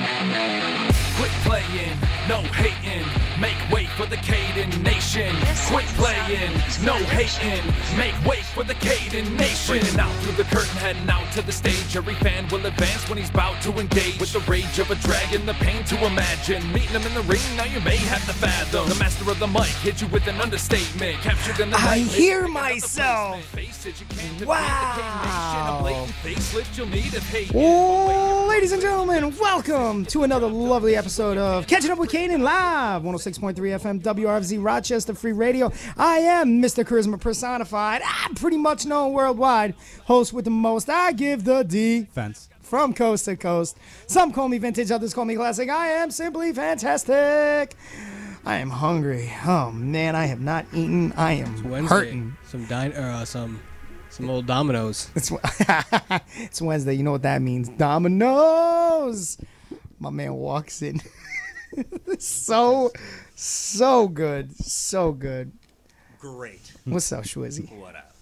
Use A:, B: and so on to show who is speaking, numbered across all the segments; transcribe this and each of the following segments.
A: Quit playing, no hating. Make way for the Caden Nation. Quit playing, no hating. Make way for the Caden Nation. Breaking out through the curtain, heading out to the stage. Every fan will advance when he's about to engage. With the rage of a dragon, the pain to imagine. Meeting him in the ring, now you may have to fathom. The master of the mic hits you with an understatement. Captured in the
B: I
A: night,
B: hear
A: making out the
B: myself.
A: placement. Face it, you can't defeat the
B: Wow.
A: Cade Nation. A blatant facelift you'll need if hated.
B: Oh, ladies and gentlemen, welcome to another lovely episode of Catching Up with Kaden Live, 106.3 FM, WRFZ Rochester Free Radio. I am Mr. Charisma Personified. I'm pretty much known worldwide. Host with the most. I give the D
C: Fence.
B: from coast to coast. Some call me vintage, others call me classic. I am simply fantastic. I am hungry. Oh, man, I have not eaten. I am
D: Wednesday.
B: hurting.
D: Some dine or uh, some some old Dominoes.
B: It's, it's Wednesday. You know what that means. Dominoes. My man walks in. so, so good. So good.
E: Great.
B: What's up, Schwizzy?
E: What up?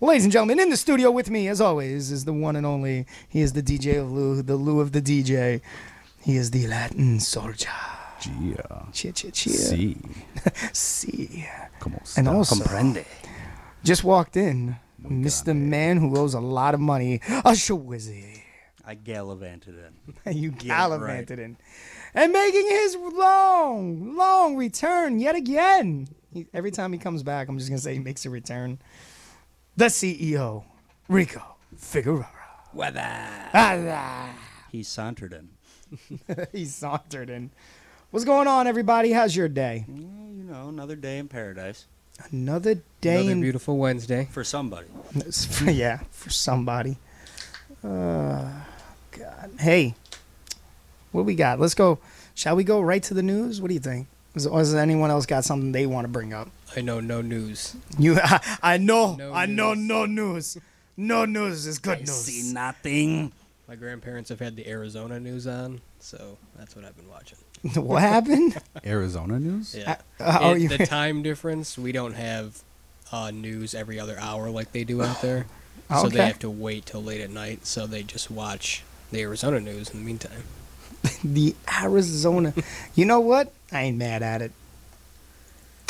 B: Ladies and gentlemen, in the studio with me, as always, is the one and only. He is the DJ of Lou, the Lou of the DJ. He is the Latin soldier.
C: Yeah.
B: Cheer, cheer, cheer.
C: Sí.
B: See.
C: Como
B: And
C: esta?
B: also, just walked in, Mr. Man who owes a lot of money, a Schwizzy.
E: I gallivanted in.
B: you
E: Yeah, right.
B: gallivanted in. And making his long, long return yet again. He, every time he comes back, I'm just going to say he makes a return. The CEO, Rico Figueroa. Weather.
E: He sauntered in.
B: he sauntered in. What's going on, everybody? How's your day?
E: Well, you know, another day in paradise
B: Another day
D: Another
B: in
D: beautiful Wednesday.
E: for somebody.
B: yeah, for somebody. Uh, God. Hey, what we got? Let's go. Shall we go right to the news? What do you think? Is, or has anyone else got something they want to bring up?
D: I know no news.
B: You, I, know,
D: No
B: I know,
D: news.
B: no news. No news is good news.
E: nothing.
D: My grandparents have had the Arizona news on, so that's what I've been watching.
B: what happened?
C: Arizona news?
D: Yeah.
B: Uh, oh,
D: It-
B: you,
D: the time difference, we don't have uh, news every other hour like they do out there. So they
B: Oh, Okay.
D: have to wait till late at night, so they just watch the Arizona news in the meantime.
B: the Arizona. you know what? I ain't mad at it.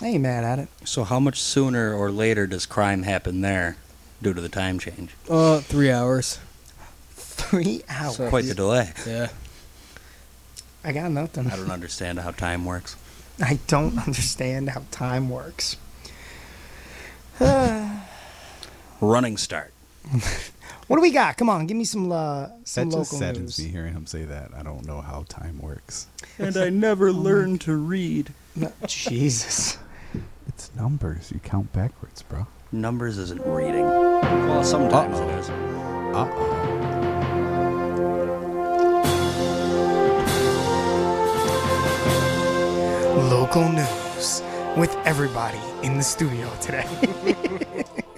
B: I ain't mad at it.
E: So, how much sooner or later does crime happen there due to the time change?
D: Uh, three hours.
B: Three hours.
D: So-
E: Quite the delay.
D: Yeah.
B: I got nothing.
E: I don't understand how time works.
B: I don't understand how time works.
E: Running start.
B: What do we got? Come on, give me some uh, some
C: That just
B: local
C: saddens
B: news.
C: me hearing him say that. I don't know how time works.
E: And I never learned to read.
B: No, Jesus.
C: It's numbers. You count backwards, bro.
E: Numbers isn't reading. Well, sometimes it is.
C: Uh-oh.
B: Local news with everybody in the studio today.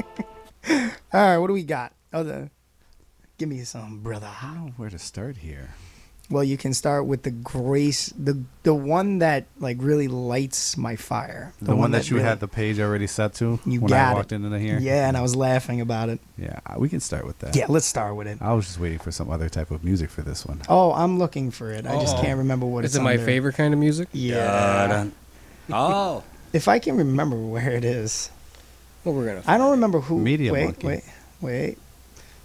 B: All right, what do we got? Other, give me some, brother.
C: I don't know where to start here.
B: Well, you can start with the grace, the the one that like really lights my fire.
C: The, one, that, you
B: really-
C: had the page already set to
B: You
C: when
B: got
C: I
B: it.
C: walked into here?
B: Yeah, and I was laughing about it.
C: Yeah, I- we can start with that.
B: Yeah, let's start with it.
C: I was just waiting for some other type of music for this one.
B: Oh, I'm looking for it. I just
D: Oh.
B: can't remember what
D: Is
B: it's
D: it my
B: under.
D: favorite kind of music?
B: Yeah.
E: Dun. Oh,
B: If I can remember where it is,
D: Well, we're gonna.
B: I don't remember who.
C: Media
B: wait,
C: Monkey.
B: wait, wait,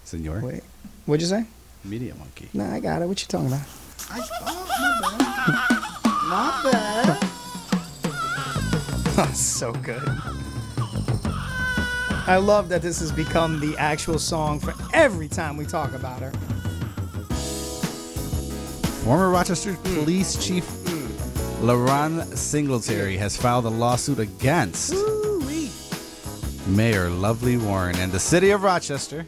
C: Senor?
B: wait. What'd you say?
C: Media Monkey.
B: No, I got it. What you talking about? Oh, so good. I love that this has become the actual song for every time we talk about her.
C: Former Rochester Police Chief LaRon Singletary has filed a lawsuit against Mayor Lovely Warren and the City of Rochester.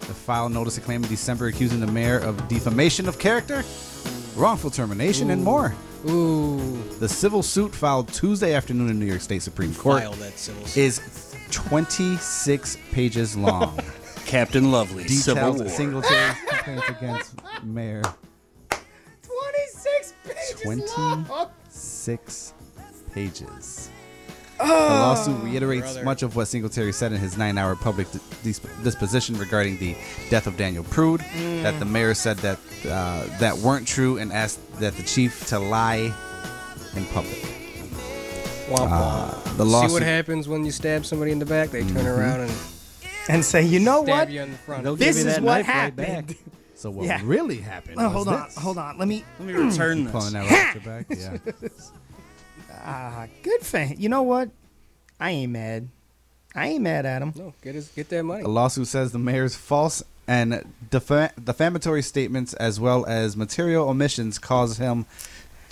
C: The file notice a claim in December accusing the mayor of defamation of character, wrongful termination, and more.
D: Ooh.
C: The civil suit filed Tuesday afternoon in New York State Supreme Court
D: File that civil.
C: is 26 pages long.
E: Captain Lovely, Civil
C: Details
E: War.
C: Singletary's complaints against Mayor
B: 26 pages
C: 20.
B: long.
C: six pages. the lawsuit reiterates
D: brother.
C: much of what Singletary said in his nine-hour public di- dis- disposition regarding the death of Daniel Prude,
D: Mm.
C: that the mayor said that uh, that weren't true and asked that the chief to lie in public.
D: Womp
B: Ah,
D: womp.
C: Uh, the
D: See
C: lawsuit.
D: what happens when you stab somebody in the back? They turn around and
B: and say, Mm-hmm. you know
D: stab
B: what?
D: you in the front.
E: They'll
B: This
E: Give me
B: is
E: that
B: what
E: knife right back.
B: happened.
C: so what
B: Yeah.
C: really happened?
B: Oh,
C: was
B: hold on,
C: this.
B: hold on. Let me.
E: Let me return
C: Pulling
E: this.
C: that right off your back. Yeah.
B: Ah, good fan. You know what? I ain't mad. I ain't mad at him.
D: No, get his, get that money.
C: The lawsuit says the mayor's false and defa- defamatory statements, as well as material omissions, caused him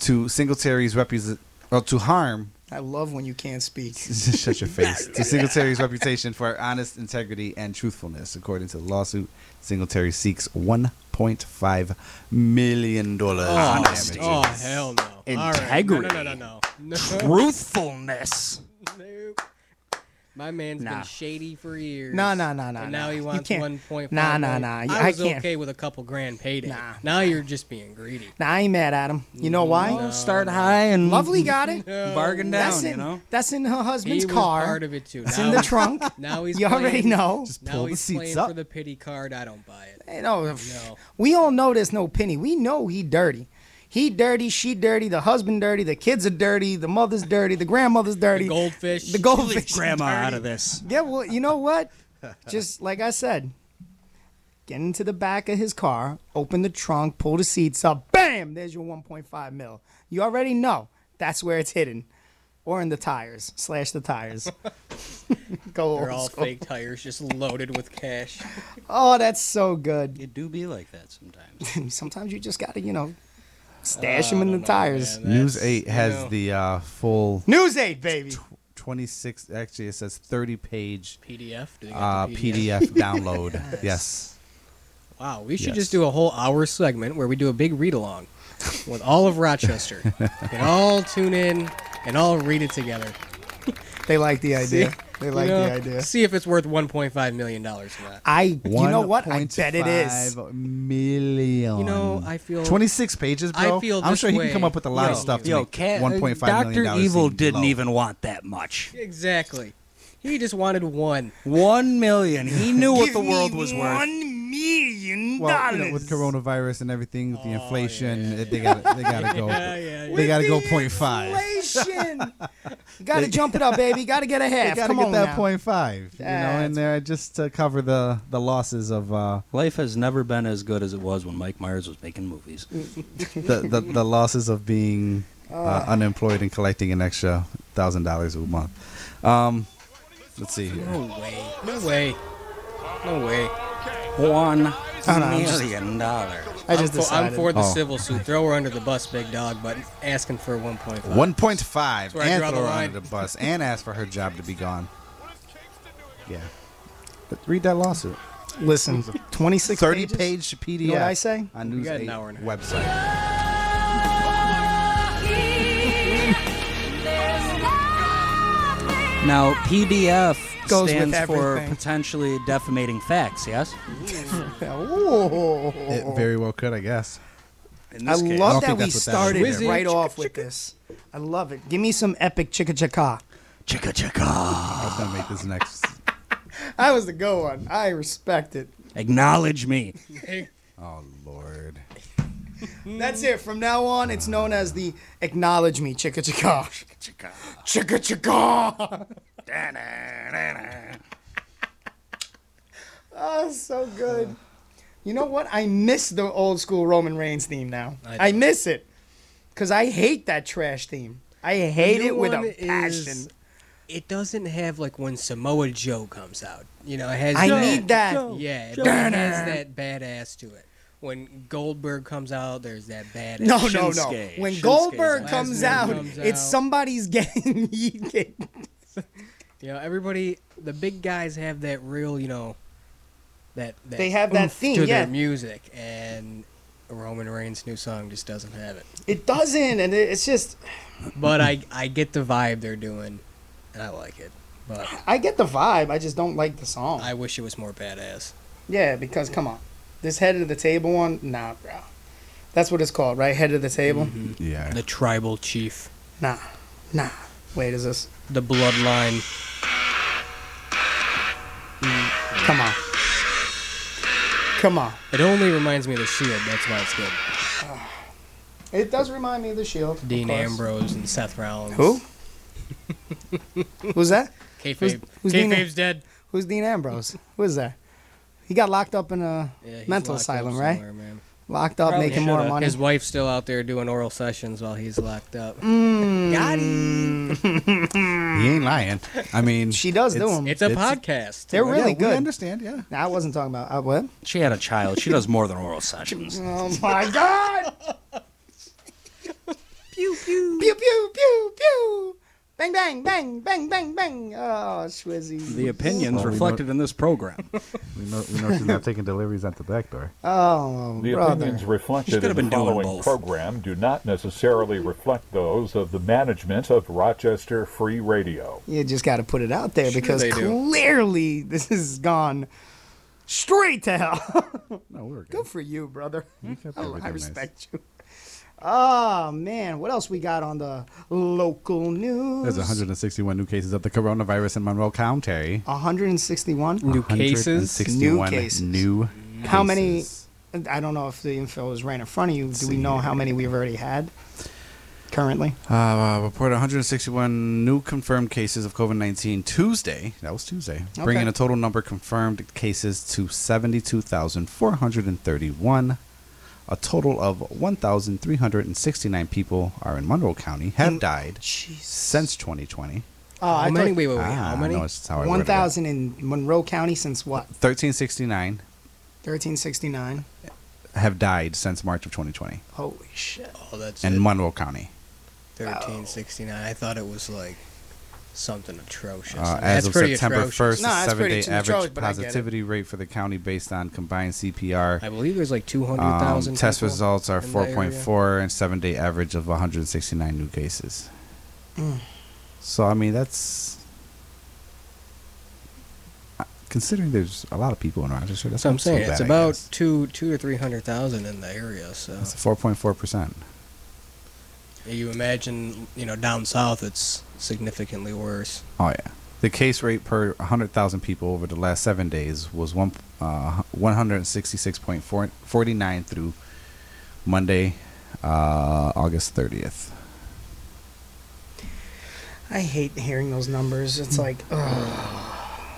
C: to Singletary's represent or to harm.
B: I love when you can't speak.
C: Shut your face. To Singletary's reputation for honest integrity and truthfulness, according to the lawsuit, Singletary seeks 1.5 million dollars. in
E: Honesty.
C: damages.
D: Oh hell no!
E: Integrity.
D: All right. No, no, no, no, no.
E: Truthfulness.
D: no. Nope. My man's
E: Nah.
D: been shady for years.
B: No, no, no, no.
D: And
B: no.
D: now he
B: You
D: wants
B: can't.
D: one point five.
B: Nah, nah, nah.
D: I was
B: I can't.
D: okay with a couple grand payday.
B: Nah.
D: Now you're just being greedy.
B: Nah, I ain't mad at him. You know why?
D: No.
E: Start high and
B: Lovely got it.
E: bargain down.
B: That's in,
E: you know.
B: that's in her husband's
D: he was
B: car.
D: part of it too.
B: It's
D: now
B: in the
D: he's-
B: trunk.
D: Now he's.
B: you already
D: playing-
B: know.
C: pull
D: Now
C: the
D: he's
C: seats
D: playing
C: up.
D: for the pity card. I don't buy it.
B: Hey, no,
D: No.
B: we all know there's no penny. We know he dirty. He dirty, she dirty, the husband dirty, the kids are dirty, the mother's dirty, the grandmother's dirty.
D: The goldfish.
B: The goldfish.
E: Leave grandma out of this.
B: Yeah, well, you know what? Just like I said, get into the back of his car, open the trunk, pull the seats up, bam! There's your 1.5 mil. You already know that's where it's hidden, or in the tires. Slash the tires. Go
D: They're
B: old
D: all
B: school.
D: fake tires, just loaded with cash.
B: Oh, that's so good.
E: It do be like that sometimes.
B: Sometimes you just gotta, you know, stash them in the tires.
D: man.
C: News
D: That's-
C: 8
D: you
C: has
D: know.
C: the uh, full
B: News eight, baby.
C: 26, actually, it says 30 page
D: PDF. Do they got
C: uh,
D: the
C: PDF download. yes.
D: Wow, we should
C: Yes.
D: just do a whole hour segment where we do a big read along with all of Rochester. we can all tune in and all read it together.
B: They like the idea. They
D: You
B: like
D: know,
B: the idea.
D: See if it's worth 1.5 million dollars or not.
B: I, you know what? I bet it is.
C: 1.5 Million.
D: You know, I feel
C: 26 pages, bro.
D: I feel
C: am
D: this
C: sure he
D: way.
C: can come up with a lot of
D: Yo,
C: stuff. To
E: Yo,
C: make
E: cat,
C: 1.5 million
E: Doctor
C: dollars
E: Evil
C: seem
E: didn't
C: low.
E: even want that much.
D: exactly. He just wanted one.
E: One million. He knew what the
B: Give me
E: world was worth.
B: One million
C: Well,
B: dollars.
C: you know, with coronavirus and everything, with the
D: Oh,
C: inflation, they got they got to go. They got to go 0.5.
B: Inflation. you gotta jump it up, baby. You gotta get a half.
C: They got to
B: Come
C: get
B: on
C: that
B: now.
C: 0.5, you know, in
B: That's-
C: there just to cover the the losses of uh,
E: Life has never been as good as it was when Mike Myers was making movies.
B: Mm.
C: the, the the losses of being
B: Oh.
C: uh, unemployed and collecting an extra thousand dollars a month. Um, let's see here.
D: No way. No way. No way.
E: One
B: no, I'm just-
E: million dollars.
B: I just
D: I'm, for, I'm
B: decided.
D: for the
C: Oh.
D: civil suit. Throw her under the bus, big dog, but asking for 1.5.
C: One point five,
D: where I
C: and
D: draw the
C: throw her
D: line.
C: under the bus, and ask for her job to be gone. Yeah, but read that lawsuit.
B: Listen, 26
C: Thirty
B: pages?
C: page PDF.
B: know what I say?
C: On News
D: got an
C: 8
D: hour and a half.
C: website.
E: Now, PDF
B: Goes with
E: stands for
B: everything.
E: potentially defamating facts. Yes.
B: Ooh.
C: It very well could, I guess.
E: In
B: I
E: this case.
C: I
B: love
C: don't
B: that
C: think
B: we
C: that's what that
B: started
C: is
D: either.
B: right off with this. I love it. Give me some epic chicka chicka.
E: Chicka chicka.
C: I was gonna make this next.
B: I was the go one. I respect it.
E: Acknowledge me.
C: Oh Lord.
B: That's it. From now on, it's known as the acknowledge me chicka chicka. Chicka chicka. Oh, so good. You know what? I miss the old school Roman Reigns theme now.
D: I
B: I,
D: do.
B: miss it. Because I hate that trash theme. I hate
D: new
B: it with
D: one
B: a
D: is-
B: passion.
D: it doesn't have like when Samoa Joe comes out. You know, it has.
B: I
D: that-
B: need that.
D: Yeah, it has that badass to it. When Goldberg comes out, there's that badass.
B: No, no, no.
E: Shinsuke.
B: When
E: Shinsuke's
B: Goldberg
D: last
B: comes
D: name
B: out,
D: comes
B: it's
D: out.
B: somebody's getting yeeted.
D: You know, everybody, the big guys have that real, you know, that, that
B: They have that
D: oomph
B: theme,
D: to
B: yeah.
D: their music, and Roman Reigns' new song just doesn't have it.
B: It doesn't, and it- it's just
D: But I, I get the vibe they're doing, and I like it. But
B: I get the vibe. I just don't like the song.
D: I wish it was more badass.
B: yeah, because come on, this head of the table one, nah, bro.
D: Mm-hmm.
B: That's what it's called, right? Head of the table.
C: Yeah.
D: The tribal chief.
B: Nah, nah. Wait, is this?
D: The bloodline.
B: Come on. Come on.
D: It only reminds me of the Shield. That's why it's good.
B: Ah. It does remind me of The Shield. of
D: Dean
B: course.
D: Ambrose and Seth Rollins.
B: Who? Who's that?
D: Kayfabe.
B: who's Dean-
D: Kayfabe's dead.
B: Who's Dean Ambrose? Who is that? He got locked up in a
D: Yeah, he's
B: mental
D: locked up
B: asylum, right?
D: somewhere, man.
B: Locked up,
E: Probably
B: making more
E: shoulda.
B: money.
D: His wife's still out there doing oral sessions while he's locked up.
B: Mm.
D: Got him.
C: He ain't lying. I mean,
B: She does do
C: it's-
B: them.
D: It's a
C: It's-
D: podcast.
B: They're really
C: yeah, We
B: good.
C: understand, yeah.
B: Nah, I wasn't talking about uh, what.
E: She had a child. She does more than oral sessions.
B: Oh my God! pew pew pew pew pew pew. Bang bang bang bang bang bang. Oh, Swizzy.
E: The opinions
F: Well, we
E: reflected in this program.
F: We know, we know she's not taking deliveries at the back door.
B: oh,
G: The
B: brother.
G: opinions reflected
E: could've
G: in
E: been
G: the
E: doing
G: following
E: both.
G: program do not necessarily reflect those of the management of Rochester Free Radio.
B: You just got to put it out there because
D: they do.
B: clearly this has gone straight to hell.
F: No, we were good.
B: Good for you, brother.
F: kept
B: I,
F: everything
B: I
F: nice.
B: respect you. Oh man, what else we got on the local news?
C: There's 161 new cases of the coronavirus in Monroe County.
B: 161.
D: New cases.
C: 161
B: New cases.
C: New
B: How many?
C: cases.
B: I don't know if the info is right in front of you. Do we
C: see
B: know how many we've already had currently?
C: Uh, reported 161 new confirmed cases of COVID 19 Tuesday. That was Tuesday. Bringing the total number confirmed cases to 72,431. A total of 1,369 people are in Monroe County, have died
B: Jeez.
C: since 2020.
B: Oh,
D: Mm. How
B: I
D: many?
B: thought
D: Wait, wait, wait. how many?
C: No, it's how Ah, I worded it.
B: 1,000 in Monroe County since what?
C: 1,369
B: 1369.
C: have died since March of 2020
B: Holy shit.
D: Oh, that's
C: in
D: it.
C: Monroe County.
D: Oh. 1369. I thought it was like something atrocious.
C: Uh, as
D: that's
C: of
D: pretty
C: September
D: atrocious.
C: 1st,
B: No,
C: the
B: that's
C: seven
B: pretty
C: day
B: too atrocious,
C: average
B: but I get it.
C: positivity rate for the county based on combined CPR.
D: I believe there's like 200,000.
C: Um, test
D: people
C: results are
D: in that area.
C: 4.4 and seven day average of 169 new cases.
D: Hmm.
C: So, I mean, that's. uh, Considering there's a lot of people in Rochester, that's
D: That's what I'm
C: not so
D: saying.
C: bad,
D: it's
C: I
D: about
C: guess.
D: two, two or 300,000 in the area. So
C: That's 4.4%.
D: you imagine, you know, down south it's significantly worse.
C: Oh, yeah. The case rate per 100,000 people over the last seven days was one, uh, 166.49 through Monday, uh, August 30th.
B: I hate hearing those numbers.
E: Hmm.
B: It's like, ugh.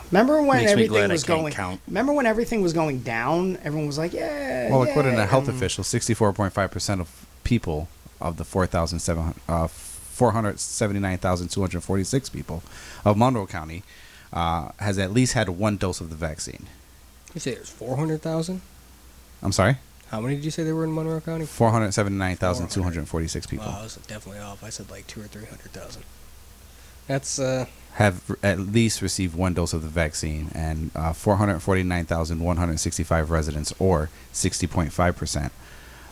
B: Remember when
E: Makes me
B: everything
E: glad I
B: was
E: can't
B: going?
E: count.
B: Remember when everything was going down? Everyone was like, "Yeah."
C: Well,
B: yeah. um,
C: according to health officials, 64.5% of people of the 4,700 uh, 479,246 people of Monroe County uh, has at least had one dose of the vaccine.
D: You say there's 400,000?
C: I'm sorry?
D: How many did you say there were in Monroe County?
C: 479,246 people
D: Wow, I was definitely off. I said like two or 300,000. That's, uh,
C: have r- at least received one dose of the vaccine, and uh, 449,165 residents, or 60.5%,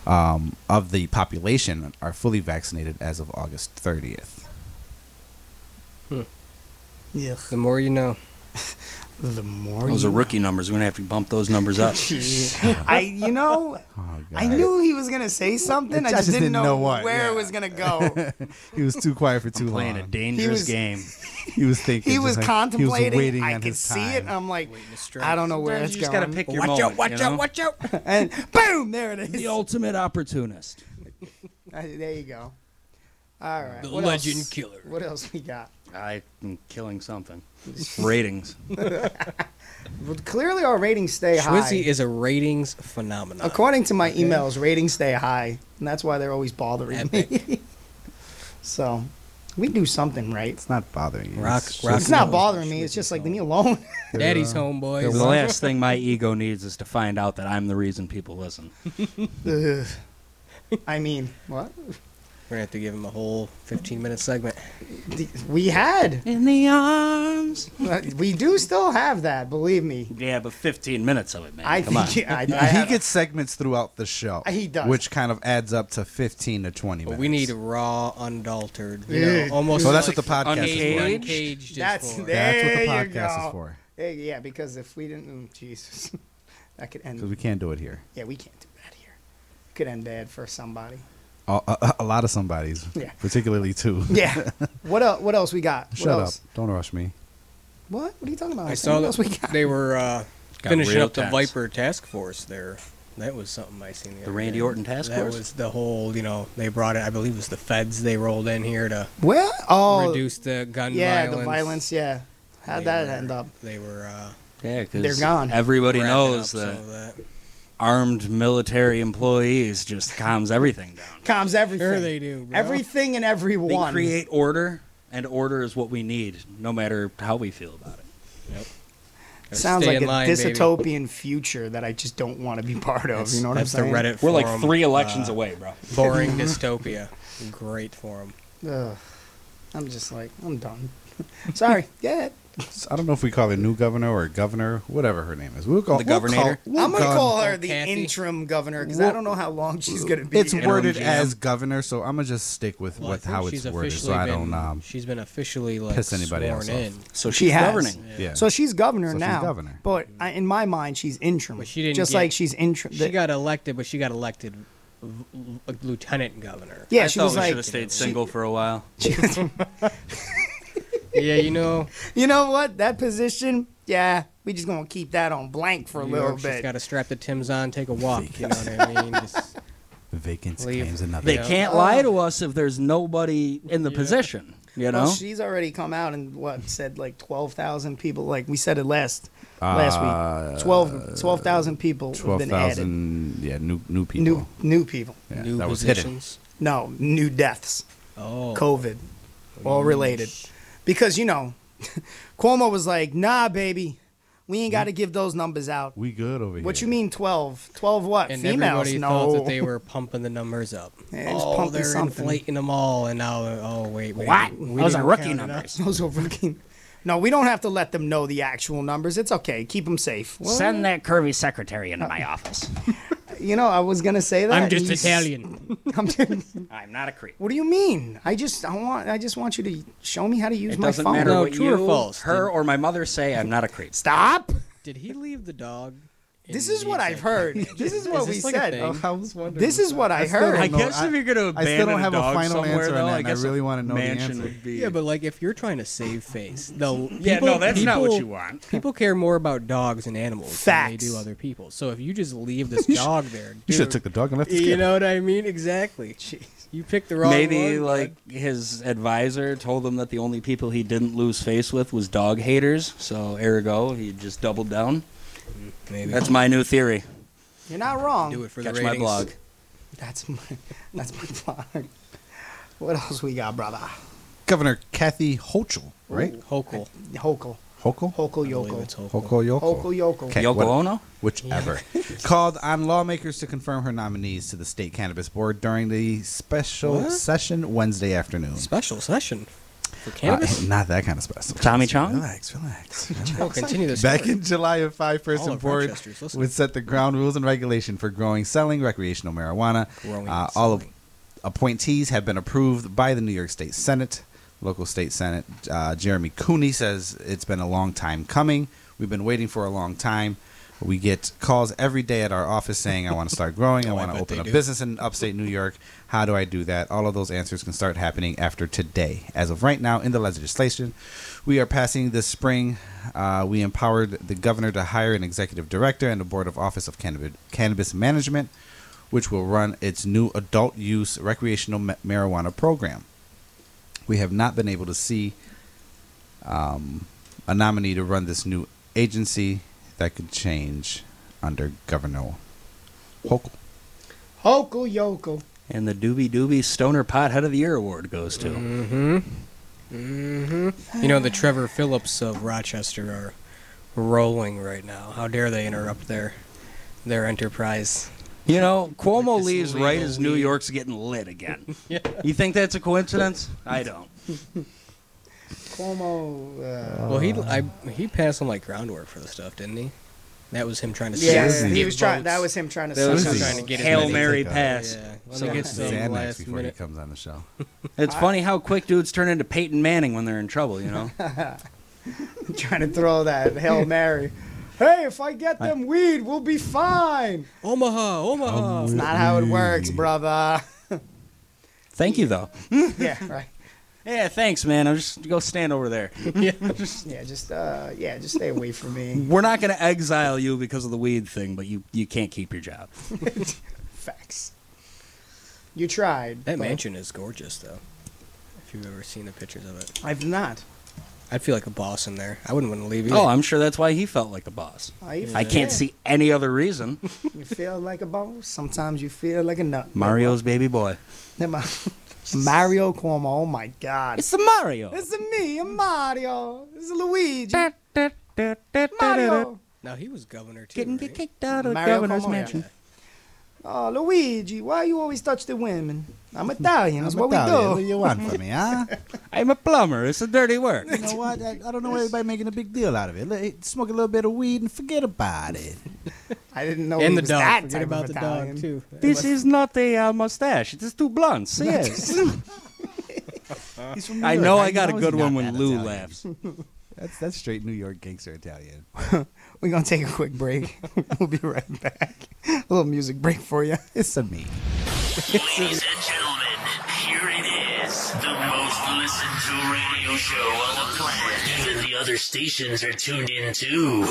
C: um, of the population are fully vaccinated as of August 30th.
B: Yeah.
D: the more you know.
B: The more
E: Those are
B: you-
E: rookie numbers. We're going to have to bump those numbers up.
B: I, you know,
C: Oh,
B: I knew he was gonna say something. I just, didn't, know,
C: what,
B: where
C: yeah.
B: it was gonna go.
C: He was too quiet for too
E: Playing a
C: long.
E: dangerous
B: was-
E: game.
C: He was thinking.
B: he
C: just
B: was
C: like-
B: contemplating.
C: waiting
B: I
C: on
B: could
C: his
B: see
C: time.
B: it. I'm like,
D: Waiting to strike.
B: I don't know where
E: Sometimes
B: it's
E: you just
B: going.
E: gotta pick your
D: watch out,
E: moment,
D: watch
E: you
D: out,
E: know?
D: watch out.
B: and boom, there it is.
E: The ultimate opportunist.
B: Uh, there you go. All right.
D: The
B: what
D: legend
B: else?
D: killer.
B: What else we got?
E: I am killing something. Ratings.
B: Well, clearly, our ratings stay high.
D: Schwizzy is a ratings phenomenon.
B: According to my emails, ratings stay high, and that's why they're always bothering me. so, we do something right.
C: It's not bothering you.
D: Rock-
C: It's
D: rock-
B: It's not
D: knows
B: bothering
D: what
B: me.
D: she
B: It's just like
D: thinks
B: leave me alone.
D: Daddy's home,
E: The
D: boys.
E: last thing my ego needs is to find out that I'm the reason people listen.
B: Ugh. I mean, what
D: We're gonna have to give him a whole 15 minute segment.
B: The- we had,
E: In the arms.
B: we do still have that. Believe me.
E: Yeah, but 15 minutes of it, man.
B: I
E: Come on.
B: think I, I
C: he
B: have-
C: gets segments throughout the show.
B: He does.
C: which kind of adds up to fifteen to twenty
D: But
C: minutes.
D: we need raw, unadultered, you
B: Yeah.
D: know, almost.
C: Well, that's
D: like
C: what the podcast is for.
D: uncaged- uncaged is
B: That's
D: for.
B: that-
C: That's
B: There
C: what
B: you
C: the podcast
B: go.
C: is for.
B: Eh, yeah, because if we didn't, oh, Jesus, that could
C: Because we
B: end.
C: can't do it here.
B: Yeah, we can't do that here. Could end bad for somebody.
C: a, a, a lot of somebodies,
B: Yeah.
C: particularly two.
B: Yeah. what else? What else we got?
C: Shut
B: what
C: up!
B: else?
C: Don't rush me.
B: What? What are you talking about?
D: I
B: What
D: saw
B: else we got.
D: that they were uh,
E: Got
D: finishing
E: real
D: up the
E: tax.
D: Viper Task Force there. That was something I seen. The, other
E: Randy
D: day.
E: Orton task
D: That
E: force?
D: was the whole, you know, they brought in. I believe it was the feds they rolled in here to
B: Well, oh,
D: reduce the gun
B: yeah,
D: violence.
B: the violence. Yeah. How'd
D: They
B: that
D: were-
B: end up?
D: They were. Uh,
E: Yeah, because
B: They're gone.
E: Everybody
D: wrapping
E: knows
D: up
E: that
D: some of that.
E: armed military employees just calms everything down.
B: Comms everything.
D: Sure they do. Bro.
B: Everything and
E: They
B: everyone.
E: create order, and order is what we need, no matter how we feel about it.
D: Gotta
B: Sounds
D: stay
B: like
D: in
B: a
D: line, baby.
B: dystopian future that I just don't want to be part of. You know what
D: That's
B: I'm saying?
D: the Reddit.
E: We're like
D: forum,
E: three elections
D: uh,
E: away, bro.
D: Boring dystopia. Great forum.
B: Ugh. I'm just like, I'm done. Sorry. Yeah.
C: So I don't know if we call her new governor or governor, whatever her name is. We'll call
E: The
C: we'll call-
E: governator?
C: we'll
B: I'm going to
C: call-
B: call her the
D: Kathy.
B: interim governor because I
C: Well,
B: don't know how long she's going to be.
C: It's
B: here.
C: worded
D: MGM.
C: as governor, so I'm gonna just stick with
D: Well, I
C: what
D: think
C: how
D: she's
C: it's worded, so
D: officially
C: I
D: been-
C: don't. Um,
D: she's been officially like
C: piss anybody
D: sworn
C: else off.
D: in.
E: So
B: She
E: she's
B: has.
E: governing.
C: yeah.
B: So she's governor
C: So she's
B: now.
C: governor.
B: But I, in my mind, she's interim.
D: But she didn't
B: just
D: get-
B: like she's interim.
D: She got elected, but she got elected v- v- lieutenant governor.
B: yeah,
E: I
B: she
E: thought
B: was
E: we should
B: like,
E: have stayed single for a while.
D: Yeah, you know,
B: you know what? That position, yeah, we just going to keep that on blank for a
D: New
B: little
D: York, she's
B: bit.
D: got to strap the Timbs on, take a walk. You know what I mean? Just,
C: Vacant
D: Leave.
C: claims another.
E: They
D: Yeah.
E: can't lie to us if there's nobody in the position. You know,
B: Well, she's already come out and what said like twelve thousand people. Like we said it last last
E: Uh,
B: week, 12 12,000 people
C: Twelve
B: have been added.
C: thousand, yeah, new new people.
B: New new people,
C: yeah,
D: new
C: that was hidden.
D: positions.
B: no new deaths,
D: Oh,
B: COVID, all related, because you know, Cuomo was like, "Nah, baby, we ain't got to give those numbers out."
C: We good oh. over here.
B: What you mean 12? 12 what?
D: and
B: Females?
D: everybody
B: No.
D: thought that they were pumping the numbers up.
B: Yeah, just
D: oh,
B: pumping
D: they're
B: something.
D: inflating them all, and now, oh wait, wait
E: What?
D: we
E: Those
D: didn't
E: are rookie
D: count it
E: numbers.
D: up.
B: Those are fucking- No, we don't have to let them know the actual numbers. It's okay. Keep them safe. Well,
E: send that curvy secretary into my office.
B: you know, I was gonna say that.
D: I'm just
B: You s-
D: Italian.
B: I'm just-
E: I'm not a creep.
B: What do you mean? I just I want I just want you to show me how to use
E: It
B: my
E: doesn't
B: phone.
E: matter
D: No,
E: what
D: true
E: you,
D: or false,
E: her,
D: dude.
E: or my mother say. I'm not a creep.
B: Stop.
D: Did he leave the dog? in
B: This is
D: the
B: what I've
D: executive
B: heard.
D: mansion?
B: This is what
D: this
B: we
D: like a
B: said.
D: thing?
B: Oh,
C: I was wondering.
B: This is what I
C: still
B: heard.
C: don't
E: I
C: know.
E: guess if you're gonna
C: I
E: abandon
C: still don't have a
E: dog
C: final
E: somewhere,
C: answer
E: though,
C: on
E: I
C: that. I
E: guess
C: really
E: a
C: want to know the
E: mansion
C: answer.
E: Would be...
D: Yeah, but like if you're trying to save face, though.
E: Yeah, no, that's not what you want.
D: People care more about dogs and animals than
B: Facts.
D: they do other people. So if you just leave this dog there, dude,
C: You should have took the dog and left the
D: You
C: kid.
D: know what I mean? Exactly. You picked the wrong
E: Maybe
D: one,
E: like his advisor told him that the only people he didn't lose face with was dog haters. So ergo, he just doubled down.
D: bud. Maybe.
E: That's my new theory.
B: You're not wrong.
D: do it for
E: Catch
D: the
E: my
D: ratings.
E: blog.
B: That's my that's my blog. What else we got, brother?
C: Governor Kathy Hochul, right?
D: Hochul.
B: Hokel.
C: Hochul.
B: Hokel
D: I believe it's
B: yokel.
D: Hochul.
C: Hochul Yoko.
B: Hokel yokel.
C: Okay.
E: Yoko
C: what-
E: Ono?
C: whichever, called on lawmakers to confirm her nominees to the state cannabis board during the special
D: What?
C: session Wednesday afternoon.
D: Special session for
C: Uh,
D: cannabis.
C: not that kind of special.
E: Tommy Chong?
C: Relax, relax. relax.
D: oh, continue this.
C: Back
D: story.
C: in July, a five-person
D: All of
C: board
D: Rochester's listening.
C: would set the ground rules and regulation for growing, selling recreational marijuana.
D: Growing
C: Uh,
D: and
C: all of
D: selling.
C: appointees have been approved by the New York State Senate, local state Senate. Uh, Jeremy Cooney says it's been a long time coming. We've been waiting for a long time. We get calls every day at our office saying, "I want to start growing. I
D: Oh, I
C: want to
D: bet
C: open
D: they
C: a
D: do.
C: business in upstate New York. How do I do that?" All of those answers can start happening after today. As of right now, in the legislation, we are passing this spring. Uh, we empowered the governor to hire an executive director and a board of office of cannabis, cannabis management, which will run its new adult use recreational ma- marijuana program. We have not been able to see um, a nominee to run this new agency that could change under Governor Hochul.
B: Hokel yokel.
E: And the Doobie Doobie Stoner Pothead of the Year award goes to.
D: Mm-hmm. You know the Trevor Phillips of Rochester are rolling right now. How dare they interrupt their their enterprise?
E: You know, Cuomo
D: this
E: leaves right as New
D: illegal
E: York's getting lit again. You think that's a coincidence? I don't.
B: Cuomo. Uh,
D: Well, he I, he passed on like groundwork for the stuff, didn't he? That was him trying to
B: yeah,
D: sell
B: he
D: his
B: was trying.
D: votes.
B: That was him trying to.
D: That was
B: suck
D: him
B: us.
D: trying to get his
E: Hail
D: money.
E: Mary
C: Yeah.
E: pass.
D: Yeah, let
E: So-
D: me get some
C: Xanax
D: last
C: before
D: minute.
C: he comes on the show.
E: It's funny how quick dudes turn into Peyton Manning when they're in trouble, you know?
B: trying to throw that hail mary. Hey, if I get them weed, we'll be fine. Oh.
D: Omaha, Omaha.
B: It's not how it works, brother.
E: Thank you, though.
B: yeah, right.
E: Yeah, thanks, man. I'm just go stand over there.
B: Yeah, just uh, yeah, just stay away from me.
E: We're not gonna exile you because of the weed thing, but you you can't keep your job.
B: Facts. You tried.
D: That
B: but
D: mansion is gorgeous, though. If you've ever seen the pictures of it,
B: I've not.
D: I'd feel like a boss in there. I wouldn't want to leave you.
E: Oh, I'm sure that's why he felt like a boss.
B: I,
E: I can't see any other reason.
B: You feel like a boss. Sometimes you feel like a nut.
E: Mario's baby boy.
B: Never mind. Mario Cuomo. Oh my God.
E: It's a Mario.
B: It's a me, a Mario. It's a Luigi. Mario.
D: Now he was governor too.
E: Getting
D: right?
E: kicked out of
B: Mario
E: governor's
B: Cuomo, yeah.
E: mansion.
B: Oh, Luigi, why you always touch the women? I'm Italian. That's what we
C: Natalia,
B: do.
C: do you want from me, huh?
E: I'm a plumber. It's a dirty work.
C: You know what? I, I don't know why everybody making a big deal out of it. Let- Smoke a little bit of weed and forget about it.
B: I didn't know he
D: And the
B: was
D: dog.
B: that
D: Forget
B: type
D: about
B: of
D: the
B: Italian.
D: dog too.
E: This is not a uh, mustache. It is two blunts. Yes.
C: He's from New
E: I
C: York.
E: know
C: How
E: I
C: you
E: got a
C: know
E: good
C: he's
E: one
C: not
E: when
C: that
E: Lou
C: Italian?
E: laughs.
C: That's that's straight New York gangster Italian.
B: We're gonna take a quick break. we'll be right back. A little music break for you.
C: It's a me.
H: Ladies and gentlemen, here it is. The most listened to radio show on the planet. Even the other stations are tuned in too.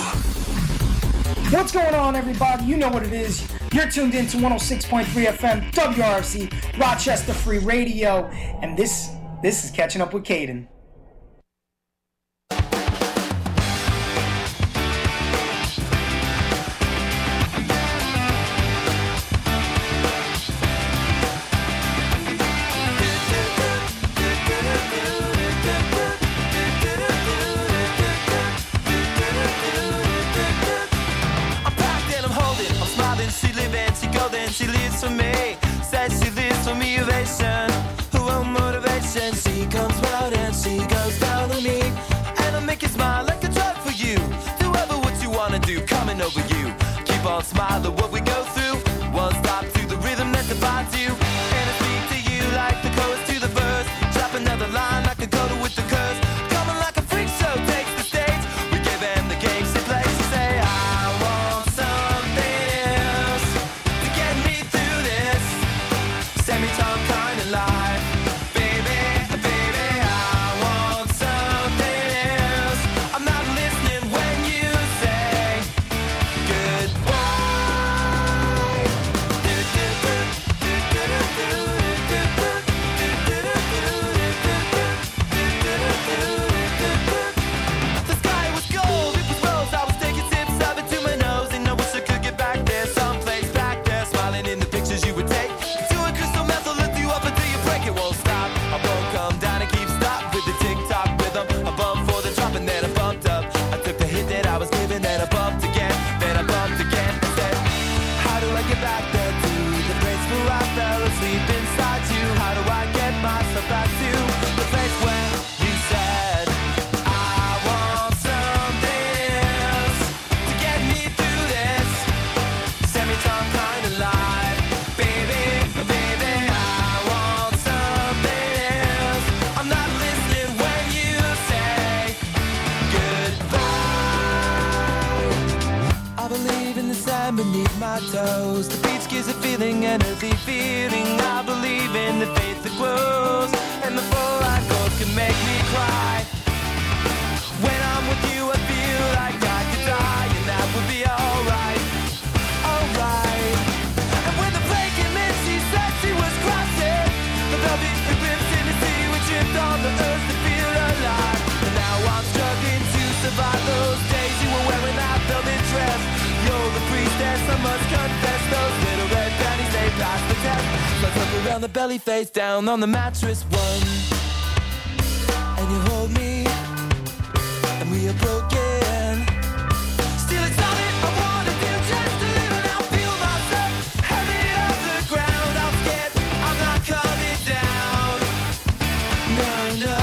B: What's going on, everybody? You know what it is. You're tuned in to 106.3 FM WRFC Rochester Free Radio, and this this is catching up with Caden.
I: I'm packed and I'm holding, I'm smiling, she living, she golden, she lives for me. Says she lives for me, ovation. Who want motivation? She comes round and she goes down on me. And I make you smile like a drug for you. Do ever what you wanna do, coming over you. Keep on smiling what we go through. One stop to the rhythm that divides you. And I speak to you like the chorus to the verse. Drop another line like a go to with the curse. Coming like a freak show takes the stage. We give him the game she plays to say, I want something else to get me through this semi-tom kind of life. Baby, baby, I want something else. I'm not listening when you say goodbye. The sky was gold, it was rose. I was taking sips up into my nose, and I wish I could get back there, someplace back there, smiling in the pictures you would take. To a crystal meth will lift you up until you break. It won't stop. I won't come down and keep stop with the tick tock rhythm. I bumped for the drop and then I bumped up. I took the hit that I was giving, then I bumped again, then I bumped again. I said, How do I get back there to the place where I fell asleep inside you? How do I get myself back to the place where you said? I want something else to get me through this semi-tom kind of life, baby, baby. I want something else. I'm not listening when you say goodbye. I believe in the sand beneath my toes. The beach gives a feeling, an earthy feeling. I believe in the faith that grows, and the full light goes can make me cry. When I'm with you, I feel like I could die, and that would be alright, alright. And when the plane came in, she said she was crossing the velvet eclipse in the sea, which dripped on the earth to feel alive. And now I'm struggling to survive those days you were wearing that velvet dress. You're the priestess, I must confess those little red panties they passed the test. Let's up around the belly, face down on the mattress one, and you hold me and we are broken. Still exalted, I wanna feel just a little now. Feel myself heavy on the ground. I'm scared, I'm not coming down. No, no.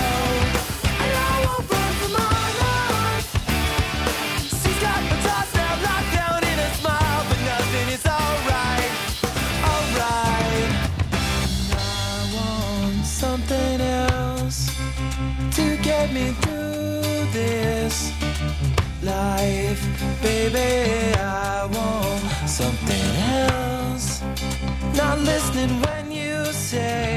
I: And I won't run for my life. She's got a toss down, locked down in a smile, but nothing is alright, alright. I want something else to get me through this life. Baby, I want something else. Not listening when you say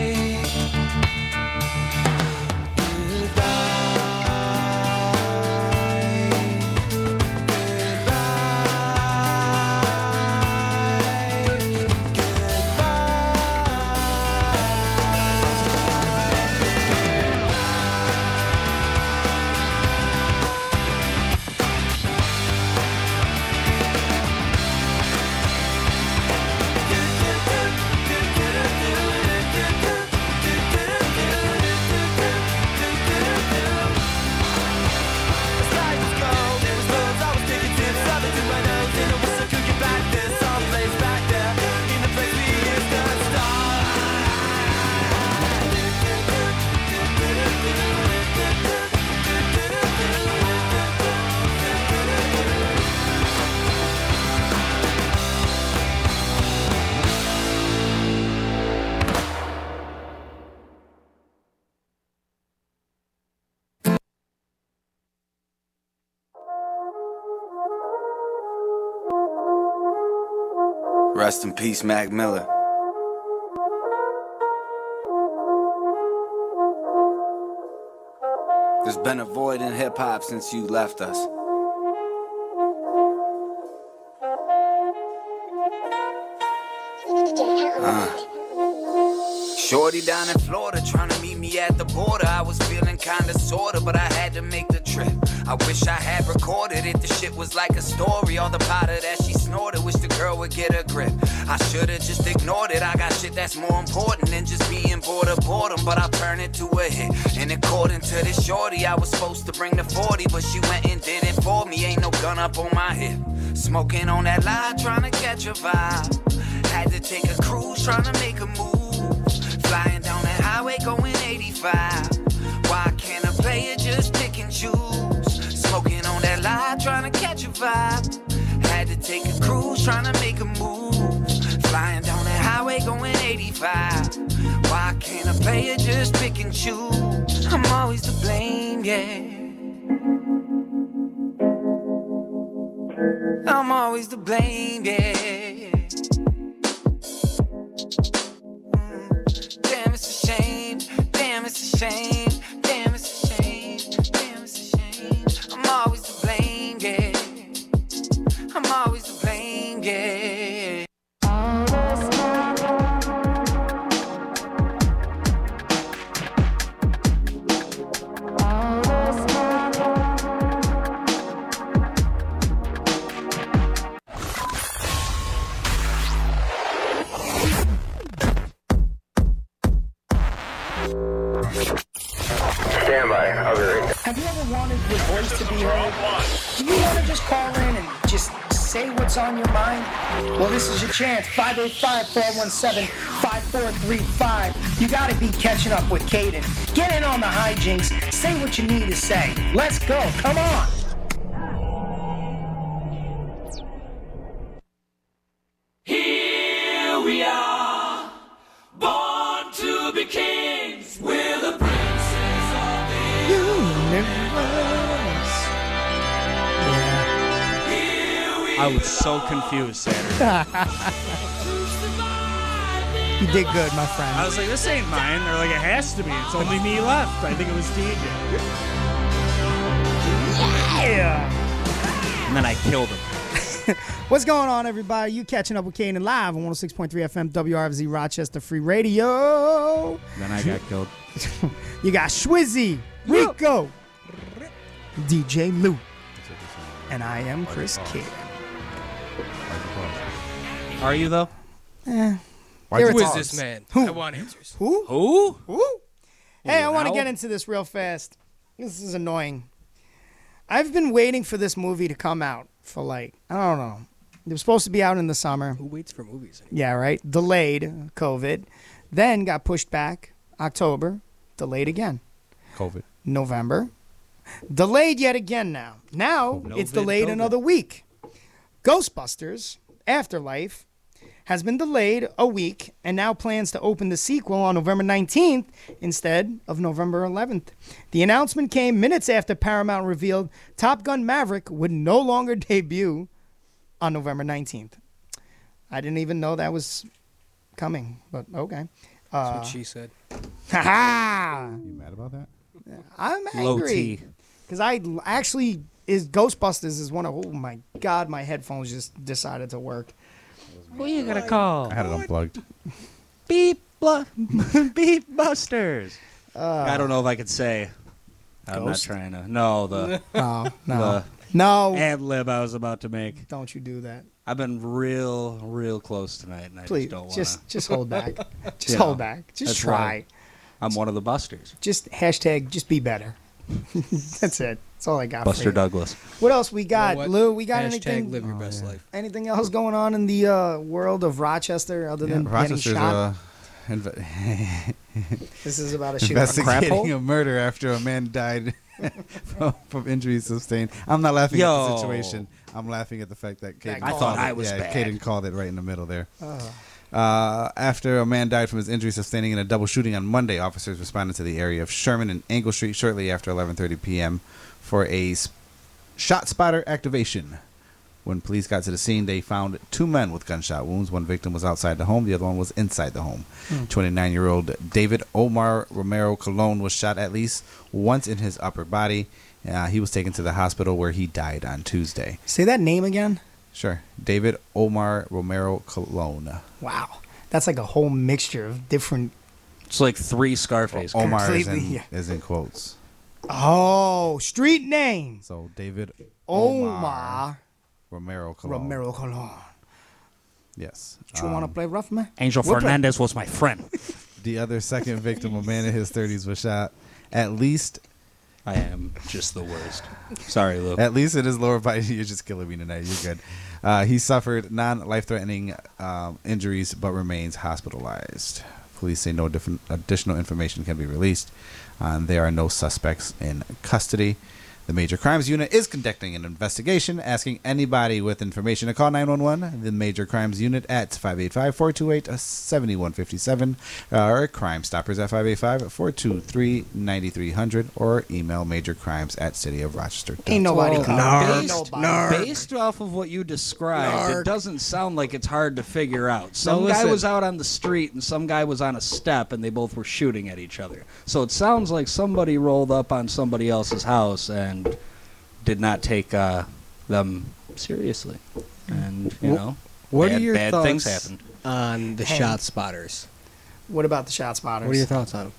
J: Rest in peace, Mac Miller. There's been a void in hip hop since you left us. Uh. Shorty down in Florida trying to meet me at the border. I was feeling kinda sorta, but I had to make the trip. I wish I had recorded it. The shit was like a story. All the powder that she snorted. Wish the girl would get a grip. I should've just ignored it. I got shit that's more important than just being bored of boredom. But I turned it to a hit. And according to this shorty, I was supposed to bring the 40, but she went and did it for me. Ain't no gun up on my hip. Smoking on that line, trying to catch a vibe. Had to take a cruise, trying to make a move. Flying down that highway going 85. Why can't a player just pick and choose? Smoking on that lie, trying to catch a vibe. Had to take a cruise, trying to make a move. Flying down that highway going 85. Why can't a player just pick and choose? I'm always to blame, yeah. I'm always to blame, yeah. Damn, it's a shame. Damn, it's a shame. Damn, it's a shame. Damn, it's a shame. I'm always to blame, yeah. I'm always to blame, yeah.
K: Stand by. I'll be right back.
L: Have you ever wanted your voice to be heard? Do you want to just call in and just say what's on your mind? Well, this is your chance. 585-417-5435. You got to be catching up with Caden. Get in on the hijinks. Say what you need to say. Let's go. Come on.
A: Here we are, born to be kings. We're the princes of the
B: universe.
E: I was so confused Saturday.
B: you did good, my friend.
M: I was like, this ain't mine. They're like, it has to be. It's only me left. I think it was DJ.
B: Yeah.
E: And then I killed him.
B: What's going on, everybody? You catching up with Kanan live on 106.3 FM WRFZ Rochester Free Radio.
C: Then I got killed.
B: You got Schwizzy, Rico, DJ Lou, and I am Chris Kanan.
E: Are you though?
B: Eh.
D: Why'd
B: Here
D: you
B: it's
D: pause?
B: ours.
D: Who is this man?
B: Who?
D: I want answers.
B: Who?
E: Who?
B: Who? Hey, I want to
D: Now?
B: get into this real fast. This is annoying. I've been waiting for this movie to come out for like, I don't know. It was supposed to be out in the summer.
D: Who waits for movies?
B: Yeah, right. Delayed COVID. Then got pushed back October. Delayed again.
C: COVID.
B: November. Delayed yet again now.
D: Oh,
B: Now it's
C: Novid
B: delayed
C: COVID.
B: another week. Ghostbusters Afterlife has been delayed a week and now plans to open the sequel on November 19th instead of November 11th. The announcement came minutes after Paramount revealed Top Gun Maverick would no longer debut on November 19th. I didn't even know that was coming, but okay.
D: That's
B: Uh,
D: what she said.
B: Ha ha!
F: You mad about that?
B: I'm
F: Low
B: angry
F: T.
B: because I l- actually is Ghostbusters is one of oh my god my headphones just decided to work. Who you gonna call?
C: I had it unplugged.
E: Beep, blu- beep, busters.
B: Uh,
E: I don't know if I could say. I'm
B: Ghost?
E: not trying to. No, the.
B: No, no. no.
E: Ad lib I was about to make.
B: Don't you do that.
E: I've been real, real close tonight, and I
B: Please,
E: just don't want
B: just- just hold back. Just hold back. Just try.
E: I'm one of the busters.
B: Just hashtag just be better. That's it. That's all I got. for
E: Buster
B: you.
E: Douglas. Oh,
B: What else we got,
D: what?
B: Lou? We got
D: Hashtag
B: anything?
D: live your best life.
B: Anything else going on in the uh, world of Rochester other than
C: Rochester's
B: getting shot?
C: uh, inve-
B: This is about a shooting.
C: investigating a murder after a man died from, from injuries sustained. I'm not laughing at the
E: Yo.
C: situation. I'm laughing at the fact that Caden.
E: I thought
C: called
E: I
C: it.
E: was
C: yeah,
E: bad.
C: Caden called it right in the middle there.
B: Oh.
C: Uh, after a man died from his injuries sustaining in a double shooting on Monday, officers responded to the area of Sherman and Angle Street shortly after 11:30 p.m. for a s- shot spotter activation When police got to the scene, they found two men with gunshot wounds. One victim was outside the home, the other one was inside the home.
K: Hmm.
C: 29 year old David Omar Romero Colon was shot at least once in his upper body. Uh, he was taken to the hospital where he died on Tuesday.
B: Say that name again.
C: Sure. David Omar Romero Colon.
B: Wow, that's like a whole mixture of different.
E: It's like three Scarface.
C: Omar is
B: Completely,
C: in,
B: yeah.
C: is in quotes.
B: Oh, street name.
C: So David Oh
B: Omar
C: Romero Colon.
B: Oh Romero Colon.
C: Yes.
B: Do you want to
C: Um,
B: play rough, man?
E: Angel
B: We'll play-
E: Fernandez was my friend.
C: The other second victim, a man in his 30s, was shot at least.
E: I am just the worst. Sorry, Luke.
C: At least in his lower body. You're just killing me tonight. You're good. Uh, he suffered non life threatening um, injuries but remains hospitalized. Police say no different additional information can be released. Um, there are no suspects in custody. The Major Crimes Unit is conducting an investigation, asking anybody with information to call 911, the Major Crimes Unit at 585 428 7157, uh, or Crime Stoppers at 585 423 9300, or email majorcrimes at cityofrochester.com.
B: Ain't nobody
E: Well,
B: calling.
E: based,
B: Ain't nobody.
E: based off of what you described,
B: Narc.
E: it doesn't sound like it's hard to figure out. Some guy
B: listen.
E: was out on the street and some guy was on a step, and they both were shooting at each other. So it sounds like somebody rolled up on somebody else's house and did not take uh, them seriously. And you
D: Wh-
E: know,
D: What
E: bad,
D: are your
E: bad
D: thoughts
E: things happen?
D: on the
B: Hey.
D: shot spotters?
B: What about the shot spotters?
D: What are your thoughts on them?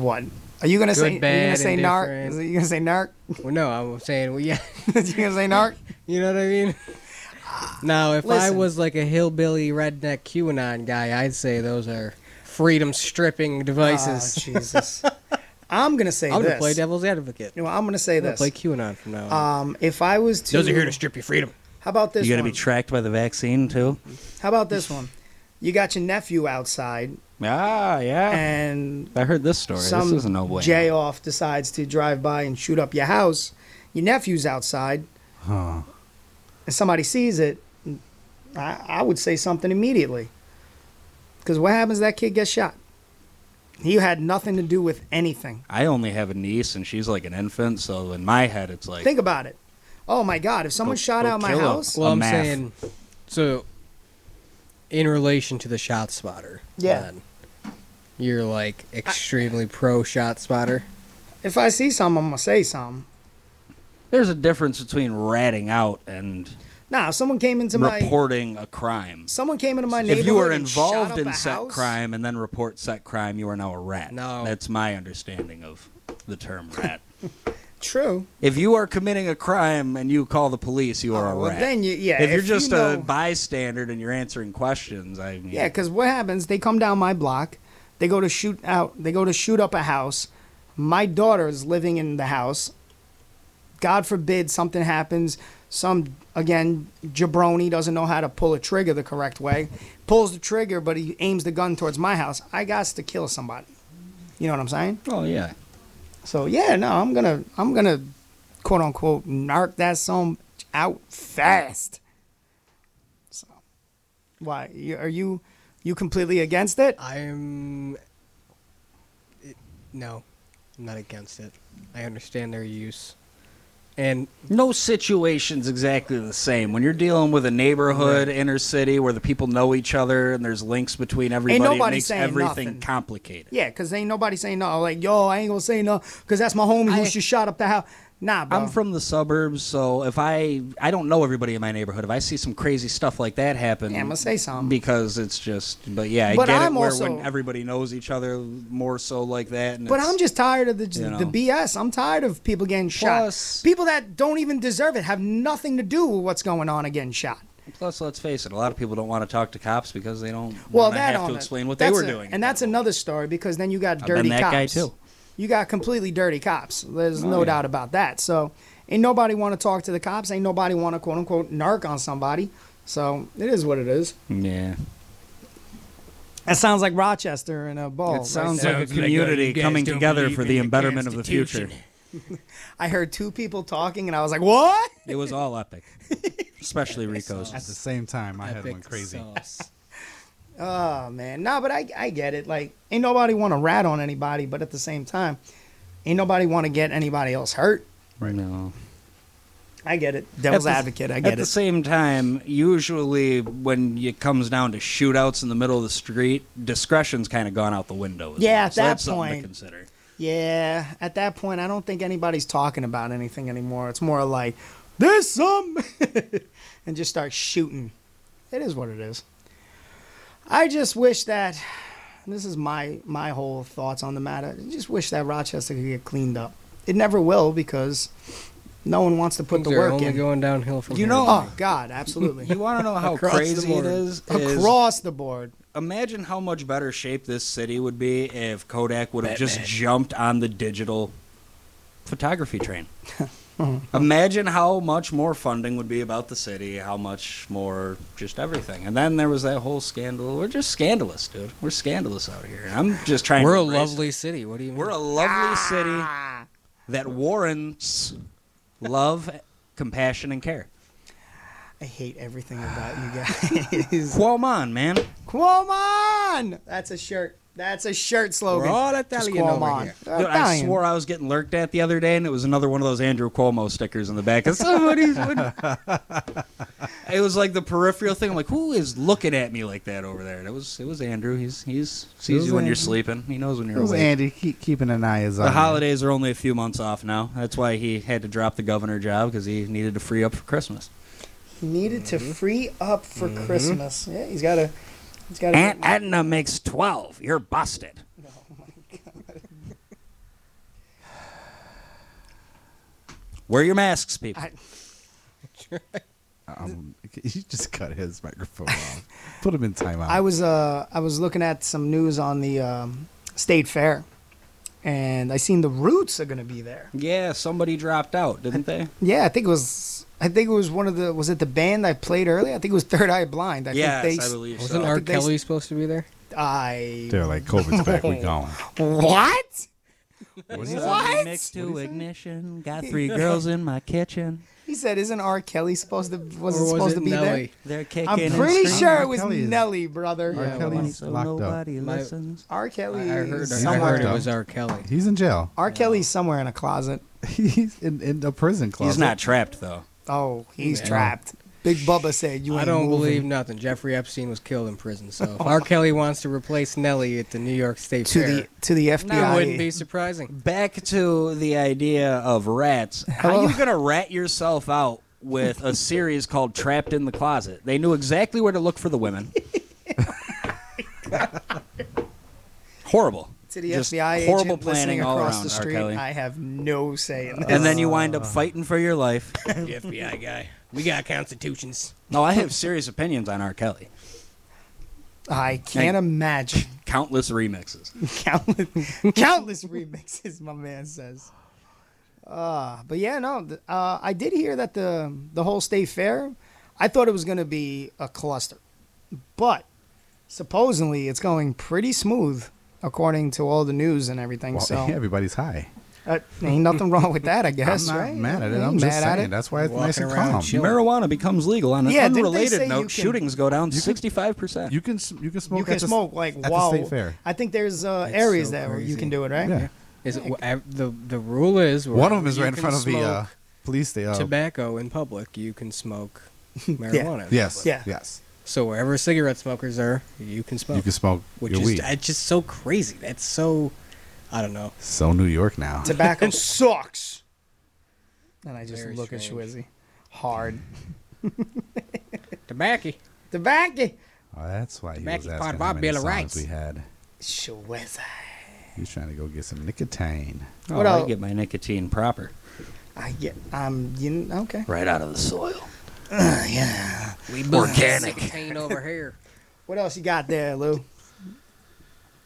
B: What are you gonna
D: Good,
B: say? you gonna
D: bad,
B: say narc?
D: indifferent.
B: Is it- You gonna say narc?
D: Well, no, I'm saying, well, yeah.
B: you gonna say narc?
D: You know what I mean? Now, if I
B: Listen.
D: was like a hillbilly redneck QAnon guy, I'd say those are freedom stripping devices.
B: Oh, Jesus. I'm gonna say
D: I'm
B: this.
D: gonna play devil's advocate.
B: You know, I'm gonna say
D: I'm gonna
B: this.
D: play QAnon from now on.
B: Um, if I was to
D: Those are here to strip you freedom.
B: How about this
E: You gonna
B: one?
E: be tracked by the vaccine too?
B: How about this one? You got your nephew outside,
E: Ah, yeah.
B: and
E: I heard this story.
B: some
E: this is no way.
B: J off decides to drive by and shoot up your house. Your nephew's outside,
C: Huh.
B: and somebody sees it. I, I would say something immediately, because what happens? That kid gets shot. He had nothing to do with anything.
E: I only have a niece, and she's like an infant. So in my head, it's like
B: Think about it. Oh my God! If someone
E: Go-
B: shot
E: go
B: out my
E: kill him.
B: house,
D: Well,
E: A
D: I'm
E: math.
D: saying, so in relation to the shot spotter,
B: Yeah.
D: then, you're like extremely pro shot spotter.
B: if I see something, I'm gonna say something.
E: there's a difference between ratting out and
B: Now, if someone came into my
E: reporting a crime.
B: someone came into my
E: if
B: neighborhood.
E: you are
B: and shot
E: involved
B: up
E: in
B: a
E: set
B: house,
E: crime and then report set crime, you are now a rat.
D: No.
E: That's my understanding of the term rat.
B: true.
E: if you are committing a crime and you call the police, you are a
B: Oh, well,
E: rat.
B: then you- yeah,
E: If, you're
B: if you
E: just a
B: know-
E: bystander and you're answering questions, I mean,
B: Yeah, because what happens? They come down my block. They go to shoot out. They go to shoot up a house. My daughter is living in the house. God forbid something happens. Some again jabroni doesn't know how to pull a trigger the correct way. Pulls the trigger, but he aims the gun towards my house. I got to kill somebody. You know what I'm saying?
E: oh yeah.
B: So yeah, no, I'm gonna I'm gonna quote unquote narc that song out fast. So why you- are you you completely against it?
D: I'm it- no, I'm not against it. I understand their use, and
E: No situation's exactly the same. When you're dealing with a neighborhood, inner city, where the people know each other and there's links between everybody, it
B: nobody
E: makes
B: saying
E: everything
B: nothing.
E: complicated.
B: Yeah, cause ain't nobody saying no. Like yo, I ain't gonna say no, cause that's my homie who
E: I-
B: just shot up the house. Nah, bro.
E: I'm from the suburbs, so if I I don't know everybody in my neighborhood, if I see some crazy stuff like that happen,
B: Yeah, I'ma say something.
E: because it's just. But yeah, I
B: But
E: get
B: I'm
E: it. Where
B: also-
E: when everybody knows each other more so like that. And
B: but
E: it's-
B: I'm just tired of the
E: you know.
B: the BS. I'm tired of people getting
E: Plus-
B: shot. People that don't even deserve it have nothing to do with what's going on and getting shot.
E: plus. Let's face it, a lot of people don't want to talk to cops because they don't
B: Well,
E: wanna
B: that
E: have
B: on
E: to
B: it.
E: explain what
B: That's
E: they were
B: a-
E: doing.
B: and that's another story because then you got
E: I've
B: dirty
E: been that
B: cops.
E: guy, too.
B: You got completely dirty cops. There's
E: Oh,
B: no
E: yeah.
B: doubt about that. So ain't nobody want to talk to the cops. Ain't nobody want to quote unquote narc on somebody. So it is what it is.
E: yeah,
B: That sounds like Rochester in a ball.
E: it sounds
B: right
E: like a
B: there.
E: community coming together for the embetterment of the future.
B: I heard two people talking and I was like, what?
E: It was all epic, especially Rico's.
C: At the same time, my head went crazy.
B: Oh man, nah, but I I get it. Like, ain't nobody want to rat on anybody, but at the same time, ain't nobody want to get anybody else hurt.
E: Right now,
B: I get it. Devil's
E: At the-
B: advocate. I get
E: At
B: it.
E: the same time, usually when it comes down to shootouts in the middle of the street, discretion's kind of gone out the window. as
B: Yeah,
E: well.
B: at
E: So
B: that
E: that's something
B: point.
E: to consider.
B: yeah, at that point, I don't think anybody's talking about anything anymore. It's more like, there's some, and just start shooting. It is what it is. I just wish that, and this is my my whole thoughts on the matter. I just wish that Rochester could get cleaned up. It never will because no one wants to put
D: Things
B: the
D: are
B: work
D: only
B: in.
D: going downhill from
B: you
D: here.
B: know, oh God, absolutely.
E: You want to know how
B: Across the
E: crazy it
B: board.
E: is? is-
B: Across the board.
E: Imagine how much better shape this city would be if Kodak would have just
B: Batman.
E: jumped on the digital photography train. Uh-huh. Imagine how much more funding would be about the city, how much more just everything. And then there was that whole scandal. We're just scandalous, dude. We're scandalous out here. And I'm just trying
D: We're
E: to
D: a
E: embrace
D: lovely city. What do you mean?
E: We're a lovely city that warrants love, compassion, and care.
B: I hate everything about you guys.
E: Qualm on, man.
B: Qualm on! That's a shirt. That's a shirt slogan.
E: We're all
B: Just
E: Italian
B: Qualm
E: over
B: on.
E: here.
B: Uh,
E: Dude, I
B: Italian.
E: swore I was getting lurked at the other day, and it was another one of those Andrew Cuomo stickers in the back. It's somebody's- it was like the peripheral thing. I'm like, who is looking at me like that over there? And it was it was Andrew. He's he's
C: It
E: sees
C: was
E: you when you're
C: Andrew.
E: sleeping. He knows when
C: It
E: you're
C: was
E: awake.
C: Andy keep, keeping an eye as
E: The holidays are only a few months off now. That's why he had to drop the governor job because he needed to free up for Christmas.
B: He needed
E: Mm-hmm.
B: to free up for
E: Mhm.
B: Christmas. Yeah, he's got to. He's got
E: Aunt Edna makes twelve. You're busted. Wear your masks, people.
C: Um, you just cut his microphone off. Put him in timeout.
B: I was uh I was looking at some news on the um, state fair, and I seen the Roots are gonna be there.
E: Yeah, somebody dropped out, didn't they?
B: Yeah, I think it was. I think it was one of the. Was it the band I played earlier? I think it was Third Eye Blind. I
E: Yes,
B: think they,
E: I believe so.
D: Wasn't
B: I
D: R.
B: think they-
D: Kelly supposed to be there?
B: I.
F: They're like, COVID's back. We going.
B: What?
E: What?
B: What?
E: Mixed to ignition. Got three girls in my kitchen.
B: He said, "Isn't R. Kelly supposed to wasn't
E: was
B: supposed
E: it
B: to be
E: Nelly? They're
B: there?"
E: kicking
B: I'm
E: and
B: pretty
E: screaming.
B: sure
E: R.
B: it was
E: Kelly is-
B: Nelly, brother.
E: R. Yeah, Kelly's so locked up. nobody My- listens.
B: R. Kelly.
D: I heard,
B: is
D: I
B: somewhere.
D: heard it was R. Kelly.
C: He's in jail.
B: R. Kelly's somewhere in a closet.
C: He's in, in a prison closet.
E: He's not trapped though.
B: Oh, he's
D: Yeah.
B: trapped. Big Bubba said, "You."
D: I
B: ain't
D: don't
B: moving."
D: believe nothing. Jeffrey Epstein was killed in prison. So if R. Kelly wants to replace Nelly at the New York State
B: to
D: Fair,
B: the to the
D: that
B: FBI.
D: wouldn't be surprising.
E: Back to the idea of rats. How are you gonna rat yourself out with a series called Trapped in the Closet? They knew exactly where to look for the women. Horrible.
B: to the
E: Just
B: FBI
E: Horrible
B: agent
E: planning
B: planning
E: all
B: across
E: around.
B: the
E: R.
B: street.
E: Kelly.
B: I have no say in this.
E: and then you wind
B: Uh,
E: up fighting for your life.
D: the FBI guy. We got constitutions.
E: No, I have serious opinions on R. Kelly.
B: I can't imagine
E: Countless remixes.
B: countless countless remixes. My man says. Uh, but yeah, no, th- uh, I did hear that the the whole state fair. I thought it was going to be a cluster, but supposedly it's going pretty smooth according to all the news and everything.
C: Well,
B: so
C: everybody's high.
B: Uh, ain't nothing wrong with that, I guess.
C: I'm not
B: right?
C: mad at it.
B: Ain't
C: I'm just
B: mad at
C: saying.
B: it.
C: That's why it's
B: Walking
C: nice and
B: around
C: calm.
B: chilling.
E: Marijuana becomes legal on an
B: Yeah, didn't they say
E: unrelated
B: you
E: note.
B: can-
E: shootings go down sixty-five percent.
C: You can s- you can smoke.
B: you can
C: at the-
B: smoke like
C: at
B: wow.
C: The state fair.
B: I think there's uh,
D: That's
B: areas
D: so
B: that where you
D: crazy.
B: can do it, right?
C: Yeah.
D: Is it, wh- ev- the the rule is
C: One of them is
D: you
C: right in
D: can
C: front of the uh,
D: smoke
C: police station.
D: tobacco in public. You can smoke marijuana.
C: Oh,
D: in
C: Yes.
D: public.
C: Yeah. Yes.
D: So wherever cigarette smokers are, you can smoke.
C: You can smoke
D: Which
C: your
D: is
C: weed.
D: it's just so crazy. That's so I don't know.
C: So New York now.
B: Tobacco sucks. And I just
D: Very
B: look
D: strange.
B: at Schwizzy hard.
D: Tobacco.
B: Tobacco.
C: Oh, that's why he
D: Mackey
C: was
D: part
C: asking
D: of our
C: how many
D: Bill of
C: songs
D: Rights.
C: we had.
B: Schwizzy.
C: He was trying to go get some nicotine.
E: Oh,
B: What
E: I
B: el-
E: get my nicotine proper
B: I get. I'm. You kn- okay? Uh,
E: right out of the soil.
B: yeah. Uh,
D: We
E: both have Organic.
D: over here.
B: What else you got there, Lou?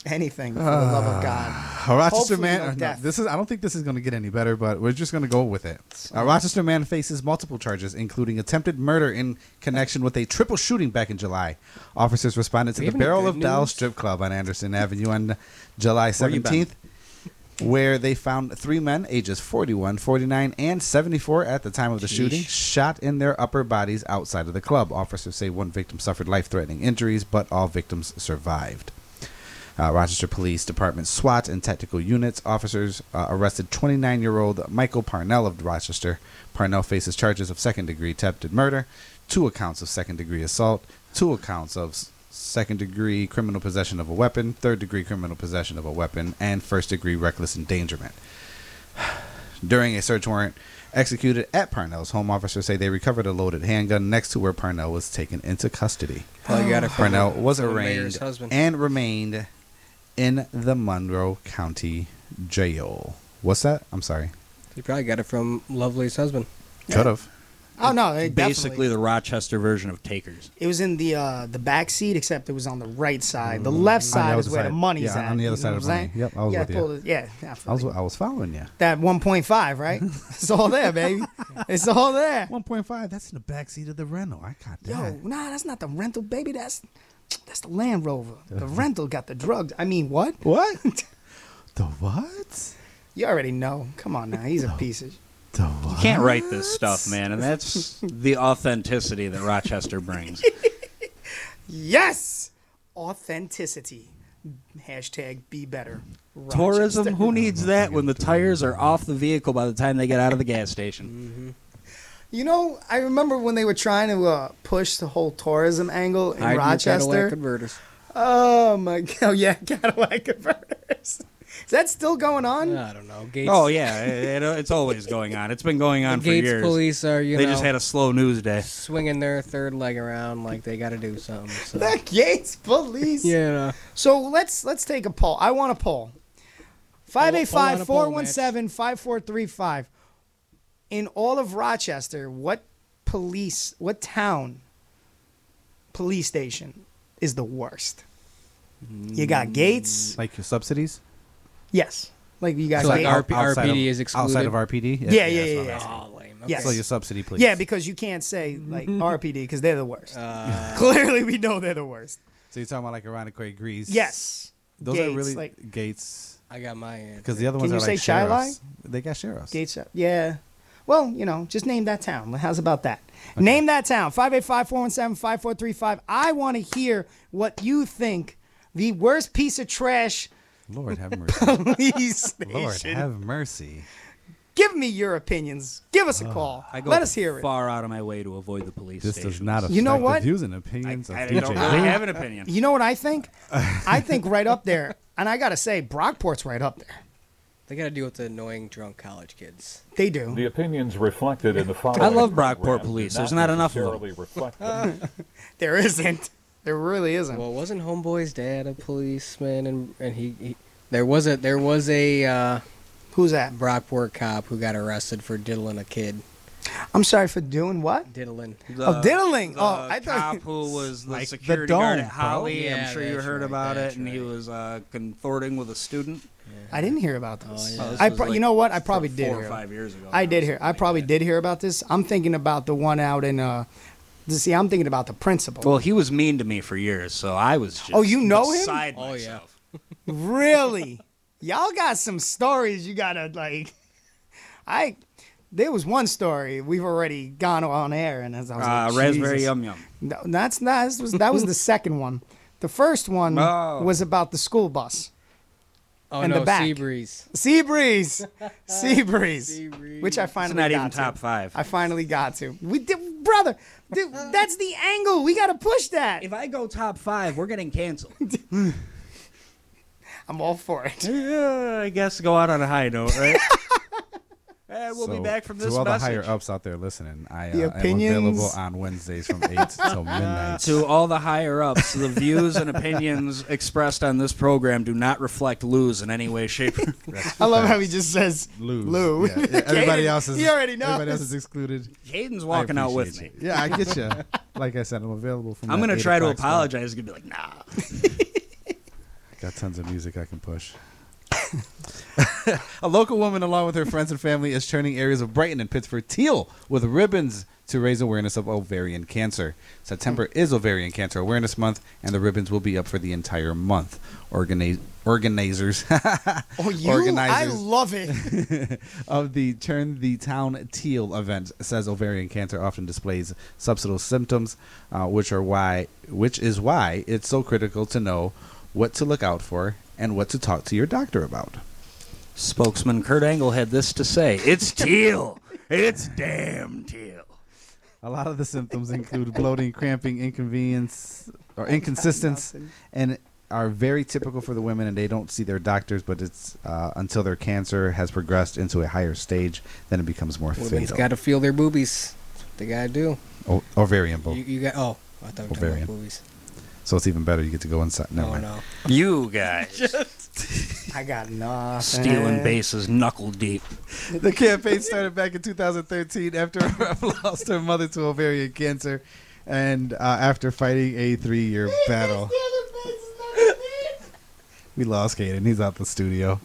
B: Anything for the love of God.
C: A Uh, Rochester
B: Hopefully
C: man.
B: no
C: or no,
B: death.
C: this is. I don't think this is going to get any better, but we're just going to go with it. A Rochester man faces multiple charges, including attempted murder in connection with a triple shooting back in July. Officers responded to
D: We
C: the
D: have any
C: Barrel
D: good
C: of Dow
D: news?
C: strip club on Anderson Avenue on July
E: Where you been?
C: 17th, where they found three men, ages 41, 49, and 74, at the time of the shooting, shot in their upper bodies outside of the club. Officers say one victim suffered life-threatening injuries, but all victims survived. Uh, Rochester Police Department SWAT and tactical units officers uh, arrested 29 year old Michael Parnell of Rochester. Parnell faces charges of second degree attempted murder, two accounts of second degree assault, two accounts of s- second degree criminal possession of a weapon, third degree criminal possession of a weapon, and first degree reckless endangerment during a search warrant executed at Parnell's home. Officers say they recovered a loaded handgun next to where Parnell was taken into custody.
D: Well, you gotta
C: Parnell
D: credit
C: was
D: the
C: arraigned
D: mayor's husband.
C: and remained in the Monroe County Jail. What's that? I'm sorry.
D: You probably got it from Lovely's husband.
C: Could have.
B: Oh no, it definitely.
E: Basically, the Rochester version of Takers.
B: It was in the uh, the back seat, except it was on the right side. The left
C: Mm, On the
B: side is
C: other
B: where the
C: side.
B: money's
C: Yeah,
B: at.
C: on the other
B: you know
C: side
B: what
C: of
B: I'm
C: money.
B: saying?
C: Yep, I was
B: yeah,
C: with you.
B: pulled it- Yeah, yeah, I
C: I
B: feel
C: was
B: you.
C: I was following you.
B: that 1.5, right? it's all there, baby. It's all there.
C: 1.5. That's in the back seat of the rental. I got
B: Yo, nah, that's not the rental, baby. That's that's the Land Rover. The rental got the drugs. I mean, what?
C: What? the what?
B: You already know. Come on now, he's a piece of.
E: You can't write this stuff, man, and that's the authenticity that Rochester brings.
B: Yes, authenticity. Hashtag be better.
E: Tourism?
B: Rochester.
E: Who needs that when the tires are off the vehicle by the time they get out of the gas station?
B: Mm-hmm. You know, I remember when they were trying to uh, push the whole tourism angle in
D: Hide your Cadillac
B: Rochester.
D: converters.
B: Oh my god! Oh yeah, Cadillac converters. Is that still going on?
D: I don't know. Gates.
E: Oh yeah, it, it- it's always going on. It's been going on
D: The
E: for
D: Gates
E: years.
D: police are, you
E: they
D: know-
E: just had a slow news day.
D: Swinging their third leg around like they got to do something. So.
B: The Gates police.
D: Yeah.
B: So let's let's take a poll. I want a poll. 585-417-5435. In all of Rochester, what police, what town police station is the worst? You got Gates?
C: Mm, Like your subsidies?
B: Yes. Like you got
D: So, like,
B: Gates.
D: RP
C: Outside of-
D: RPD is excluded?
C: Outside of RPD?
B: Yeah, yeah, yeah.
C: that's
B: yeah,
C: what I'm
B: yeah.
C: asking.
B: Yes.
C: So your subsidy, please.
B: Yeah, because you can't say like RPD because they're the worst.
D: Uh.
B: Clearly, we know they're the worst.
C: So you're talking about like Around Quay Grease?
B: Yes.
C: Those
B: Gates,
C: are really
B: like-
C: Gates.
D: I got my answer.
C: Because the other
B: Can
C: ones
B: you
C: are like
B: say Chi Lai?
C: sheriffs. They got sheriffs.
B: Gates up. Yeah. Well, you know, just name that town. How's about that? Name that town. 585-417-5435. I want to hear what you think the worst piece of trash
C: Lord have mercy.
B: police station.
C: Lord have mercy.
B: Give me your opinions. Give us a call.
E: I go
B: Let us hear it.
E: far out of my way to avoid the police
C: This
E: station.
C: does not affect
B: You know
C: the
B: what?
C: views and opinions
E: I
C: of
E: don't
C: DJ.
E: really have an opinion.
B: You know what I think? I think right up there. And I got to say, Brockport's right up there.
D: They got to deal with the annoying drunk college kids.
B: They do.
G: The opinions reflected in the following.
E: love Brockport
G: program do
E: police. There's not enough of them.
G: necessarily reflect the-
B: There isn't. There really isn't.
D: Well, wasn't Homeboy's dad a policeman? And and he, he there was a there was a uh,
B: Who's that?
D: Brockport cop who got arrested for diddling a kid.
B: I'm sorry for doing what?
D: Diddling.
B: oh, diddling. oh, I thought.
E: cop who was the
C: Like the
E: security guard
C: dome,
E: at Holly.
D: bro. Yeah,
E: I'm sure you
D: that's
E: heard
D: right,
E: about it,
D: that's
E: and he was uh, conforting with a student.
B: I didn't hear about this.
D: yeah.
E: Oh, this
B: I
E: was
B: pro- you
E: like
B: know what? I probably
E: four
B: did.
E: or
B: hear
E: five years ago
B: I
E: now,
B: did hear. I
E: something
B: probably did hear about this. I'm thinking about the one out in. uh See, I'm thinking about the principal.
E: Well, he was mean to me for years, so I was just
B: Oh, you know him?
E: beside
D: Oh, yeah.
E: myself.
B: really, y'all got some stories. You gotta like. I there was one story we've already gone on air, and as I was
E: Uh,
B: like,
E: raspberry
B: Jesus.
E: yum yum.
B: No, that's not. This was, that was the second one. The first one
E: Oh.
B: was about the school bus.
D: Oh
B: And the
D: no,
B: back.
D: Seabreeze.
B: Sea breeze, sea breeze,
D: Seabreeze.
B: which I
E: It's
B: finally
E: not
B: got
E: even
B: to.
E: top five.
B: I finally got to. We did, brother. dude, that's the angle. We gotta push that.
E: Uh, if I go top five, we're getting canceled.
B: I'm all for it.
E: yeah, I guess go out on a high note, right? and Eh, we'll be
C: So,
E: back from this
C: To all
E: message.
C: the higher ups out there listening, I
B: The
C: uh, am available
B: opinions-
C: on Wednesdays from 8 till midnight.
E: Uh, to all the higher ups, the views and opinions expressed on this program do not reflect Lou's in any way, shape, or
B: I love how he just says
C: Lou.
B: Lou.
C: Yeah, yeah, everybody
B: Kaden,
C: else is.
B: He already knows.
C: Everybody else is excluded.
E: Caden's
C: I
E: walking out with me.
C: appreciate you. Yeah, I get you. Like I said, I'm available from.
E: I'm
C: that
E: gonna
C: 8
E: try to
C: o'clock spot.
E: apologize. Gonna be like, nah.
C: Got tons of music I can push. a local woman, along with her friends and family, is turning areas of Brighton and Pittsburgh teal with ribbons to raise awareness of ovarian cancer. September
B: Hmm.
C: is Ovarian Cancer Awareness Month, and the ribbons will be up for the entire month. Organi- organizers
B: Oh, you. I
C: Organizers.
B: love it.
C: of the Turn the Town Teal event says ovarian cancer often displays subsidal symptoms, uh, which are why which is why it's so critical to know what to look out for, and what to talk to your doctor about.
E: Spokesman Kurt Angle had this to say It's teal. It's damn teal.
C: A lot of the symptoms include bloating, cramping, inconvenience, or inconsistency, and are very typical for the women. And they don't see their doctors, but it's uh, until their cancer has progressed into a higher stage, then it becomes more
D: Women's
C: fatal.
D: got to feel their boobies. That's what they gotta do.
C: O- ovarian bulb.
D: You, you got oh, I thought we were talking about
C: Ovarian.
D: boobies.
C: So it's even better. You get to go inside. No,
D: Oh,
C: mind.
D: no.
E: You guys.
B: I got nothing.
E: Stealing bases knuckle deep.
C: The campaign started back in 2013 after Ruff lost her mother to ovarian cancer and uh, after fighting a three year battle. We lost Caden. He's out the studio.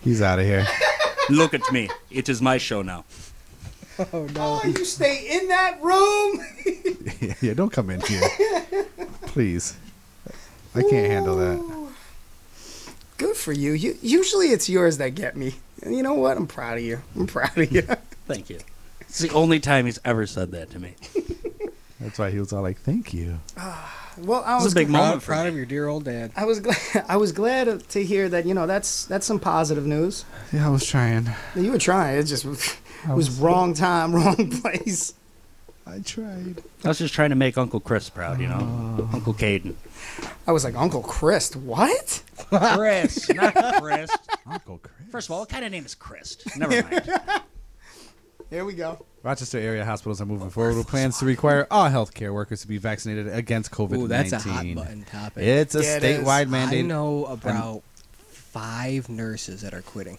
C: He's out of here.
E: Look at me. It is my show now.
B: Oh no! you stay in that room.
C: yeah, yeah, don't come in here. Please. I can't handle that.
B: Good for you. you. Usually it's yours that get me. And you know what? I'm proud of you. I'm proud of you.
E: Thank you. It's the only time he's ever said that to me.
C: That's why he was all like, thank you.
B: Well, I
E: This is
B: was
E: a big
B: glad-
E: moment for
D: Proud of your dear old dad.
B: I was glad. I was glad to hear that. You know, that's that's some positive news.
C: Yeah, I was trying.
B: You were trying. It just was,
C: I was-
B: wrong time, wrong place.
C: I tried.
E: I was just trying to make Uncle Chris proud, you
C: Oh.
E: know? Uncle Caden.
B: I was like, Uncle Chris, what?
E: Chris, not Chris.
C: Uncle Chris.
E: First of all, what kind of name is Chris? Never mind.
B: Here we go.
C: Rochester area hospitals are moving forward with plans to require all healthcare workers to be vaccinated against COVID 19.
D: Ooh, that's a hot button topic.
C: It's a
D: Yeah, it is.
C: statewide mandate.
D: I know about five nurses that are quitting.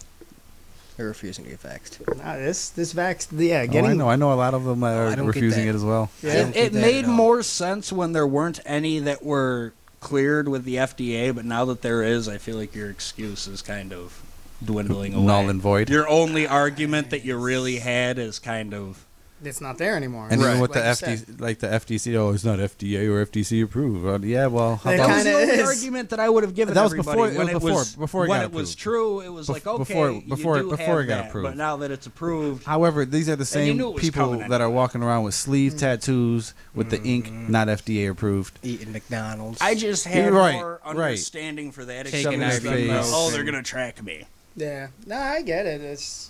D: They're refusing to get vaxxed.
B: Nah, Ah, this this vax. Yeah,
C: Oh, I
B: getting. Oh,
C: know. I know a lot of them
D: I
C: are
D: don't get
C: refusing
D: that.
C: it as well.
B: Yeah.
E: It, it made more sense when there weren't any that were cleared with the FDA, but now that there is, I feel like your excuse is kind of dwindling away.
C: Null and void.
E: Your only argument that you really had is kind of
B: It's not there anymore.
C: And
B: Like-
C: even with the
B: like you said.
C: FD, like the FDC, oh, it's not FDA or FDC approved. Well, yeah, well, how
B: It
C: about-
B: kinda
E: That was the
B: is.
E: only argument that I would have given
C: That was
E: everybody
C: before- it
E: when
C: was
E: it
C: before-
E: was
C: before it
E: when
C: got
E: it was
C: approved.
E: true. It was
C: Bef-
E: like okay,
C: before-
E: you
C: before-
E: do
C: before
E: have
C: it got
E: that,
C: approved.
E: But now that it's approved,
C: However, these are the
E: And you knew it
C: same
E: was
C: people
E: coming
C: that are walking around with
B: Mm.
C: sleeve tattoos with the ink
E: Mm.
C: not FDA approved.
D: Eating McDonald's.
E: I just had
C: You're right,
E: more
C: right.
E: understanding for that.
C: Taking
E: excuse
C: out
E: than the,
C: face.
E: Oh, they're gonna track me.
B: Yeah, no, I get it. It's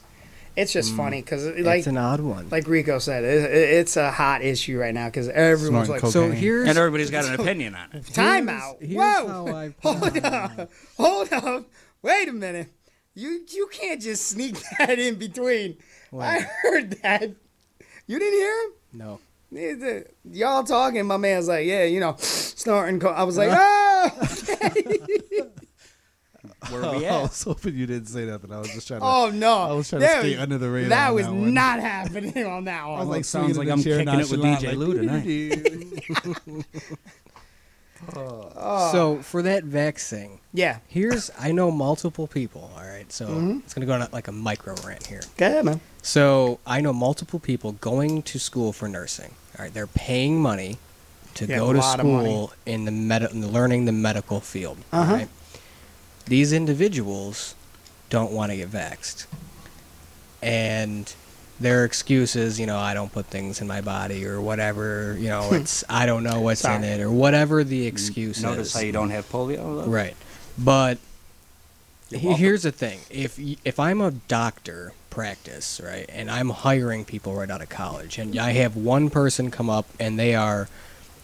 B: it's just
D: Mm.
B: funny 'cause funny because like
D: it's an odd one.
B: like Rico said, it, it- it's a hot issue right now because everyone's like,
D: so here's
E: and everybody's got an opinion on it.
B: time
D: here's-
B: out.
D: here's how
B: Whoa,
D: I-
B: hold up, hold up, wait a minute. You you can't just sneak that in between. I
D: Wait.
B: heard that. You didn't hear him?
D: No.
B: Is it- Y'all talking, my man's like, yeah, you know, snorting. Co-. I was like, oh,
E: Where we
C: I
E: at?
C: was hoping you didn't say nothing. I was just trying to.
B: oh no.
C: I was trying to
B: That
C: skate
B: was-
C: under the radar.
B: That
C: on
B: was
C: one.
B: not happening on that one.
C: I was like,
E: sounds
C: swinging
E: like
C: in the
E: I'm
C: chair
E: kicking it with
C: nonchalant,
E: DJ
C: like,
E: Lou tonight.
D: So for that vax thing,
B: Oh. Yeah. Mm-hmm.
D: here's I know multiple people. All right, so it's gonna go on a- like a micro rant here.
B: Go ahead, man.
D: So I know multiple people going to school for nursing. All right, they're paying money to
B: Yeah,
D: go
B: a
D: to
B: lot of money.
D: school in the med- in learning the medical field. all
B: Uh-huh.
D: right? These individuals don't want to get vaxxed. And their excuses, you know, I don't put things in my body or whatever, you know, it's I don't know what's in
E: Sorry.
D: it or whatever the excuse
E: Notice
D: is.
E: how you don't have polio. though?
D: Right. But
E: You're
D: he-
E: welcome.
D: here's the thing: if y- if I'm a doctor practice, right, and I'm hiring people right out of college, and I have one person come up and they are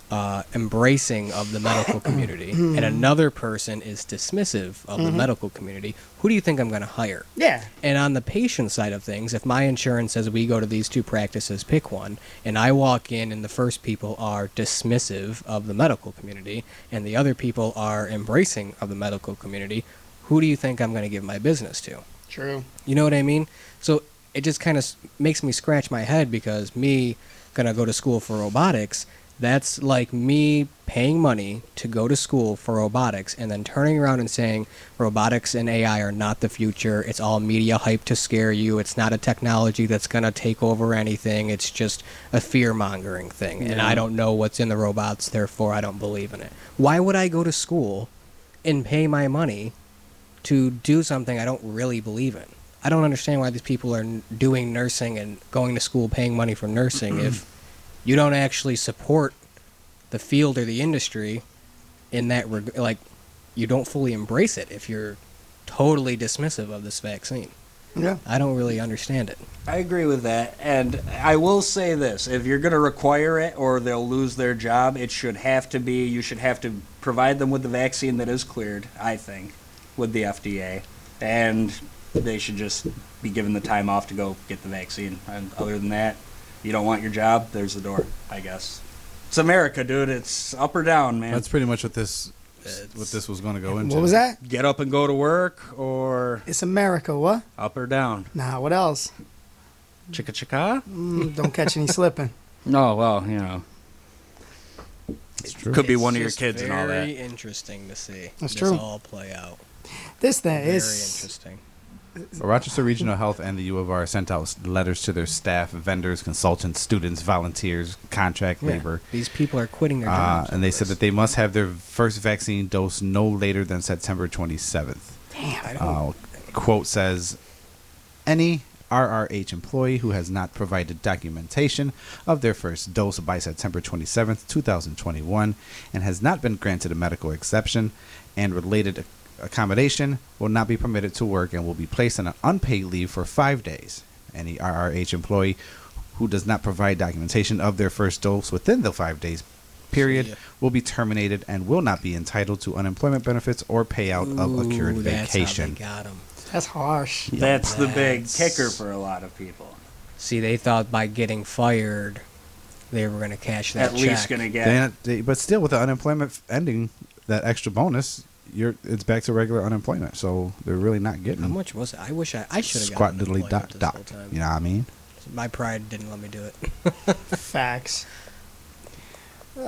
D: uh, embracing of the medical community, and another person is dismissive of the
B: Mhm.
D: medical community, who do you think I'm going to hire?
B: Yeah.
D: And on the patient side of things, if my insurance says we go to these two practices, pick one, and I walk in and the first people are dismissive of the medical community and the other people are embracing of the medical community, who do you think I'm going to give my business to?
B: True.
D: You know what I mean? So it just kind of makes me scratch my head because me gonna go to school for robotics. That's like me paying money to go to school for robotics and then turning around and saying robotics and AI are not the future. It's all media hype to scare you. It's not a technology that's going to take over anything. It's just a fear mongering thing. And
E: Yeah.
D: I don't know what's in the robots, therefore I don't believe in it. Why would I go to school and pay my money to do something I don't really believe in. I don't understand why these people are n- doing nursing and going to school paying money for nursing if you don't actually support the field or the industry in that reg- like you don't fully embrace it if you're totally dismissive of this vaccine.
B: Yeah.
D: I don't really understand it.
E: I agree with that, and I will say this: if you're going to require it, or they'll lose their job, it should have to be you should have to provide them with the vaccine that is cleared. I think with the FDA, and they should just be given the time off to go get the vaccine. And other than that, you don't want your job. There's the door. I guess it's America, dude. It's up or down, man.
C: That's pretty much what this what this was going to go into.
B: What was that?
E: Get up and go to work, or
B: It's America, what?
E: up or down.
B: Nah, what else?
E: Chicka chicka.
B: Mm, don't catch any slipping.
E: No, well, you know. Could be
D: It's
E: one of your
D: just
E: kids and all that.
D: Very interesting to see.
B: That's
D: this
B: true.
D: all play out.
B: This thing
D: Very
B: is
D: interesting.
C: Rochester Regional Health and the U of R sent out letters to their staff, vendors, consultants, students, volunteers, contract
D: Yeah.
C: labor.
D: These people are quitting their
E: Ah.
C: Uh,
D: jobs.
C: and they said that they must have their first vaccine dose no later than September 27th.
B: Damn.
C: Uh, quote says Any RRH employee who has not provided documentation of their first dose by September 27th, 2021, and has not been granted a medical exception and related accommodation will not be permitted to work and will be placed on an unpaid leave for five days. Any RRH employee who does not provide documentation of their first dose within the five days period will be terminated and will not be entitled to unemployment benefits or payout of a cured
D: Ooh, that's how they
C: vacation.
D: got 'em.
B: that's harsh.
E: That's the big
D: That's-
E: kicker for a lot of people.
D: See, they thought by getting fired, they were going to cash that
E: At least
D: check.
E: gonna get.
C: They- they- but still, with the unemployment f- ending, that extra bonus, you're it's back to regular unemployment. So they're really not getting
D: How much was it? I wish I, I should have
C: squat
D: gotten
C: diddly
D: unemployment
C: dot
D: this
C: dot.
D: whole time.
C: You know what I mean?
D: My pride didn't let me do it.
B: Facts. Uh,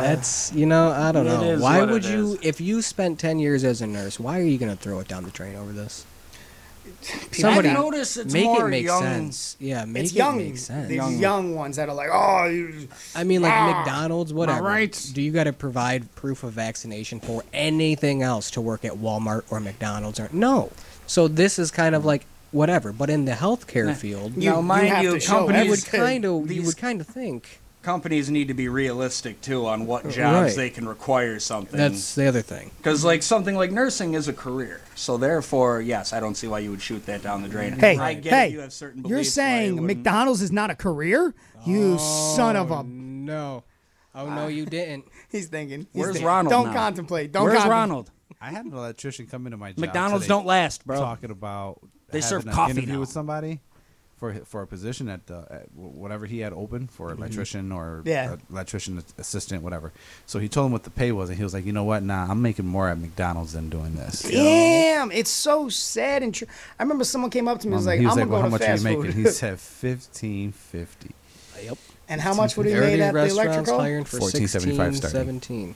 D: That's you know I don't
E: It
D: know.
E: is
D: Why
E: what it
D: would you if you spent ten years as a nurse? Why are you going to throw it down the drain over this? Somebody
B: I
E: notice it's
D: make
E: more
D: it make
E: young-
D: sense. Yeah, make
B: it's
D: it
B: young.
D: make sense.
B: These young. ones that are like, oh, you-
D: I mean, like
B: Ah,
D: McDonald's, whatever. Do you got to provide proof of vaccination for anything else to work at Walmart or McDonald's? Or no. So this is kind of like whatever, but in the healthcare field,
B: You-
E: now, mind
B: have
E: you,
B: to show
E: companies
D: you would
B: everything.
D: kind of you
E: These-
D: would kind of think Uh,
E: companies need to be realistic too on what jobs
D: Right.
E: they can require something.
D: that's the other thing.
E: because like something like nursing is a career, so therefore, yes, I don't see why you would shoot that down the drain.
B: Hey,
E: I get
B: hey,
E: it, you have certain
B: you're
E: beliefs, but I
B: saying
E: wouldn't- Oh,
B: McDonald's is not a career? You son of a.
D: No. Oh no, you didn't.
B: He's thinking. he's
E: Where's
B: thinking.
E: Ronald?
B: Don't
E: now?
B: contemplate. Don't
E: Where's
B: contem-
E: Ronald?
C: I had an electrician come into my job
E: McDonald's
C: today
E: don't last, bro.
C: Talking about
E: They
C: having
E: serve
C: an
E: coffee
C: interview
E: now.
C: with somebody for hi- for a position at, the, at wh- whatever he had open for
E: Mm-hmm.
C: electrician or
B: Yeah.
C: a- electrician a- assistant, whatever. So he told him what the pay was, and he was like, "You know what? Nah, I'm making more at McDonald's than doing this."
B: Damn, it's so sad and true. I remember someone came up to me and was
C: Um,
B: like,
C: he was
B: "I'm
C: like, "Well,
B: gonna
C: how
B: go
C: much
B: to
C: are you
B: fast
C: making?"
B: food."
C: He said, fifteen fifty.
D: Yep.
B: and how much would he
D: There are
B: made
D: these
B: at the
D: restaurants
B: electrical?
D: hiring for
C: 14.75
D: 16,
C: starting.
D: 17.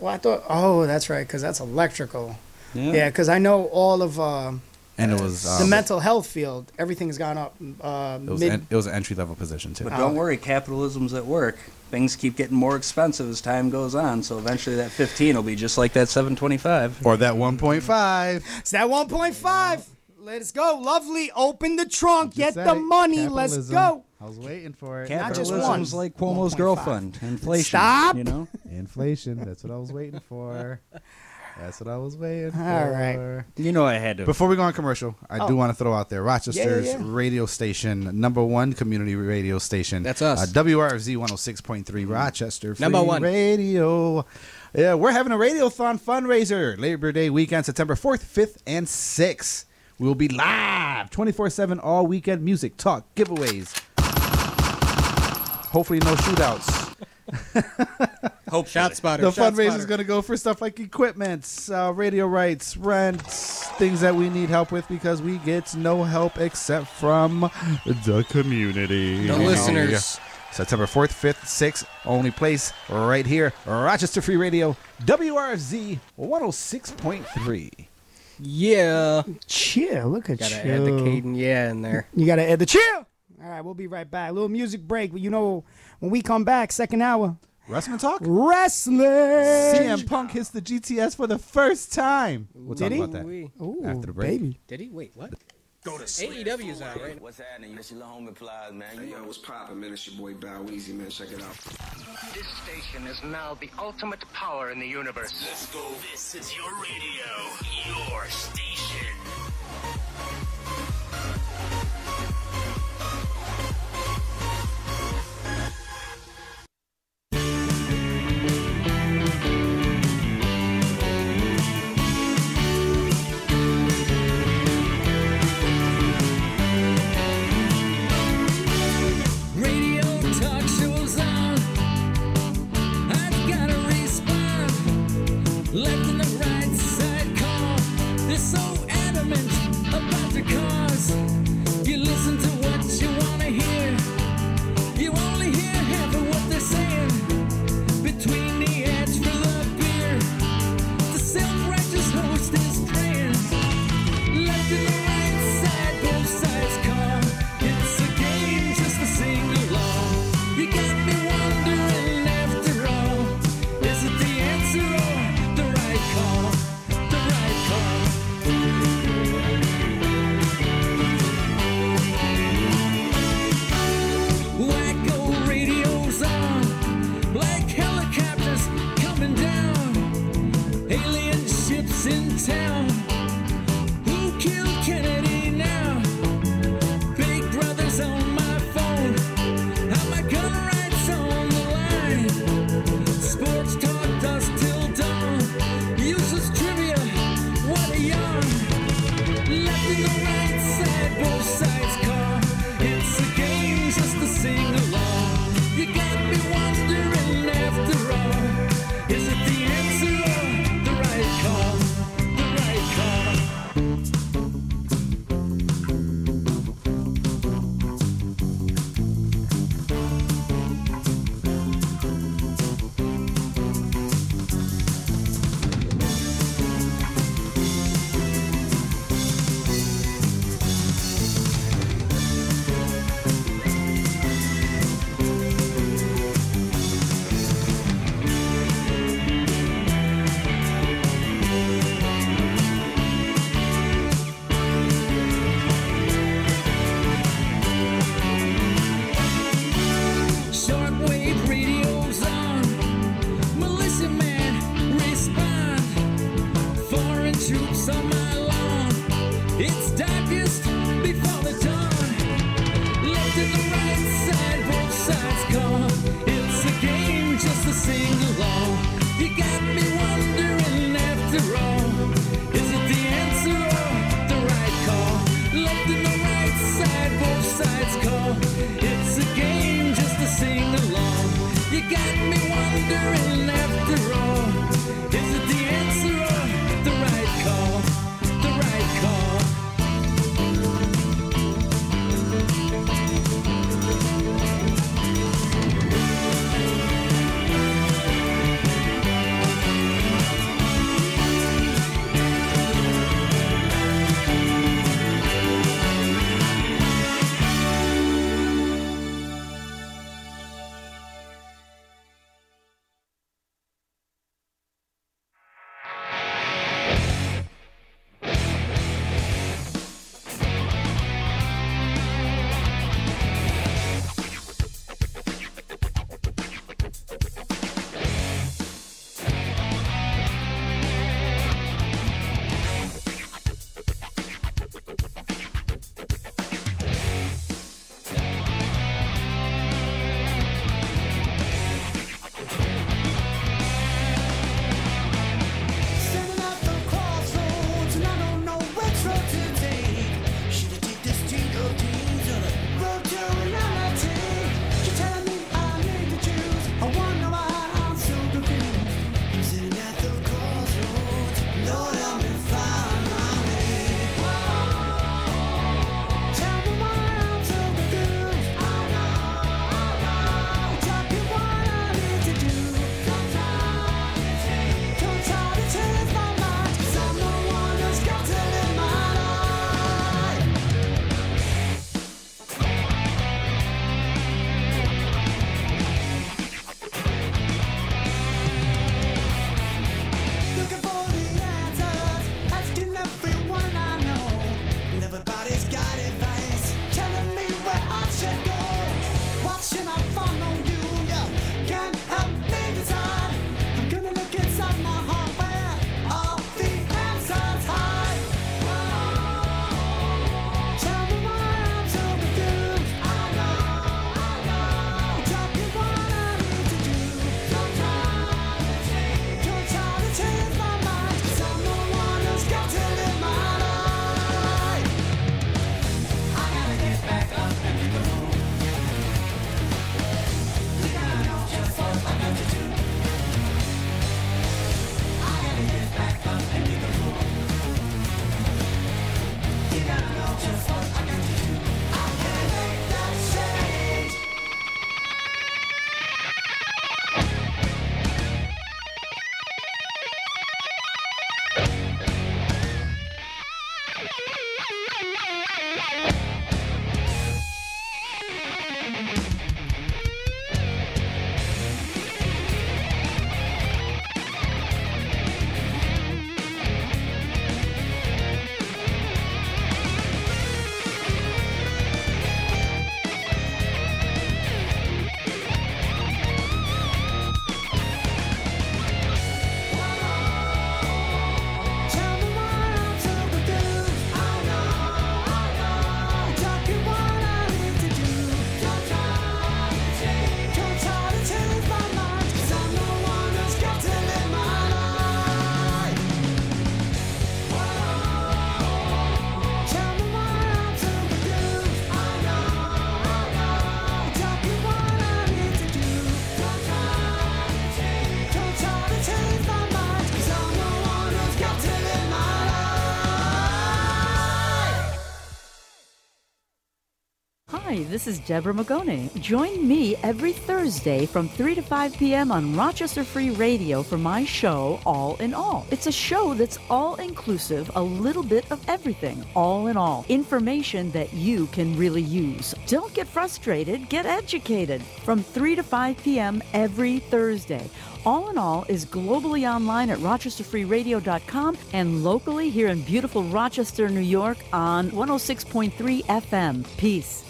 B: Well, I thought, oh, that's right, because that's electrical. Yeah, because I know all of uh,
C: And it was
B: the
C: um,
B: mental health field. Everything has gone up. Uh,
C: It was
B: mid-
C: en- it was an entry level position too.
E: But don't worry, capitalism's at work. Things keep getting more expensive as time goes on, so eventually that 15 will be just like that 725.
C: Or that one point five.
B: it's that 1.5. Let's go, Oh, lovely. Open the trunk. Get
C: said
B: the
C: it.
B: money. Let's
C: Capitalism.
B: go.
C: I was waiting for it.
B: Not just
E: Capitalism's
B: one.
E: like Cuomo's
B: 1.5.
E: girlfriend. Inflation.
B: Stop.
E: You know?
C: Inflation. That's what I was waiting for. That's what I was waiting for.
B: All right.
E: You know I had to.
C: Before we go on commercial, I do
B: Oh.
C: want to throw out there Rochester's
B: yeah.
C: radio station, number one community radio station.
D: That's us.
C: Uh, WRFZ 106.3 Rochester. Free
D: Number one.
C: Radio. Yeah, we're having a Radiothon fundraiser Labor Day weekend, September 4th, 5th, and 6th. We will be live 24 7 all weekend music, talk, giveaways. Hopefully, no shootouts.
E: Hope
D: Shot spotter.
C: The
D: shot
C: fundraiser is
D: spotter.
C: going to go for stuff like equipment, uh, radio rights, rents, things that we need help with because we get no help except from the community.
D: The listeners.
C: September 4th, 5th, 6th, only place right here, Rochester Free Radio, WRFZ 106.3.
D: Yeah.
B: Chill. Look at
D: Gotta
B: you.
D: add the Caden yeah in there.
B: You gotta add the chill. All right, we'll be right back. little music break, but you know when we come back, second hour,
C: Wrestling Talk?
B: wrestling.
C: CM Punk hits the GTS for the first time. We'll
B: Did
C: talk
B: he?
C: about that
D: Ooh-wee.
B: Ooh,
C: after the break.
B: baby.
D: Did he? Wait, what? Go to sleep. AEW's E out, right?
K: What's happening? This is the home applies, man. Hey, yo, what's poppin', man? It's your boy Bow Weezy, man. Check it out.
N: This station is now the ultimate power in the universe. Let's go.
H: This is your radio, your station.
O: Radio talk shows on. I've gotta respond. Left and the right side call. They're so adamant about the cause. You listen to what you wanna hear. You only hear half of what they're saying. Between the ads for the beer, the self-righteous host is praying. Left and the right side, both sides call. It's a game, just a sing along. You got me wondering after all, is it the answer or the right call? The right call. Wacko radio's on, black helicopters coming down, alien ships in town. Who killed Kennedy now? Big Brother's on my phone. How my gun rights on the line. Sports talk does till dawn. Useless trivia, what a yarn. Left and the right side, both sides call. It's a game just to sing along. You got me wondering after all. Is it the answer or the right call? The right call. Shortwave radio's on. Militia man, respond. Foreign troops on my lawn. It's darkest before the dawn. Left and the right side, both sides gone. It's a game just to sing along. You got me wondering after all. Is it the answer or the right call? Left and the right side, both sides call. It's a game just to sing along. You got me wondering after all. Is it the answer or the right call? The right call.
P: Hi, this is Deborah Magone. Join me every Thursday from 3 to 5 p.m. on Rochester Free Radio for my show, All in All. It's a show that's all inclusive, a little bit of everything, all in all. Information that you can really use. Don't get frustrated, get educated. From 3 to 5 p.m. every Thursday. All in All is globally online at rochesterfreeradio.com and locally here in beautiful Rochester, New York on 106.3 FM. Peace.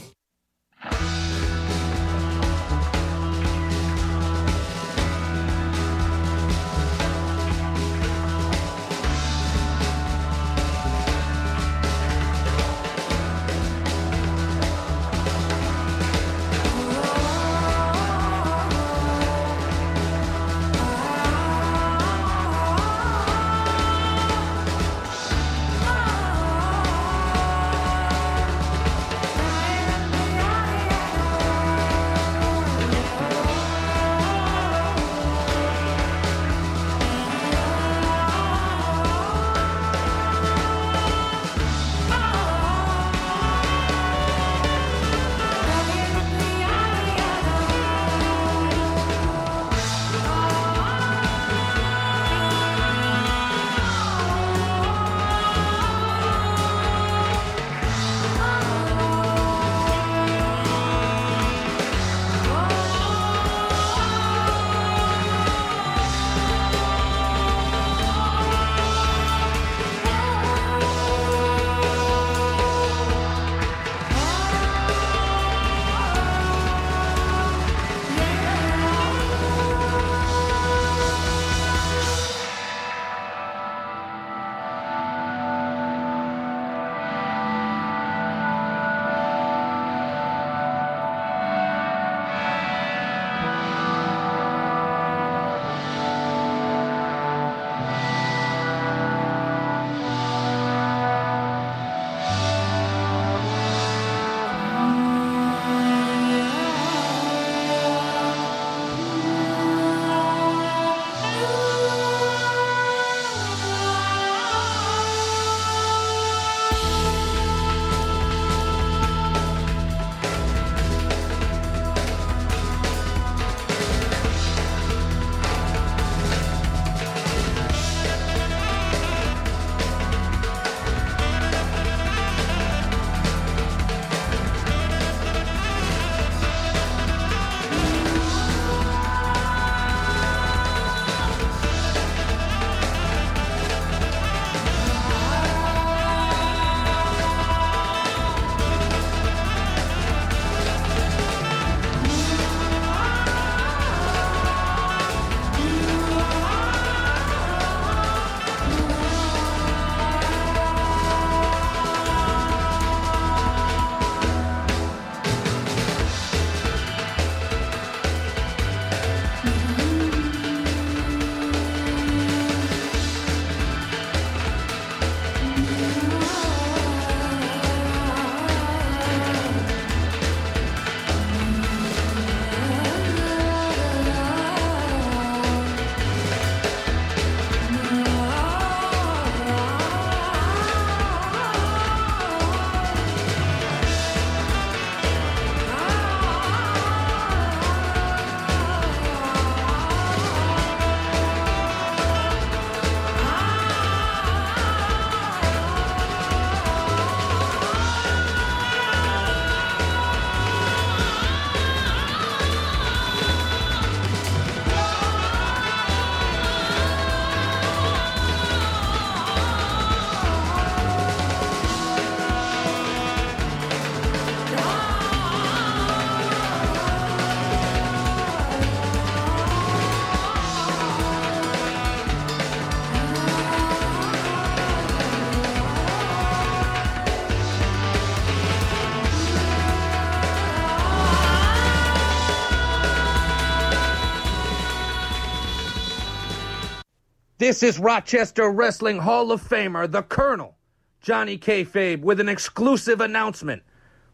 Q: This is Rochester Wrestling Hall of Famer, the Colonel, Johnny Kayfabe, with an exclusive announcement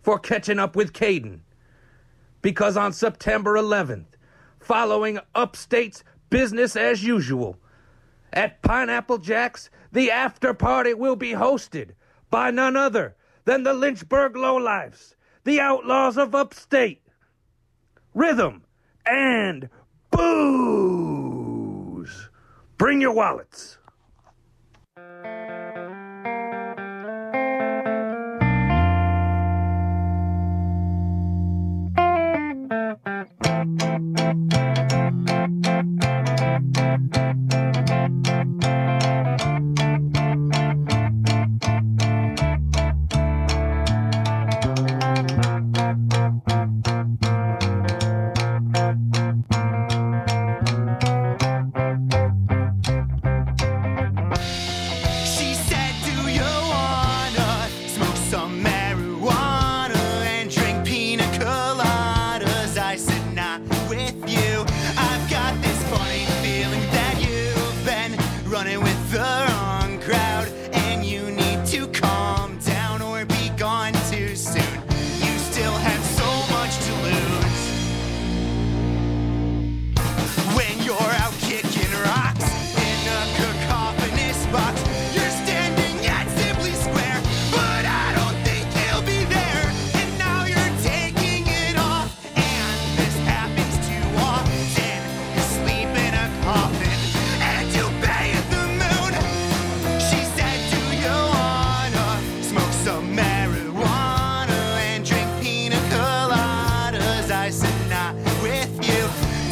Q: for catching up with Caden. Because on September 11th, following Upstate's business as usual, at Pineapple Jack's, the after party will be hosted by none other than the Lynchburg Lowlifes, the Outlaws of Upstate, Rhythm, and Booze. Bring your wallets.
R: She said, Do you wanna smoke some marijuana and drink pina coladas? I said, Not with you. I've got this funny feeling that you've been running with the wrong crowd, and you need to calm down or be gone too soon. You still have so much to lose when you're out kicking rocks in a cacophonous box. You're standing at Sibley Square, but I don't think he'll be there. And now you're taking it off, and this happens too often. You sleep in a coffin, and you bathe the moon. She said, Do you wanna smoke some marijuana and drink pina coladas? I said, Not with you.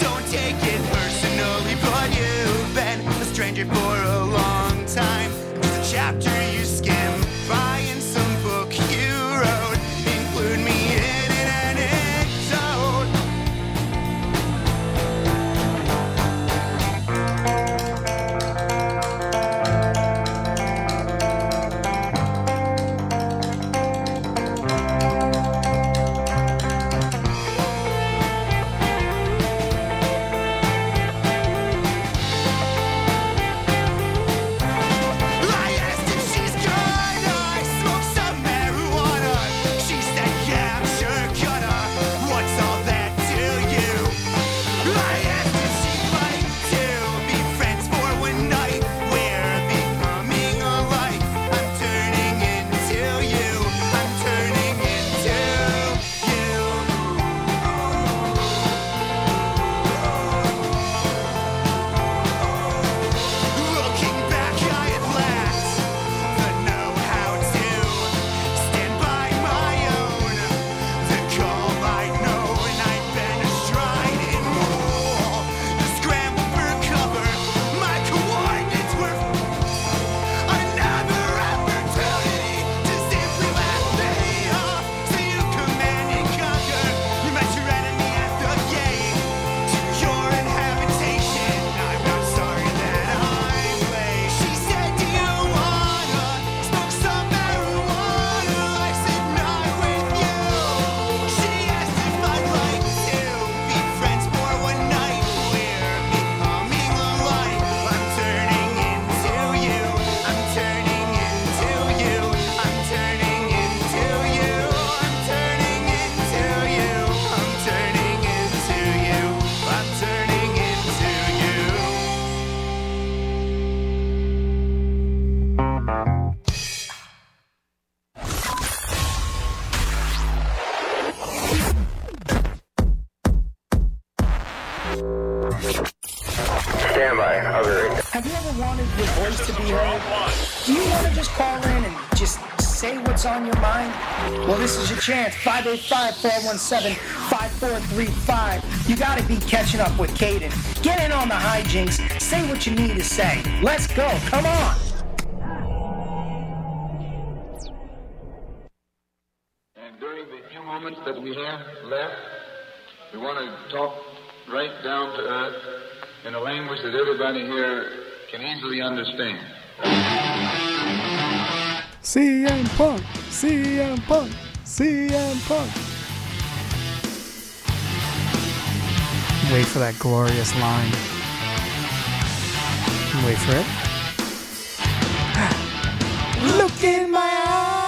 R: Don't take it personally, but you've been a stranger for a long time. Just a chapter you skim by in some book you wrote. Include me in an anecdote. I asked if she's gonna smoke some marijuana. She said, Yeah, I'm sure gonna. What's all that to you? I asked if she'd like to be friends for one night. We're becoming alike. I'm turning into you. I'm turning into you. Looking back, I at last the know-how to stand by my own. The calm I know, and I've been astride in war. The scramble for cover, my coordinates were another opportunity to simply laugh me off. So you command and conquer. You met your enemy at the gate to your inhabitation. I'm not sorry that I'm late. She said, Do you wanna smoke some marijuana? I said, Not with you. She asked if I'd like to be friends for one night. We're becoming alike. I'm turning into you. I'm turning into you. I'm turning into you. I'm turning into you. I'm turning into you. I'm turning into you.
L: Stand by. I'll be right Have you ever wanted your voice to be heard? Do you want to just call in and just say what's on your mind? Well, this is your chance. 585-417-5435. You got to be catching up with Caden. Get in on the hijinks. Say what you need to say. Let's go. Come on.
S: And during the few moments that we have left, we want to talk right down to earth in a language that everybody here can easily understand.
B: CM Punk, CM Punk, CM Punk. Wait for that glorious line. Wait for it. Look in my eyes.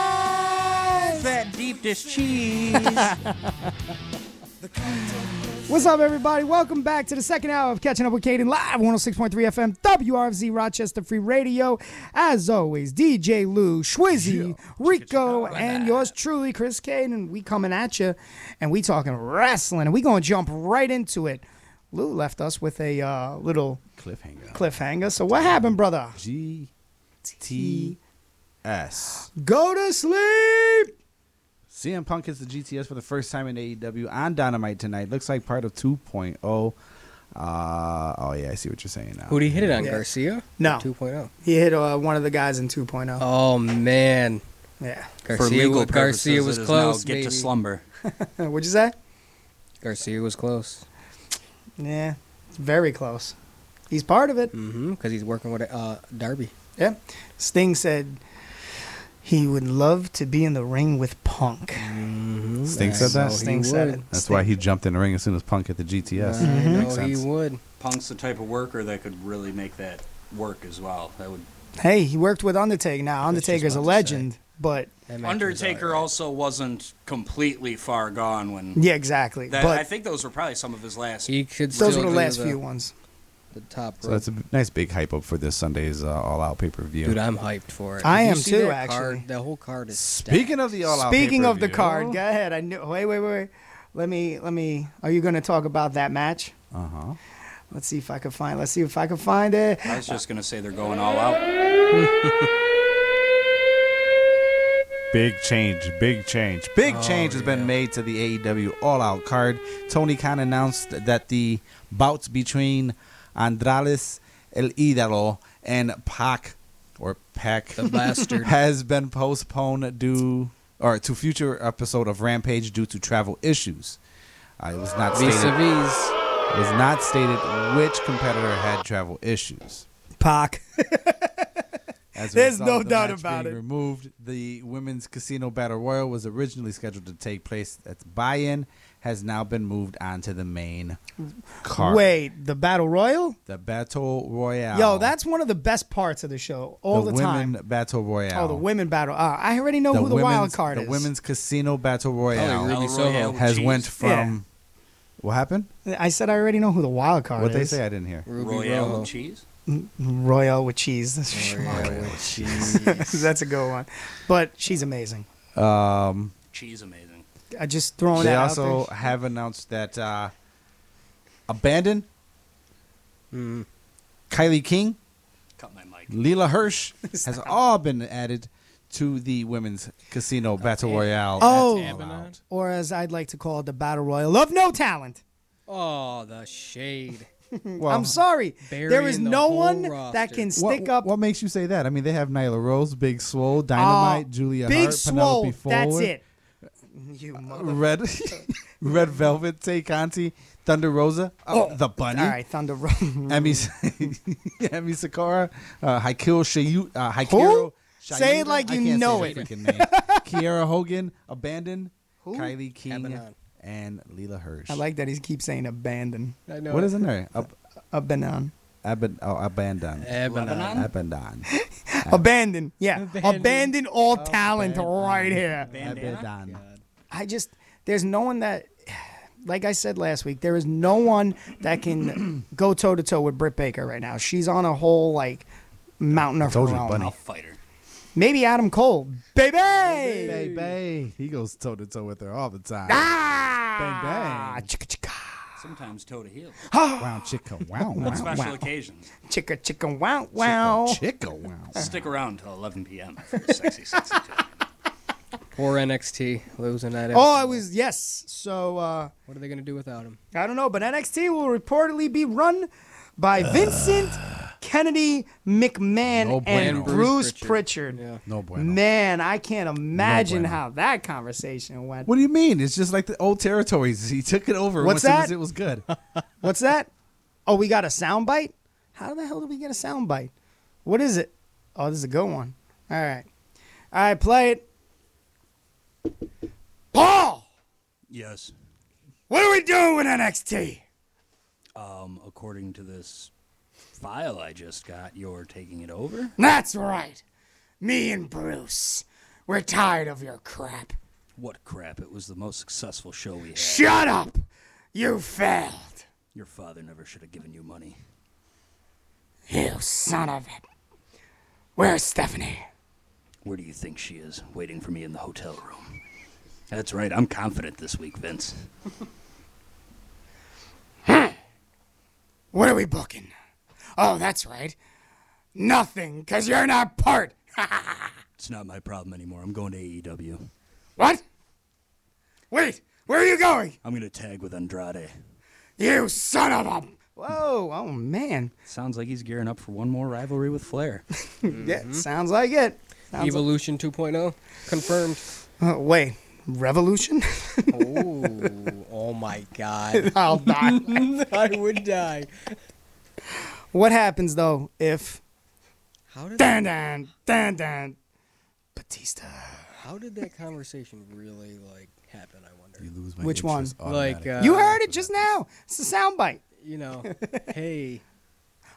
T: That deep dish cheese.
B: What's up, everybody? Welcome back to the second hour of Catching Up with Caden Live, 106.3 FM, WRFZ Rochester Free Radio. As always, DJ Lou, Schwizzy, Rico, and yours truly, Chris Caden. We coming at you, and we talking wrestling, and we going to jump right into it. Lou left us with a uh, little
C: Cliffhanger.
B: cliffhanger. So what happened, brother?
C: G T S.
B: Go to sleep.
C: CM Punk hits the GTS for the first time in AEW on Dynamite tonight. Looks like part of 2.0. Uh, oh yeah, I see what you're saying now.
D: Who'd he hit it on,
B: Yeah.
D: Garcia?
B: No.
D: 2.0.
B: He hit uh, one of the guys in 2.0.
D: Oh man.
B: Yeah.
D: Garcia, Garcia was close.
E: get to
D: baby.
E: slumber.
B: What'd you say?
D: Garcia was close.
B: Yeah, it's very close. He's part of it.
D: Mm-hmm. Because he's working with uh, Darby.
B: Yeah. Sting said he would love to be in the ring with Punk.
D: Mm-hmm.
C: Sting said that.
B: Sting said it.
C: That's why he jumped in the ring as soon as Punk hit the GTS.
E: I
D: Mm-hmm.
E: Mhm.
C: Makes
E: know he
C: sense.
D: would.
E: Punk's the type of worker that could really make that work as well. That would
B: Hey, he worked with Undertaker. Now Undertaker's a legend, but
E: Undertaker also wasn't completely far gone when.
B: Yeah, exactly.
E: That,
B: But-
E: I think those were probably some of his last.
D: He could
B: those were the last few ones.
D: The top.
C: So that's a b- nice big hype up for this Sunday's uh, All Out pay per view.
D: Dude, I'm hyped for it.
B: I
D: Did you
B: am
D: see
B: too,
D: that
B: actually.
D: Card, the whole card is. stacked.
C: Speaking of the All Out,
B: Speaking of the
C: pay-per-view.
B: card, go ahead. I knew. Wait, wait, wait. Let me. Let me. Are you going to talk about that match?
C: Uh huh.
B: Let's see if I can find. Let's see if I can find it.
E: I was just gonna say they're going all out.
C: Big change, big change, big
D: Oh,
C: change has been made to the AEW All Out card. Tony Khan announced that the bouts between Andrales El Idolo and Pac or Pac
D: The bastard.
C: has been postponed due or to future episode of Rampage due to travel issues. Uh, it was not stated.
D: Vis-a-vis.
C: It was not stated which competitor had travel issues.
B: Pac.
C: As a
B: There's
C: result
B: no
C: of the
B: doubt
C: match
B: about
C: being
B: it.
C: Removed. The women's casino battle royal was originally scheduled to take place at the buy-in, has now been moved onto the main card.
B: Wait, the battle royal?
C: the battle royale.
B: Yo, that's one of the best parts of the show all the, time.
C: women battle royale.
B: Oh, the women battle. Ah, I already know who the wild
C: women's-
B: card
C: the
B: is.
C: women's casino battle royale
D: Ruby El Soho. Royale,
C: has
D: jeez.
C: went from.
B: Yeah.
C: What happened?
B: I said I already know who the wild card
C: What they
B: is.
C: say? I didn't hear.
E: Royale with cheese.
B: Mm, Royale with cheese. That's, schmuck. That's a good one. But she's amazing.
C: Um,
E: Cheese amazing.
B: I just throwing
C: they
B: that
C: also
B: out there.
C: have announced that uh, Abandon,
B: Hmm.
C: Kylie King,
E: Cut my mic.
C: Leela Hirsch has all been added to the women's casino battle royale.
B: Oh, or as I'd like to call it, the battle royal of no talent.
D: Oh, the shade.
B: I'm sorry. There is
D: burying the
B: no
D: whole
B: one that
D: roster.
B: can
C: What-
B: stick up
C: What makes you say that? I mean, they have Nyla Rose, Big Swole, Dynamite,
B: Ah,
C: Julia
B: Big
C: Hart, Penelope
B: Swole, that's
C: Ford, Uh,
B: it. You mother-
C: Red, Red Velvet, Tay Conti, Thunder Rosa, uh, the Bunny.
B: Oh, All right, Thunder Rosa.
C: Emmy, Emmy Sakura, uh, Haikiro Shiyu, uh,
B: Who?
C: Haikiro.
B: Say it
C: Shiyuta?
B: like
C: I
B: you
C: can't say
B: know
C: her
B: it.
C: freaking name. Kiara Hogan, Abandon, Kylie King, and Leela Hirsch.
B: I like that he keeps saying abandon.
D: I
C: What is in there? Ab-
B: Abandon.
C: ab- oh, abandon.
D: Lebanon.
C: Abandon.
B: Abandon. Yeah. Abandon, all talent right here.
C: Abandon.
B: I just there's no one that like I said last week, there is no one that can go toe to toe with Britt Baker right now. She's on a whole like mountain of her
C: Told you,
B: own.
C: bunny.
E: Fighter.
B: Maybe Adam Cole. Baby!
C: Baby. He goes toe to toe with her all the time.
B: Ah!
C: Bang bang.
B: Chicka chicka.
E: Sometimes toe to heel.
C: Wow, chicka, wow,
E: On
C: wow,
E: special
C: wow.
E: occasions.
B: Chicka chicka wow wow.
C: Chicka, wow.
E: Stick around till 11 p.m. for the sexy, sexy time.
D: Poor NXT losing that.
B: Oh, I was yes. So uh
D: What are they gonna do without him?
B: I don't know, but NXT will reportedly be run by Vincent Kennedy McMahon
C: No bueno.
B: and Bruce,
D: Bruce
B: Pritchard.
C: No bueno.
B: Man, I can't imagine
C: bueno.
B: how that conversation went.
C: What do you mean? It's just like the old territories. He took it over
B: What's
C: as soon as
B: that?
C: it was good.
B: What's that? Oh, we got a sound bite? How the hell did we get a sound bite? What is it? Oh, this is a good one. All right. All right, play it. Paul,
E: Yes.
B: what are we doing with NXT?
E: Um, according to this file I just got, you're taking it over.
B: That's right. Me and Bruce, we're tired of your crap.
E: What crap! It was the most successful show we had.
B: Shut up. You failed.
E: Your father never should have given you money.
B: You son of a. Where's Stephanie?
E: Where do you think she is? Waiting for me in the hotel room. That's right, I'm confident this week, Vince.
B: What are we booking? Oh, that's right. Nothing, because you're not part.
E: It's not my problem anymore. I'm going to E AEW.
B: What? Wait, where are you going?
E: I'm going to tag with Andrade.
B: You son of a. Whoa, oh man.
E: Sounds like he's gearing up for one more rivalry with Flair.
B: Yeah, sounds like it. Sounds
D: Mm-hmm. Evolution 2.0 confirmed.
B: like- Oh, wait, Revolution?
D: oh, oh my God!
B: I'll die.
D: I would die.
B: what happens though if.
D: How did
B: Dun dun, dun dun. Batista.
D: How did that conversation really like happen? I wonder. You
C: lose
B: Which one?
D: Like uh,
B: you heard it just now. It's a soundbite.
D: You know. hey.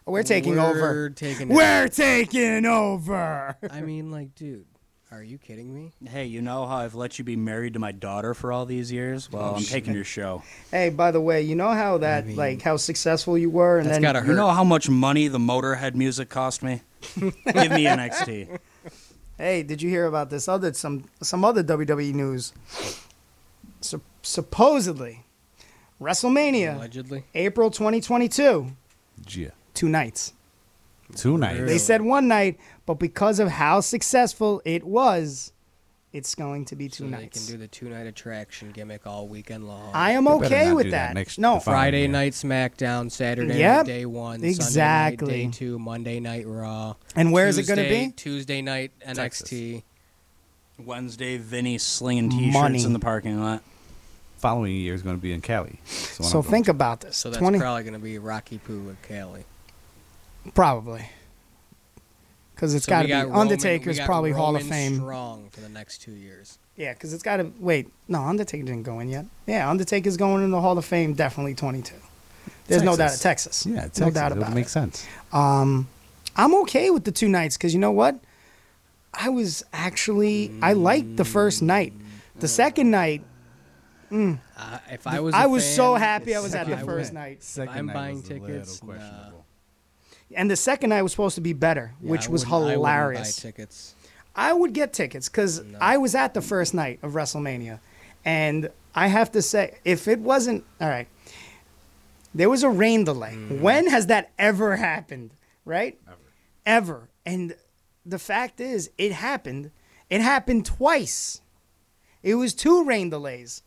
B: We're taking
D: We're
B: over.
D: taking it.
B: We're taking over.
D: I mean, like, dude, are you kidding me?
E: Hey, you know how I've let you be married to my daughter for all these years? Well,
D: Oh,
E: I'm
D: shit.
E: taking your show.
B: Hey, by the way, you know how that like how successful you were, and
E: That's
B: then
E: gotta hurt. You know how much money the Motorhead music cost me? Give me NXT.
B: Hey, did you hear about this other some some other WWE news? Sup- supposedly, WrestleMania,
D: allegedly
B: April 2022,
C: Yeah.
B: two nights.
C: Two nights.
B: They said one night, but because of how successful it was, it's going to be two
D: So they
B: nights.
D: can do the two night attraction gimmick all weekend long.
B: I am They better okay not with do that that. next- No. the following
D: Friday night SmackDown, Saturday
B: Yep.
D: night day one, Sunday
B: Exactly.
D: night day two, Monday night Raw.
B: And where is it gonna
D: Tuesday-
B: be?
D: Tuesday night NXT.
E: Wednesday, Vinny slinging t-shirts
B: Money.
E: in the parking lot.
C: Following year is going to be in Cali. So,
B: So think about this.
D: So that's
B: 20
D: probably going to be Rocky Poo and Cali.
B: probably because it's
D: So
B: got to
D: we
B: be
D: got Roman-
B: Undertaker's
D: we got
B: probably Hall of
D: Roman
B: Fame.
D: Strong for the next two years.
B: Yeah, because it's got to wait. No, Undertaker didn't go in yet. Yeah, Undertaker's going in the Hall of Fame. Definitely 22. There's no doubt. Of
C: Texas.
B: Texas.
C: Yeah,
B: no
C: Texas.
B: doubt
C: It
B: about it.
C: makes sense.
B: Um, I'm okay with the two nights because you know what? I was actually I liked the first night. The second night, mm,
D: Uh, if I was, a
B: I was
D: fan,
B: so happy I
D: if
B: was at the
D: I
B: first
D: went-
B: night.
D: if
B: Second
D: I'm
B: night
D: buying
B: was a little
D: tickets. Nah.
B: and the second night was supposed to be better,
D: Yeah,
B: which
D: I
B: was
D: wouldn't- I wouldn't buy
B: hilarious.
D: tickets.
B: I would get tickets because I was at the first night of WrestleMania. And I have to say, if it wasn't, all right, there was a rain delay.
D: Mm.
B: When has that ever happened? Right? Ever. Ever. And the fact is, it happened. It happened twice. It was two rain delays.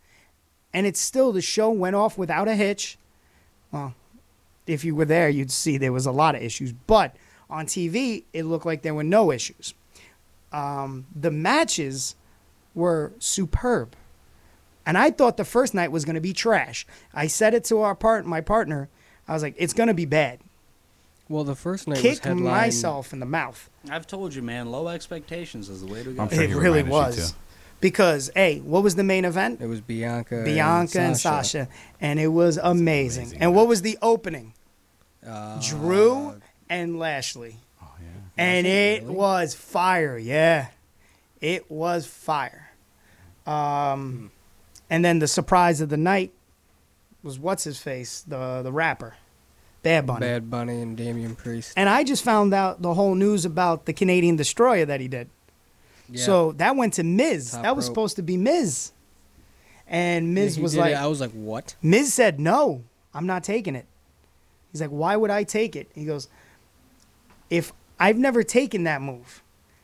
B: And it's still, the show went off without a hitch. Well, if you were there, you'd see there was a lot of issues. But on TV, it looked like there were no issues. Um, the matches were superb, and I thought the first night was going to be trash. I said it to our part, my partner. I was like, "It's going to be bad."
D: Well, the first night was
B: Kick
D: headlined.
B: myself in the mouth.
E: I've told you, man, low expectations is the way to go.
B: it really was because hey, what was the main event?
D: It was Bianca,
B: Bianca and Sasha, and it was amazing. And what was the opening?
D: Uh,
B: Drew and Lashley. And it was fire, yeah. It was fire. Um, and then the surprise of the night was what's his face, the the rapper, Bad Bunny.
D: Bad Bunny and Damian Priest.
B: And I just found out the whole news about the Canadian destroyer that he did.
D: Yeah.
B: So that went to Miz.
D: Top
B: that was
D: rope.
B: supposed to be Miz. And Miz
D: He
B: was
D: did it.
B: like,
D: I was like, what?
B: Miz said, No, I'm not taking it. He's like, Why would I take it? He goes, If I've never taken that move,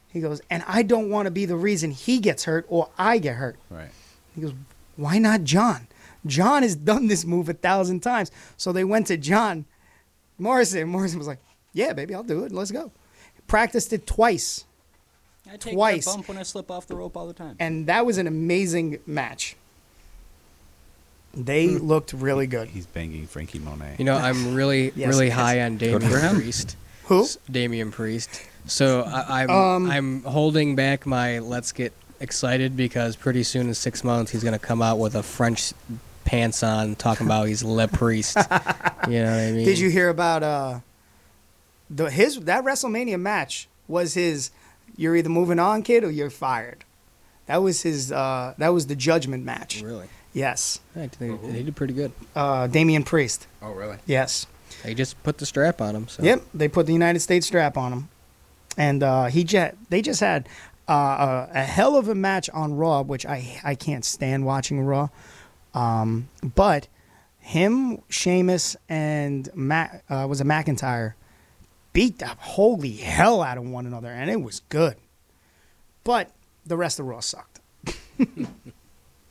B: he goes, and I don't want to be the reason he gets hurt or I get hurt.
C: Right.
B: He goes, Why not John? John has done this move a thousand times. So they went to John Morrison. Morrison was like, Yeah, baby, I'll do it. Let's go. Practiced it twice.
E: I take
B: Twice.
E: that bump when I slip off the rope all the time.
B: And that was an amazing match. They looked really good.
C: Hmm. He's banging Frankie Monet.
D: You know, I'm really,
B: Yes,
D: really
B: yes.
D: high on
B: Good
D: Damian
B: for him.
D: Priest.
B: Who?
D: Damian Priest. So I, I'm,
B: Um,
D: I'm holding back my let's get excited because pretty soon in six months he's gonna come out with a French pants on talking about he's Le Priest. you know what I mean?
B: Did you hear about uh the his that WrestleMania match was his you're either moving on kid or you're fired. That was his. Uh, that was the judgment match.
D: Really?
B: Yes.
D: Yeah, I think they, they did pretty good.
B: Uh, Damian Priest.
C: Oh, really?
B: Yes.
D: They just put the strap on him. So.
B: Yep, they put the United States strap on him, and uh, he jet. They just had uh, a, a hell of a match on Raw, which I I can't stand watching Raw. Um, but him, Sheamus, and Mac uh, was a McIntyre beat the holy hell out of one another, and it was good. But the rest of Raw sucked.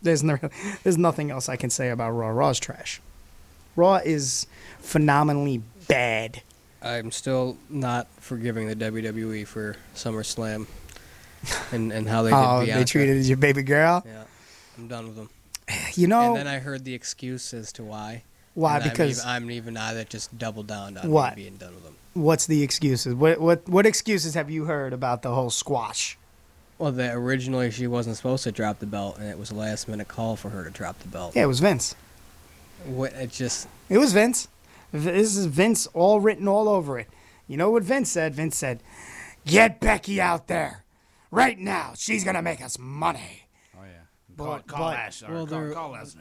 B: there's no, there's nothing else I can say about Raw. Raw's trash. Raw is phenomenally bad.
D: I'm still not forgiving the WWE for SummerSlam and, and how they did
B: oh,
D: Bianca.
B: they treated as your baby girl.
D: Yeah, I'm done with them.
B: You know-
D: And then I heard the excuse as to why.
B: Why?
D: And I'm
B: Because-
D: even- I'm even, i that just doubled down on
B: What?
D: being done with them.
B: What's the excuses? What what what excuses have you heard about the whole squash?
D: Well, that originally she wasn't supposed to drop the belt, and it was a last minute call for her to drop the belt. uh,
B: Yeah, it was Vince.
D: What, it just
B: It was Vince. V- This is Vince all written all over it. You know what Vince said? Vince said, "Get Becky out there right now. She's gonna make us money." Oh yeah. But, but-
D: well, there-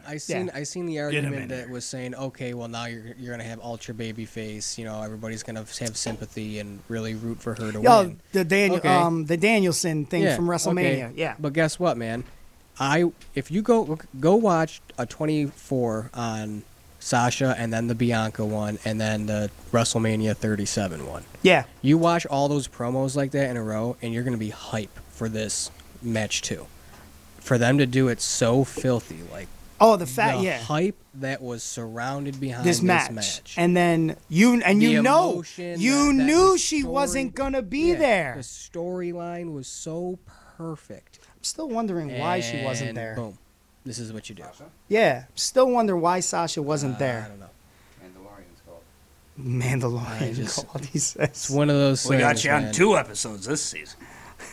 D: I seen I seen the
B: Get him in
D: argument that was saying, okay, well now you're you're gonna have ultra baby face, you know, everybody's gonna have sympathy and really root for her to
B: Oh,
D: win.
B: the Daniel,
D: Okay.
B: um, the Danielson thing
D: Yeah,
B: from
D: okay.
B: WrestleMania. Yeah.
D: But guess what, man? I if you go go watch a 24 on Sasha and then the Bianca one and then the WrestleMania 37 one.
B: Yeah.
D: You watch all those promos like that in a row and you're going to be hype for this match too. For them to do it so filthy like
B: Oh, the fat.
D: the
B: yeah.
D: hype that was surrounded behind
B: This
D: this
B: match. And then you and
D: The
B: you know
D: emotion,
B: you
D: that- that
B: knew
D: the
B: she
D: story-
B: wasn't gonna be
D: yeah,
B: there.
D: The storyline was so perfect.
B: I'm still wondering why she wasn't
D: And
B: there.
D: Boom. This is what you do.
B: Yeah, still wonder why Sasha wasn't there. Mandalorian
D: I just-
B: called. He says
D: It's one of those.
E: We got
D: things,
E: you on
D: man.
E: two episodes this season.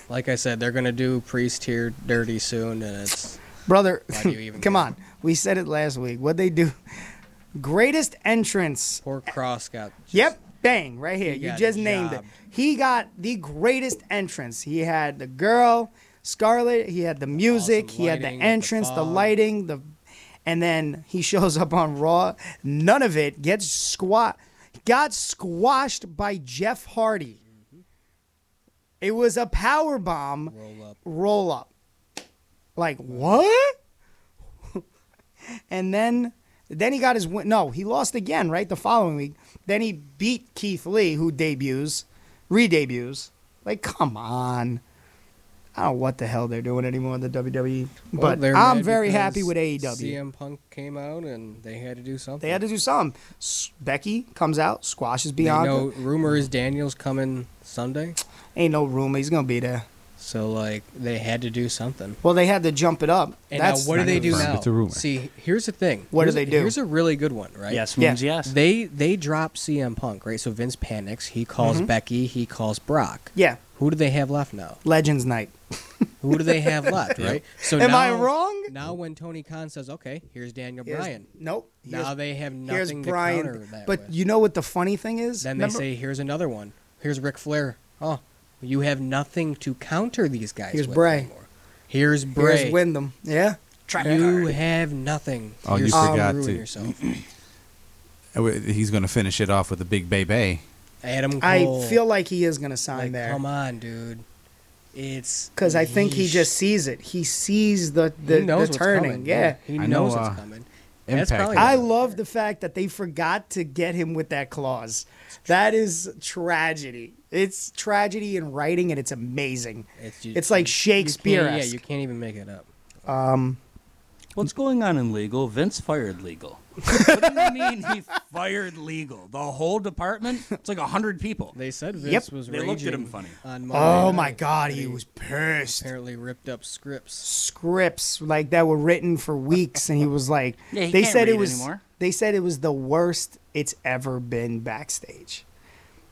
D: Like I said, they're gonna do priest here dirty soon, and it's
B: Brother,
D: Why do you even
B: come on. We said it last week. What they do? Greatest entrance.
D: Poor Cross got.
B: Yep, bang right here.
D: He
B: You
D: got
B: just named it.
D: jobbed.
B: He got the greatest entrance. He had the girl, Scarlet. He had the music. he had the
D: lighting with the
B: entrance, the,
D: fog.
B: lighting, the, and then he shows up on Raw. None of it gets squat. Got squashed by Jeff Hardy.
D: Mm-hmm.
B: It was a power bomb. Roll up. Like what? and then then he got his win. No, he lost again, right? The following week. Then he beat Keith Lee, who debuts, re-debuts. Like, come on. I don't know what the hell they're doing anymore in the WWE,
D: Well,
B: but
D: they're
B: I'm
D: mad
B: very happy
D: because
B: with AEW.
D: CM Punk came out and they had to do something.
B: They had to do something. S- Becky comes out, squashes
D: They
B: Bianca.
D: know rumor is Daniel's coming Sunday,
B: Ain't no room. He's gonna be there.
D: so like they had to do something.
B: Well, they had to jump it up.
D: And
B: That's
D: now, what do they do now?
B: It's a rumor.
D: See, here's the thing.
B: What do
D: Here's-
B: they do?
D: Here's a really good one, right?
E: Yes means Yeah. yes.
D: They they drop CM Punk, right? So Vince panics. He calls
B: Mhm.
D: Becky. He calls Brock.
B: Yeah.
D: Who do they have left now?
B: Legends Night.
D: Who do they have left, right?
B: Am I
D: now-
B: wrong?
D: Now when Tony Khan says, "Okay, here's Daniel
B: Here's-
D: Bryan,"
B: nope.
D: Now
B: here's-
D: they have
B: here's
D: nothing
B: Bryan.
D: to counter that.
B: But
D: with.
B: you know what the funny thing is?
D: then
B: Remember-
D: they say, "Here's another one. Here's Ric Flair." Oh, you have nothing to counter these guys.
B: Here's
D: with
B: Bray.
D: anymore. Here's Bray.
B: Here's Wyndham. Yeah.
D: you have nothing.
C: Oh, you
D: You're so
C: forgot
D: ruining
C: to-
D: yourself.
C: Uh, wait, He's going to finish it off with a big baby.
D: Adam Cole.
B: I feel like he is going to sign there.
D: Oh. Come on, dude. It's
B: Because I think he
D: yeesh.
B: just sees it. He sees the the,
D: He knows
B: the
D: what's
B: turning.
D: coming.
B: Yeah.
D: He knows it's
B: uh,
D: coming. That's
C: Impact.
D: probably
B: I love the fact that they forgot to get him with that clause. That is tragedy. It's tragedy in writing, and it's amazing. It's,
D: you-
B: like
D: You
B: Shakespeare.
D: can't- yeah, you can't even make it up.
B: Um,
E: What's going on in legal? Vince fired legal. what do you mean he fired legal? The whole department? It's like hundred people.
D: They said Vince
E: Yep.
D: was
E: They looked at him
D: raging
E: funny.
D: On
B: Oh
D: Monday
B: my
D: night
B: God,
D: that
B: he was pissed.
D: Apparently ripped up scripts.
B: scripts like that were written for weeks, and he was like,
D: Yeah, he
B: they
D: can't
B: said it
D: read
B: was.
D: anymore.
B: They said it was the worst it's ever been backstage.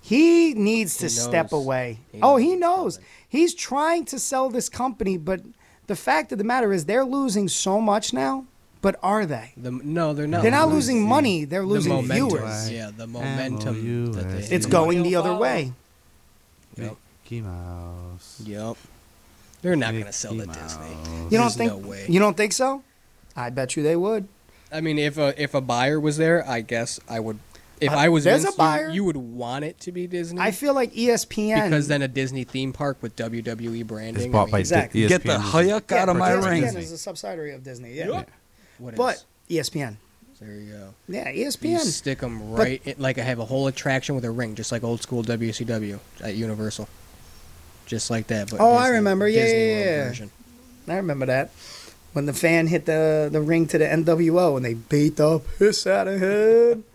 B: He needs to
D: He
B: step
D: knows.
B: away. oh, he knows. He's trying to sell this company, but the fact of the matter is they're losing so much now. But are they?
D: The, no, they're not.
B: They're not losing money. They're losing
D: the momentum.
B: viewers.
D: Yeah, the momentum. That they
B: It's going the other way.
D: Yep.
C: Mickey Mouse.
D: Yep. They're not going to sell to Disney.
B: You don't
D: There's
B: think?
D: No way.
B: You don't think so? I bet you they would.
D: I mean, if a if a buyer was there, I guess I would. If
B: Uh,
D: I was
B: there's a
D: Vince, you-
B: buyer.
D: you, would want it to be Disney.
B: I feel like E ESPN
D: because then a Disney theme park with WWE branding.
C: It's bought by E Di- Exactly. Get the ESPN.
D: hayak
B: Yeah, but E ESPN is E a subsidiary of Disney. Yeah.
D: What
B: But
D: else?
B: ESPN.
D: There you go.
B: Yeah, E
D: You
B: ESPN.
D: stick them
B: But-
D: right, in, like I have a whole attraction with a ring, just like old school WCW at Universal, just like that. But
B: oh, I
D: Disney-
B: remember. Yeah,
D: Disney
B: yeah,
D: World
B: yeah.
D: version.
B: I remember that. When the fan hit the, the ring to the NWO and they beat the piss out of him.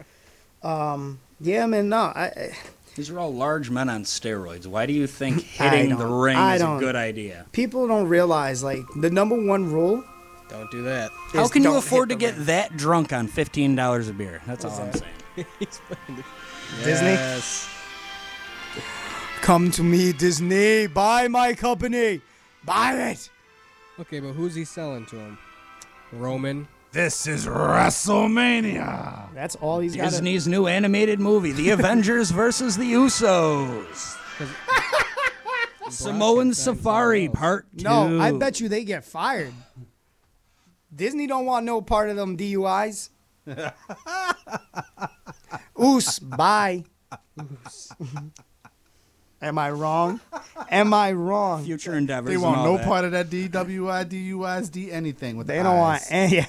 B: um, yeah, man, no. I,
E: These are all large men on steroids. Why do you think
B: I
E: hitting the
B: don't-
E: ring
B: I
E: is a
B: don't-
E: good idea?
B: people don't realize, like, the number one rule.
D: Don't do that.
E: How
B: Is
E: can
B: don't
E: you
B: hit
E: afford to
B: the
E: get that drunk on fifteen dollars a beer? That's all I'm saying.
B: Disney?
D: Yes.
B: Come to me, Disney. Buy my company. Buy it.
D: Okay, but who's he selling to him? Roman.
E: This is WrestleMania.
B: That's all he's got.
E: Disney's new animated movie, The Avengers versus the Usos. Samoan Safari Part Two.
B: No, I bet you they get fired. Disney don't want no part of them DUIs. Oos, bye. Am I wrong? Am I wrong?
E: Future endeavors.
F: They want no part of that DWI, DUIs, D anything with
B: They
F: the
B: don't want
F: eyes.
B: any.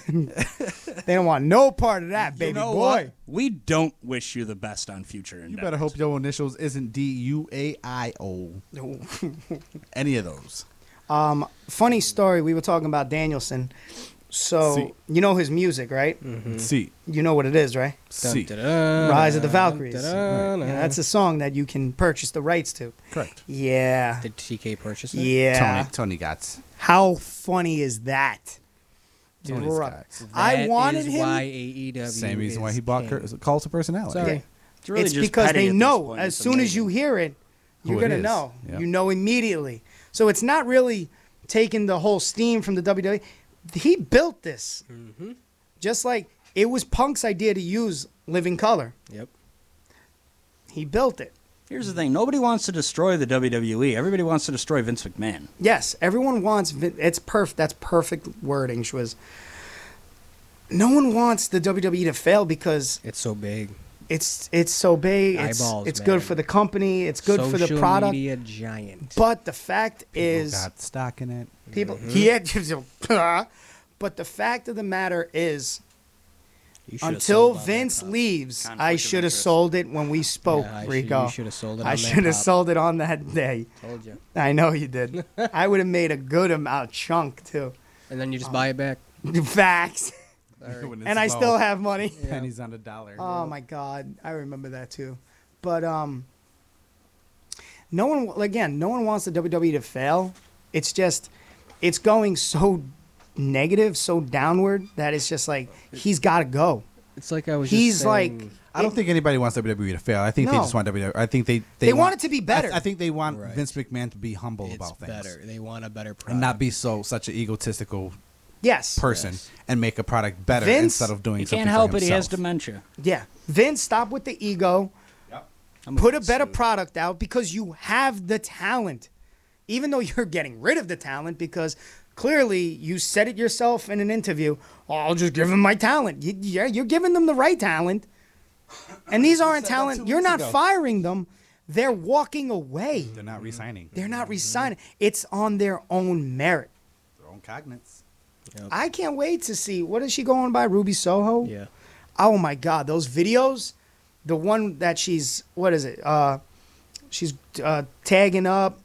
B: they don't want no part of that, baby
F: know
B: boy.
F: what?
E: We don't wish you the best on future endeavors.
F: You better hope your initials isn't D U A I O. Any of those.
B: Um, funny story. We were talking about Danielson. So
F: Si.
B: you know his music, right? Mm-hmm.
F: Si.
B: You know what it is, right?
F: Si.
D: Dun-da-da,
B: Rise of the Valkyries.
D: dun-da-da.
B: Yeah, that's a song that you can purchase the rights to. Correct. Yeah.
D: Did TK purchase it?
B: Yeah.
C: Tony, Tony Gotts.
B: How funny is that?
C: Tony
B: Bruh.
C: Scott's.
B: I
D: That
B: wanted
D: is
B: him.
D: why AEW
C: Same reason why
D: is
C: he bought
D: king.
C: Cur- Cult of Personality.
D: Sorry.
B: Yeah. It's,
D: It's really just
B: because
D: petty
B: they
D: at this
B: know
D: point.
B: as
D: It's
B: soon as you hear it,
D: Who
B: you're
D: it
B: gonna
D: is.
B: know.
D: Yeah.
B: You know immediately. So it's not really taking the whole steam from the WWE. He built this,
D: Mm-hmm.
B: just like it was Punk's idea to use Living Color.
D: Yep.
B: He built it.
E: Here's the thing: nobody wants to destroy the WWE. Everybody wants to destroy Vince McMahon.
B: Yes, everyone wants. Vin- It's perf. That's perfect wording. She was. No one wants the WWE to fail because
D: it's so big.
B: It's it's so big. It's,
D: Eyeballs,
B: it's
D: man.
B: good for the company. It's good for the
D: Social
B: product.
D: media giant.
B: But the fact is,
C: got stock in it.
B: people
D: Mm-hmm.
C: Mhm.
B: yeah, gives you. But the fact of the matter is,
D: should've
B: until
D: sold on
B: Vince leaves, I should have sold it when we spoke,
D: Yeah, I should-
B: Rico.
D: you should've sold
B: I
D: it on that
B: should have
D: pop.
B: sold it on that day.
D: Told ya.
B: I know you did. I would have made a good amount chunk too. Um,
D: And then you just buy it back.
B: Facts.
C: When it's
B: and I
C: low.
B: still have money.
C: Pennies on the dollar.
B: Oh my god, I remember that too. But um, no one again, no one wants the WWE to fail. It's just, it's going so negative, so downward that it's just like he's got to go.
D: It's like I was.
B: He's like,
C: I don't think anybody wants WWE to fail. I think they
B: No.
C: just want WWE. I think they
B: They, want it to be better.
C: I, I think they want Vince McMahon to be humble about things
D: better. They want a better product.
C: and not be so such an egotistical
B: Uh, Yes.
C: person and make a product better
B: Vince-
C: instead of doing
E: He
C: something
E: can't help
C: for
E: it. He has
C: himself.
E: dementia.
B: Yeah. Vince, stop with the ego. Put a better product out because you have the talent, even though you're getting rid of the talent because clearly you said it yourself in an interview. Oh, I'll just give them my talent. You, yeah, you're giving them the right talent, and these aren't talent. You're not
C: ago.
B: firing them; they're walking away.
C: They're not resigning.
B: They're not resigning. It's on their own merit.
C: Their own cognizance.
B: I can't wait to see what is she going by Ruby Soho?
D: Yeah.
B: Oh my God, those videos. The one that she's what is it? Uh, she's uh, tagging up.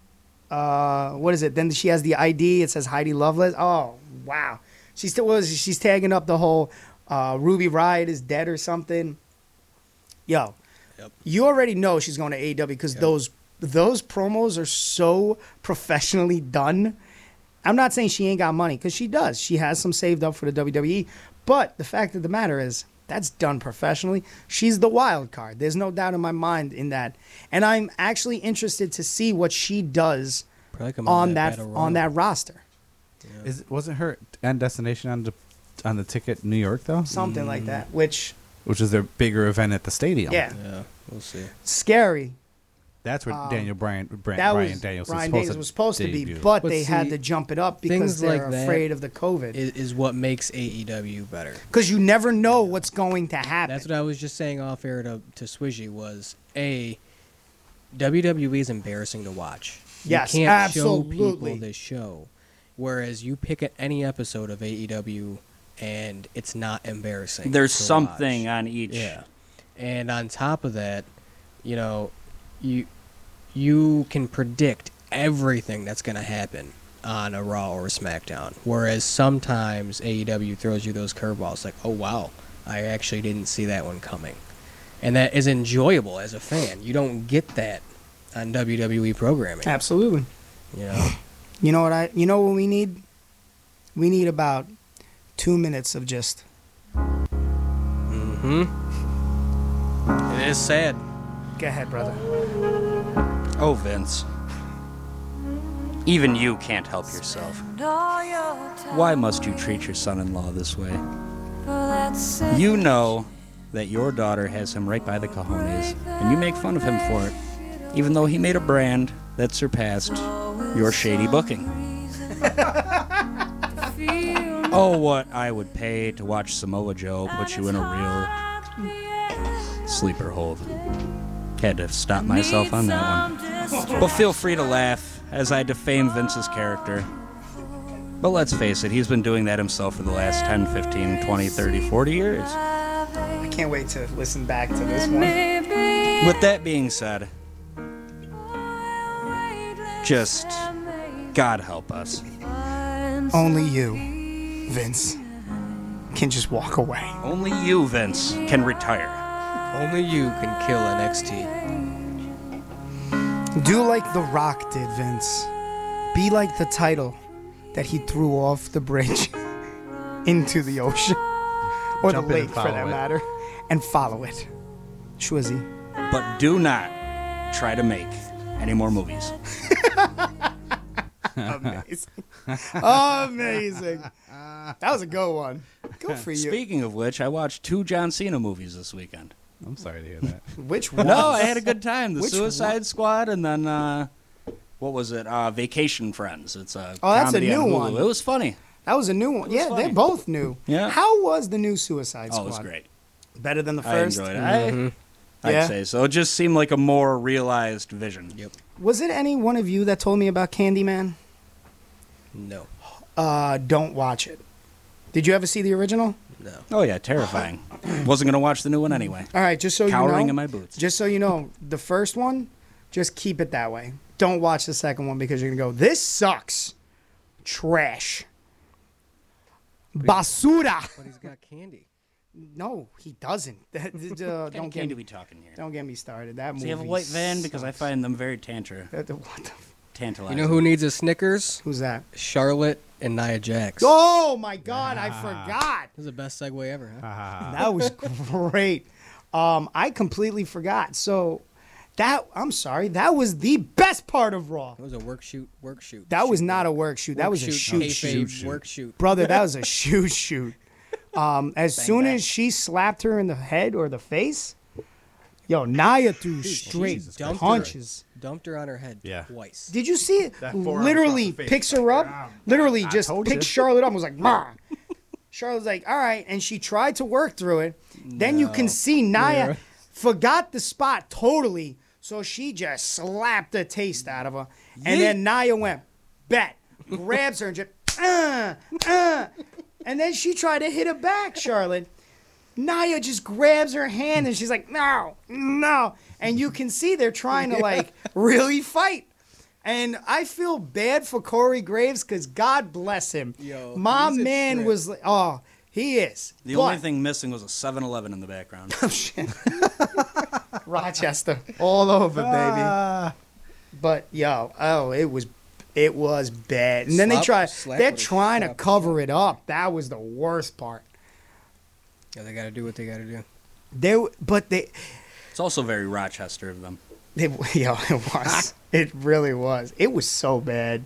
B: Uh, what is it? Then she has the ID. It says Heidi Loveless. Oh wow, she's still was she's tagging up the whole uh, Ruby Riot is dead or something. Yo, you already know she's going to AEW because those those promos are so professionally done. I'm not saying she ain't got money because she does. She has some saved up for the WWE, but the fact of the matter is that's done professionally. She's the wild card. There's no doubt in my mind in that, and I'm actually interested to see what she does
D: Probably come out
B: on
D: of
B: that,
D: that Battle
B: on that roster.
C: Is, wasn't her end destination on the on the ticket New York though?
B: Something like
C: Mm.
B: that, which
C: Which is their bigger event at the stadium.
B: Yeah.
D: Yeah. We'll see.
B: scary.
C: That's where
B: Um,
C: Daniel Bryan, Bryan,
B: that
C: Bryan
B: was
C: Daniels
B: Bryan
C: was supposed,
B: Daniels
C: to
B: was supposed to be,
C: debut.
B: but
D: But
B: they had
D: see,
B: to jump it up
D: Things
B: because they're
D: like that
B: afraid of the COVID.
D: Is, is what makes AEW better.
B: Because you never know what's going to happen.
D: That's what I was just saying off air to to Swizzy was a WWE is embarrassing to watch.
B: Yes,
D: you can't show
B: absolutely.
D: people this show. Whereas you pick at any episode of AEW and it's not embarrassing.
E: There's
D: to
E: something
D: watch.
E: on each.
D: Yeah, and on top of that, you know, you you can predict everything that's going to happen on a Raw or a SmackDown. Whereas sometimes AEW throws you those curveballs like, oh, wow, I actually didn't see that one coming. And that is enjoyable as a fan. You don't get that on WWE programming.
B: Absolutely.
D: You know?
B: You know what I? You know what we need? We need about two minutes of just.
D: Mm-hmm. It is sad.
B: Go ahead, brother.
E: Oh, Vince. Even you can't help yourself. Why must you treat your son in law this way? You know that your daughter has him right by the cojones, and you make fun of him for it, even though he made a brand that surpassed your shady booking. Oh, what I would pay to watch Samoa Joe put you in a real sleeper hold. Had to stop myself on that one. But feel free to laugh as I defame Vince's character. But let's face it, he's been doing that himself for the last 10, 15, 20, 30, 40 years.
B: I can't wait to listen back to this one.
E: With that being said, just God help us.
B: Only you, Vince, can just walk away.
E: Only you, Vince, can retire.
D: Only you can kill NXT.
B: Do like The Rock did, Vince. Be like the title that he threw off the bridge into the ocean or
E: Jump
B: the
E: in
B: lake,
E: and
B: for that
E: follow it.
B: matter, and follow it. Schwizzy.
E: But do not try to make any more movies.
B: Amazing. Oh, Amazing. That was a go one. Go for you.
E: Speaking of which, I watched two John Cena movies this weekend. I'm sorry to hear that.
B: Which one?
E: no, I had a good time. The
B: Which
E: Suicide Squad, and then uh, what was it? Uh, Vacation Friends. It's a
B: Oh, that's a
E: comedy on
B: new
E: Hulu.
B: one.
E: It was funny.
B: That was a new one. Yeah, they're both new.
E: Yeah.
B: How was the new Suicide Squad?
E: Oh, it was great.
B: Better than the
E: I
B: first. Mm-hmm.
E: enjoyed it. I- I'd
B: Yeah.
E: say so. It just seemed like a more realized vision. Yep.
B: Was it any one of you that told me about Candyman?
D: No.
B: Uh, don't watch it. Did you ever see the original?
D: No.
E: Oh yeah, terrifying. Wasn't gonna watch the new one anyway.
B: All right, just so you know.
E: Cowering in my boots.
B: Just so you know, the first one, just keep it that way. Don't watch the second one because you're gonna go, this sucks. Trash. Basura.
D: But he's got candy.
B: No, he doesn't. That- that, uh,
E: What kind
B: don't
E: of
B: get
E: candy
B: me-
E: we talking here?
B: Don't get me started. That
E: Does
B: movie.
E: he have a white van? Because I
B: sucks.
E: find them very tantra.
B: That- that- what the f-
D: You
E: tantalizing.
D: know who needs a Snickers?
B: Who's that?
D: Charlotte and Nia Jax.
B: Oh my God!
E: Ah.
B: I forgot.
D: This is the best segue ever, huh?
B: That was great. Um, I completely forgot. So that I'm sorry. That was the best part of Raw.
D: That was a work shoot, work shoot.
B: That was not a work shoot. That
D: Work
B: was a
D: shoot,
B: shoot
D: kayfabe
B: shoot.
D: work shoot.
B: Brother, that was a shoot shoot. Um, as soon as she slapped her in the head or the face, yo, Naya threw straight
D: dumped
B: punches.
D: Her, dumped her on her head twice.
B: Did you see it?
D: That forearm
B: Literally
D: across the face, "Ah,
B: picks her up. Literally
D: I
B: just
D: told
B: picks
D: you.
B: Charlotte up. and Was like, ma. Charlotte's like, all right, and she tried to work through it. Then you can
D: No.
B: see Naya
D: Yeah.
B: forgot the spot totally, so she just slapped the taste out of her, and then Naya went, bet, grabs her and just, uh, uh, and then she tried to hit her back, Charlotte. Naya just grabs her hand and she's like, no, no. And you can see they're trying to like really fight. And I feel bad for Corey Graves because God bless him. My
E: he's a
B: man
E: trip.
B: was like, oh, he is.
E: The
B: But-
E: only thing missing was a 7-Eleven in the background.
B: oh shit, Rochester all over, baby.
D: Ah.
B: But yo, oh, it was, it was bad. And then they
D: Slap-
B: try,
D: slap
B: they're
D: with a
B: trying to
D: slap.
B: cover it up. That was the worst part.
D: Yeah, they got to do what they got to do.
B: They, w- but they,
E: It's also very Rochester of them.
B: It, yeah, it was. it really was. It was so bad.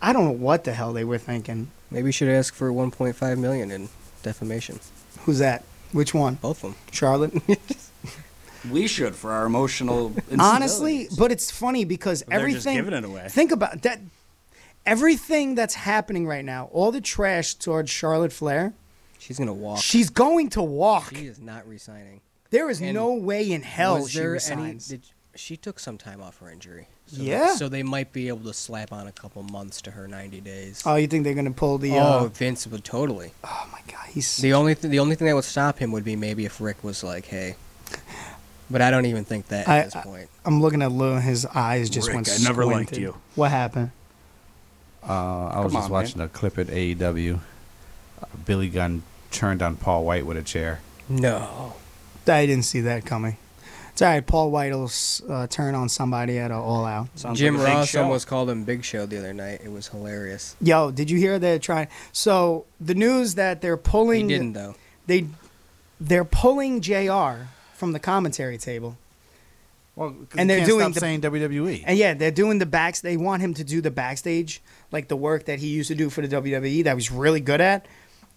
B: I don't know what the hell they were thinking.
D: Maybe you should ask for 1.5 million in defamation.
B: Who's that? Which one?
D: Both of them.
B: Charlotte.
E: We should for our emotional.
B: Honestly, but it's funny because
E: They're just
B: everything.
E: giving it away.
B: Think about that. Everything that's happening right now, all the trash towards Charlotte Flair.
D: She's gonna walk.
B: She's going to walk.
D: She is not resigning.
B: There is
D: And
B: no way in hell
D: was
B: she
D: there
B: resigns.
D: Any, did, she took some time off her injury. So
B: Yeah.
D: so they might be able to slap on a couple months to her 90 days.
B: Oh, you think they're gonna pull the?
D: oh,
B: uh,
D: Vince would totally.
B: Oh my God, he's
D: the only th- the only thing that would stop him would be maybe if Rick was like, "Hey," but I don't even think that
B: I,
D: at this point.
B: I, am looking at Lou, and his eyes just
D: Rick,
B: went.
D: I never liked
B: squinted.
D: you.
B: What happened?
U: Uh, I was
B: Come
U: just
B: on,
U: watching a clip at
C: E
U: AEW. Uh, Billy Gunn turned on Paul White with a chair.
D: No.
B: I didn't see that coming. It's all right. Paul White will s- uh, turn on somebody at a All Out.
D: Jim Ross almost called him Big Show the other night. It was hilarious.
B: Yo, did you hear they're trying? So the news that they're pulling.
D: He didn't, though.
B: They, they're pulling Jr. from the commentary table.
V: Well,
B: and they're
V: can't
B: doing
V: stop
B: the-
V: saying
C: E
V: E. WWE.
B: And yeah, they're doing the backs. They want him to do the backstage, like the work that he used to do for the WWE that he was really good at.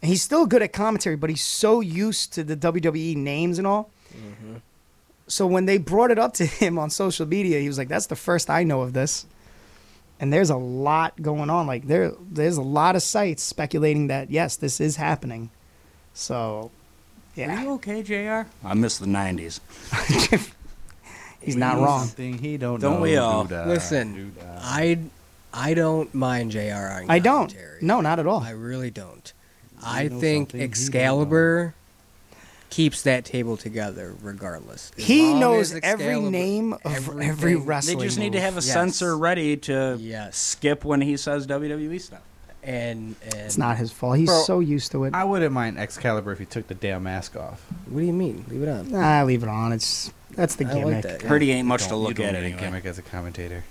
B: And he's still good at commentary, but he's so used to the WWE names and all. So when they brought it up to him on social media, he was like, "That's the first I know of this." And there's a lot going on. Like there, there's a lot of sites speculating that yes, this is happening. So, yeah,
E: you okay, Jr. I miss the '90s.
B: he's not wrong.
U: Something he don't,
E: Don't
U: know,
E: we all?
U: dude, uh,
D: Listen, I I don't mind Jr. On
B: I don't. No, not at all.
D: I really don't. I
B: know
D: think
B: something he don't
D: Excalibur keeps that table together regardless. As
B: He
D: long
B: knows
D: as
B: every
D: Excalibur-
B: name of every
D: everything- They
B: wrestling.
D: just
E: They just need
B: move.
E: to have a
D: Yes.
E: sensor ready to
D: Yes.
E: skip when he says WWE stuff.
D: And, and
B: It's not his fault. He's
U: Bro,
B: so used to it.
U: I wouldn't mind Excalibur if he took the damn mask off.
D: What do you mean? Leave it on.
B: Nah, leave it on. It's that's the
D: I like
B: gimmick.
D: that.
E: Purdy ain't much
U: Don't-
E: to
U: you
E: look
U: don't
E: at
U: need a
E: anyway.
U: gimmick as a commentator.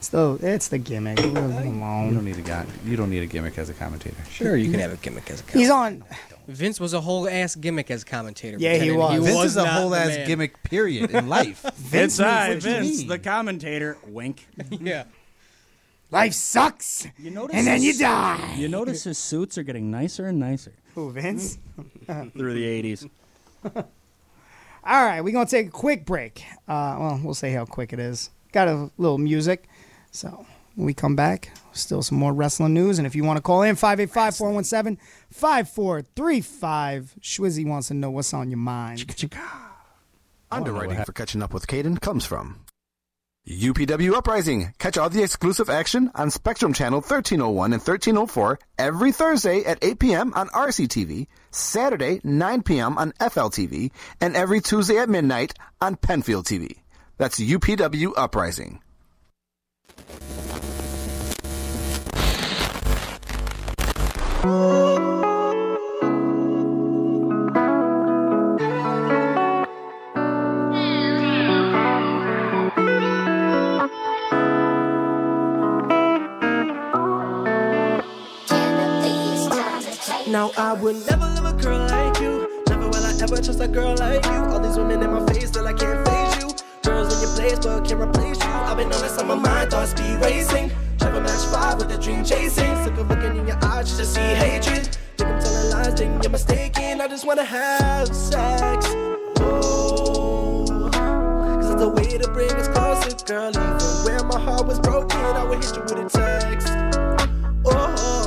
B: Still, it's the gimmick. Leave it
U: You
D: Mm-hmm.
U: don't
B: alone.
U: need a guy. You don't need a gimmick as a commentator.
D: Sure, you can have a gimmick as a
B: He's on.
D: Vince was a whole ass gimmick as commentator.
B: Yeah, he
D: pretending
B: was.
U: Vince
D: was
U: is a
D: not
U: whole
D: the
U: ass
D: man.
U: gimmick. Period in life.
E: Vince, I,
U: what do you
E: Vince,
U: mean?
E: the commentator, wink.
D: yeah.
B: Life sucks.
E: You notice
B: and then you
E: his-
B: die.
E: You notice his suits are getting nicer and nicer
B: Who, Vince?
D: Mm-hmm.
E: through the 80s.
B: All right, we're gonna take a quick break. Uh, well, we'll say how quick it is. Got a little music, so when we come back, still some more wrestling news. And if you want to call in, 585-417-5435. Schwizzy wants to know what's on your mind.
C: Underwriting for catching up with Caden comes from UPW Uprising. Catch all the exclusive action on Spectrum Channel 1301 and 1304 every Thursday at 8 p.m. on RCTV, Saturday 9 p.m. on FLTV, and every Tuesday at midnight on Penfield TV. That's UPW Uprising.
I: Now I would never love a girl like you. Never will I ever trust a girl like you. All these women in my face, still I can't face you. Girls in your place, but can't replace you. I've been on this on my mind, thoughts be racing. Trevor match five with a dream chasing. Sick of looking in your eyes just to see hatred. Think I'm telling lies, think you're mistaken. I just wanna have sex. Whoa. Cause it's the way to bring us closer, girl. Even where my heart was broken, I would hit you with a text. Oh.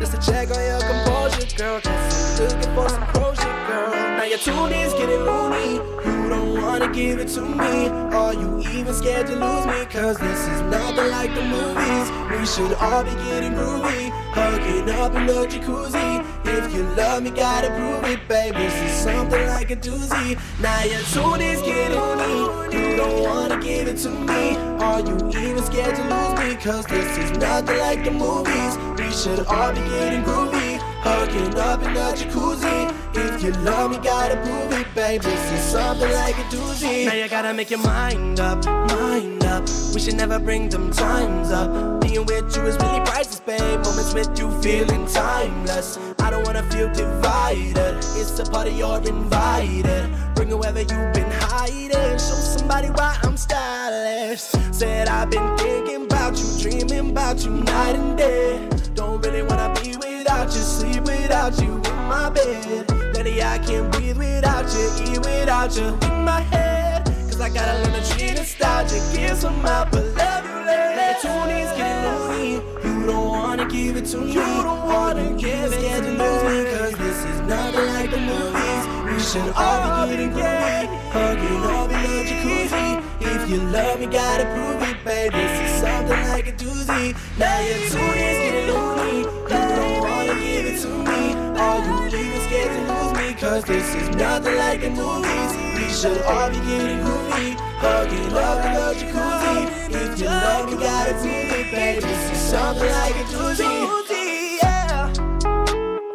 I: Just a check on your composure, girl. Just looking for some closure, girl. Now your tune is getting loony. You don't wanna give it to me. Are you even scared to lose me? Cause this is nothing like the movies. We should all be getting groovy. Hugging up in the jacuzzi. If you love me, gotta prove it, baby. This is something like a doozy. Now your tune is getting loony. You don't wanna give it to me. Are you even scared to lose me? Cause this is nothing like the movies. We should all be getting groovy. Hugging up in the jacuzzi. If you love me, gotta prove it, babe. This is something like a doozy. Now you gotta make your mind up, mind up. We should never bring them times up. Being with you is really priceless, babe. Moments with you feeling timeless. I don't wanna feel divided. It's a party you're invited. Bring whoever you've been hiding. Show somebody why I'm stylish. Said I've been thinking about you, dreaming about you night and day. Don't really wanna be without you, sleep without you in my bed. Let Daddy, I can't breathe without you, eat without you in my head. Cause I gotta learn to treat nostalgia, give some out, but love you less. Your tune is getting lonely. You don't wanna give it to me. You don't wanna give it scared to lose me. Cause this is nothing like the movies. We should all be getting groovy, hugging all below jacuzzi. If you love me, gotta prove it, baby. This is something like a doozy. Now your tune is getting lonely. You don't wanna give it to me. Are you even scared to lose me? Cause this is nothing like the movies. We should all be getting groovy, hugging all below jacuzzi. If you love me, gotta prove it, baby. This is something like a doozy. Doozy, yeah.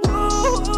I: Ooh.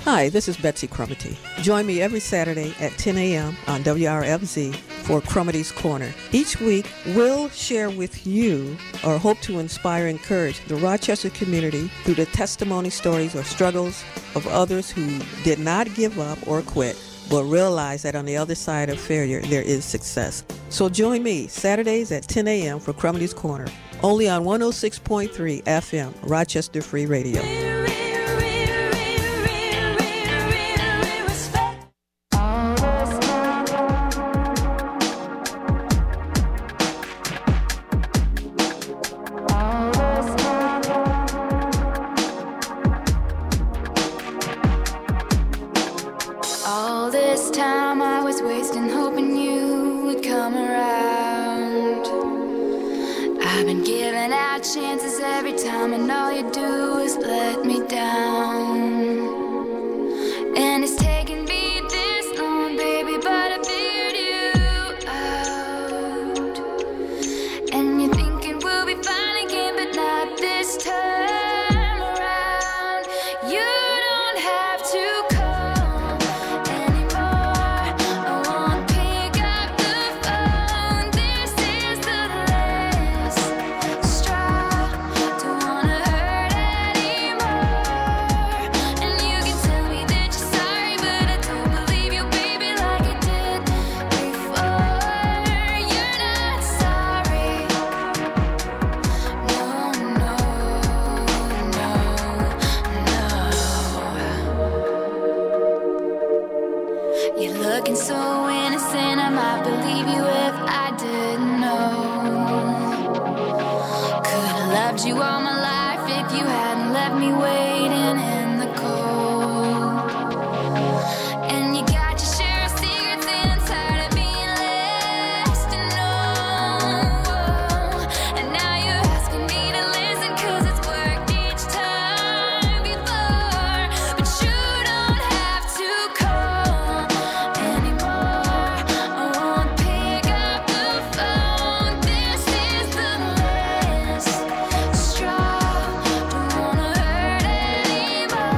W: Hi, this is Betsy Crumity. Join me every Saturday at 10 a.m. on WRFZ for Crumity's Corner. Each week, we'll share with you or hope to inspire and encourage the Rochester community through the testimony stories or struggles of others who did not give up or quit, but realize that on the other side of failure, there is success. So join me Saturdays at 10 a.m. for Crumity's Corner, only on 106.3 FM, Rochester Free Radio.
X: All this time I was wasting hoping you would come around. I've been giving out chances every time, and all you do is let me down. And it's taken me this long, baby, but I figured you out. And you're thinking we'll be fine again, but not this time around. You don't have to call. You're looking so innocent, I might believe you if I didn't know. Could've loved you all my life if you hadn't left me waiting in the cold. And you got your share of secrets, and I'm tired of being last to know. And now you're asking me to listen, 'cause it's worked each time before. But you don't have to call. Straw, don't wanna hurt anymore.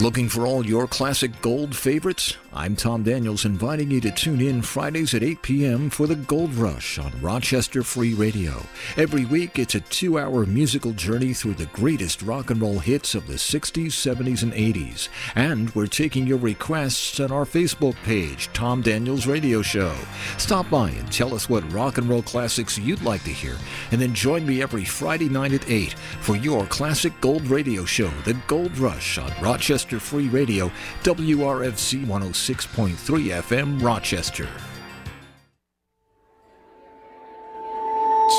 A: Looking for all your classic gold favorites? I'm Tom Daniels inviting you to tune in Fridays at 8 p.m. for the Gold Rush on Rochester Free Radio. Every week, it's a two hour musical journey through the greatest rock and roll hits of the 60s, 70s, and 80s. And we're taking your requests on our Facebook page, Tom Daniels Radio Show. Stop by and tell us what rock and roll classics you'd like to hear, and then join me every Friday night at 8 for your classic gold radio show, The Gold Rush on Rochester Free Radio, WRFC 106.3 FM, Rochester.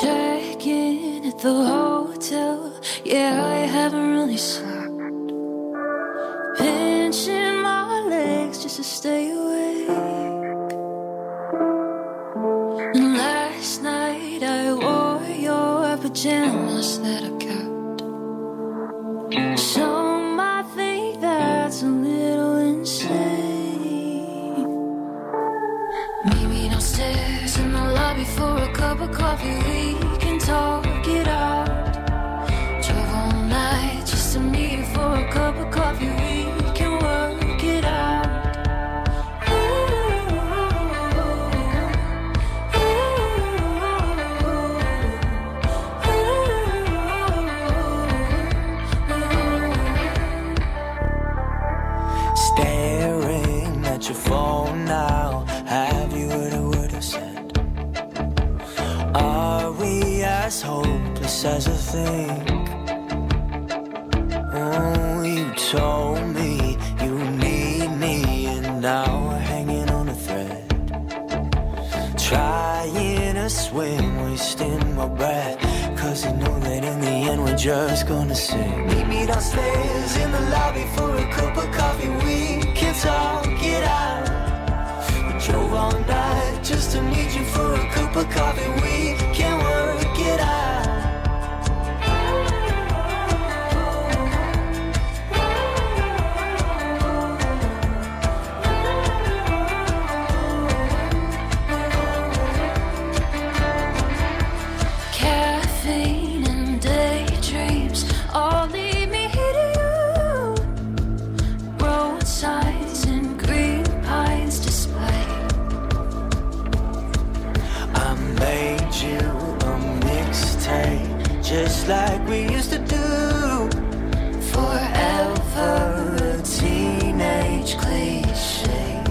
O: Check in at the hotel. Yeah, I haven't really slept. Pinching my legs just to stay awake. And last night I wore your pajamas that I kept. Some might think that's a little insane. Maybe downstairs in the lobby for a cup of coffee. We can talk it out. Drove all night just to meet you for a cup of coffee. We can work it out. Ooh, ooh, ooh, ooh, ooh.
Y: Staring at your phone now. Have you heard a word I said? Are we as hopeless as I think? Oh, you told me you need me, and now we're hanging on a thread. Trying to swim, wasting my breath. Cause I know that in the end we're just gonna sing. Meet me downstairs in the lobby for a cup of coffee. We can talk it out. We drove all night just to meet you for a cup of coffee. We can work it out.
O: Caffeine and daydreams all lead me to you. Road signs and green pines display.
Y: I made you a mixtape, just like we used to do. Forever a teenage cliche.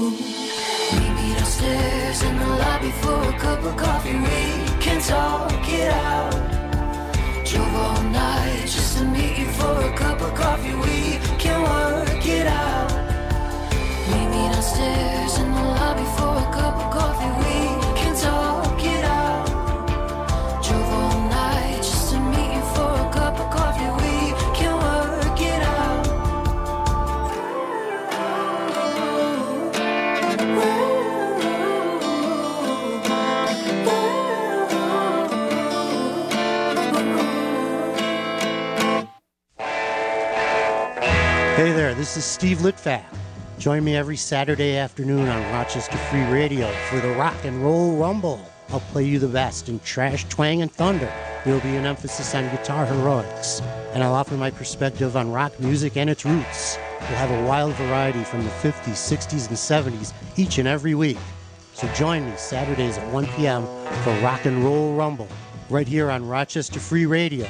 O: Meet downstairs in the lobby for a cup of coffee. We can talk it out. Drove all night just to meet you for a cup of coffee. We can work it out. Meet me downstairs in the lobby for a cup of coffee. We can talk it out. Drove all night just to meet you for a cup of coffee. We can work it out.
Z: Hey there, this is Steve Litfak. Join me every Saturday afternoon on Rochester Free Radio for the Rock and Roll Rumble. I'll play you the best in trash, twang, and thunder. There will be an emphasis on guitar heroics, and I'll offer my perspective on rock music and its roots. We'll have a wild variety from the 50s, 60s, and 70s each and every week. So join me Saturdays at 1 p.m. for Rock and Roll Rumble, right here on Rochester Free Radio,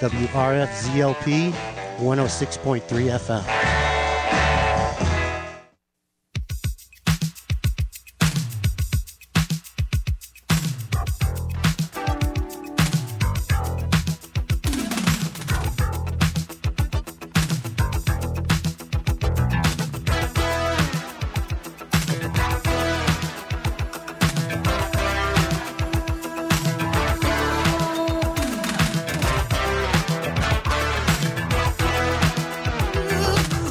Z: WRFZLP 106.3 FM.
O: Ooh,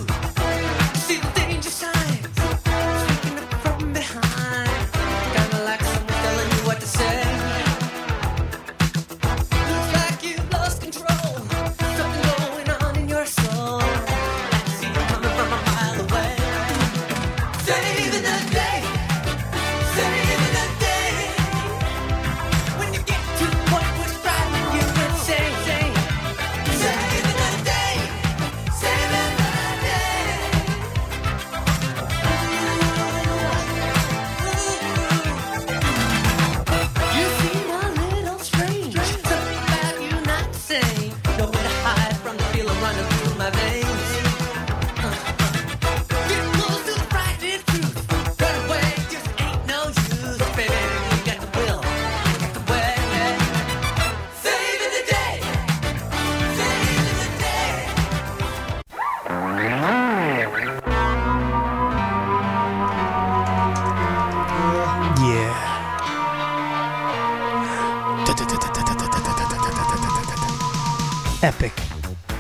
B: epic.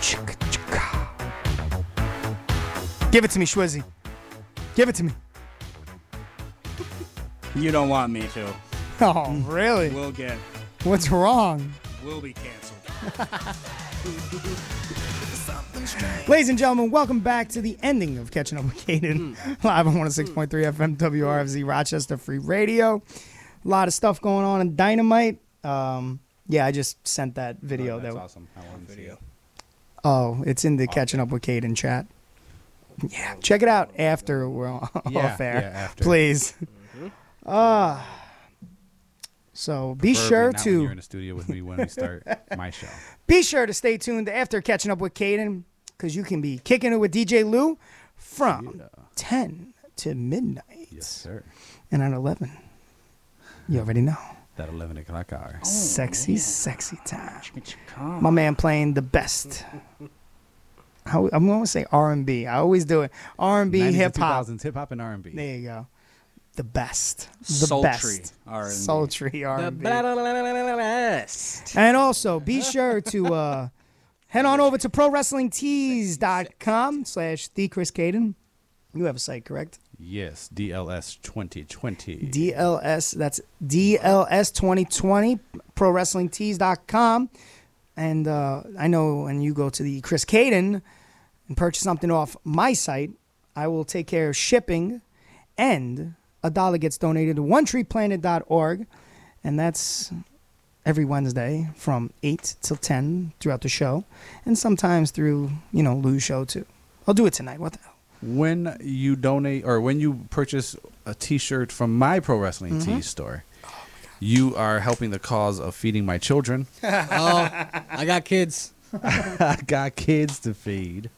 B: Chicka, chicka. Give it to me, Schwizzy. Give it to me.
E: You don't want me to.
B: Oh, really?
E: We'll get.
B: What's wrong?
E: We'll be canceled.
B: Ladies and gentlemen, welcome back to the ending of Catching Up with Caden
C: Hmm.
B: live on 106.3 FM WRFZ Rochester Free Radio. A lot of stuff going on in Dynamite. Um, yeah, I just sent that video. that
C: awesome. I want to see it.
B: Oh, it's in the Catching Up with Caden chat. Yeah, check it out after we're on
C: Yeah,
B: off air,
C: yeah, after. Mm-hmm.
B: please. Uh, so be
C: Preferably
B: sure
C: not when
B: to
C: you're in the studio with me when we start my show.
B: Be sure to stay tuned after catching up with Caden because you can be kicking it with DJ Lou from 10 to midnight. Yes,
C: sir.
B: And at 11, you already know.
C: That 11 o'clock hour.
B: sexy, sexy time. My man playing the best.
C: Oh,
B: How, I'm going to say R&B. I always do it. R&B,
C: 90s and
B: hip hop.
C: 2000s hip hop and R&B.
B: There you go. The best. The
C: Sultry
B: best.
C: R&B.
B: Sultry
D: The
B: R&B.
D: best.
B: And also, be sure to uh, head on over to prowrestlingtees.com slash the Chris Caden. You have a site, correct?
C: Yes, DLS 2020.
B: DLS, that's DLS 2020, prowrestlingtees.com. And uh, I know when you go to the Chris Caden and purchase something off my site, I will take care of shipping and a dollar gets donated to onetreeplanet.org. And that's every Wednesday from 8 till 10 throughout the show and sometimes through, you know, Lou's show too. I'll do it tonight. What the hell?
C: When you donate or when you purchase a T-shirt from my pro wrestling
B: Mhm.
C: tees store, you are helping the cause of feeding my children.
D: oh, I got kids.
C: I got kids to feed.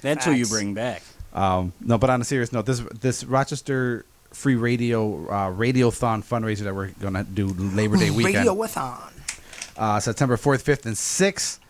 E: That's who you Facts. bring back.
C: Um, no, but on a serious note, this this Rochester Free Radio uh, Radiothon fundraiser that we're gonna do Labor Day weekend.
B: Radioathon.
C: uh, September 4th, 5th, and 6th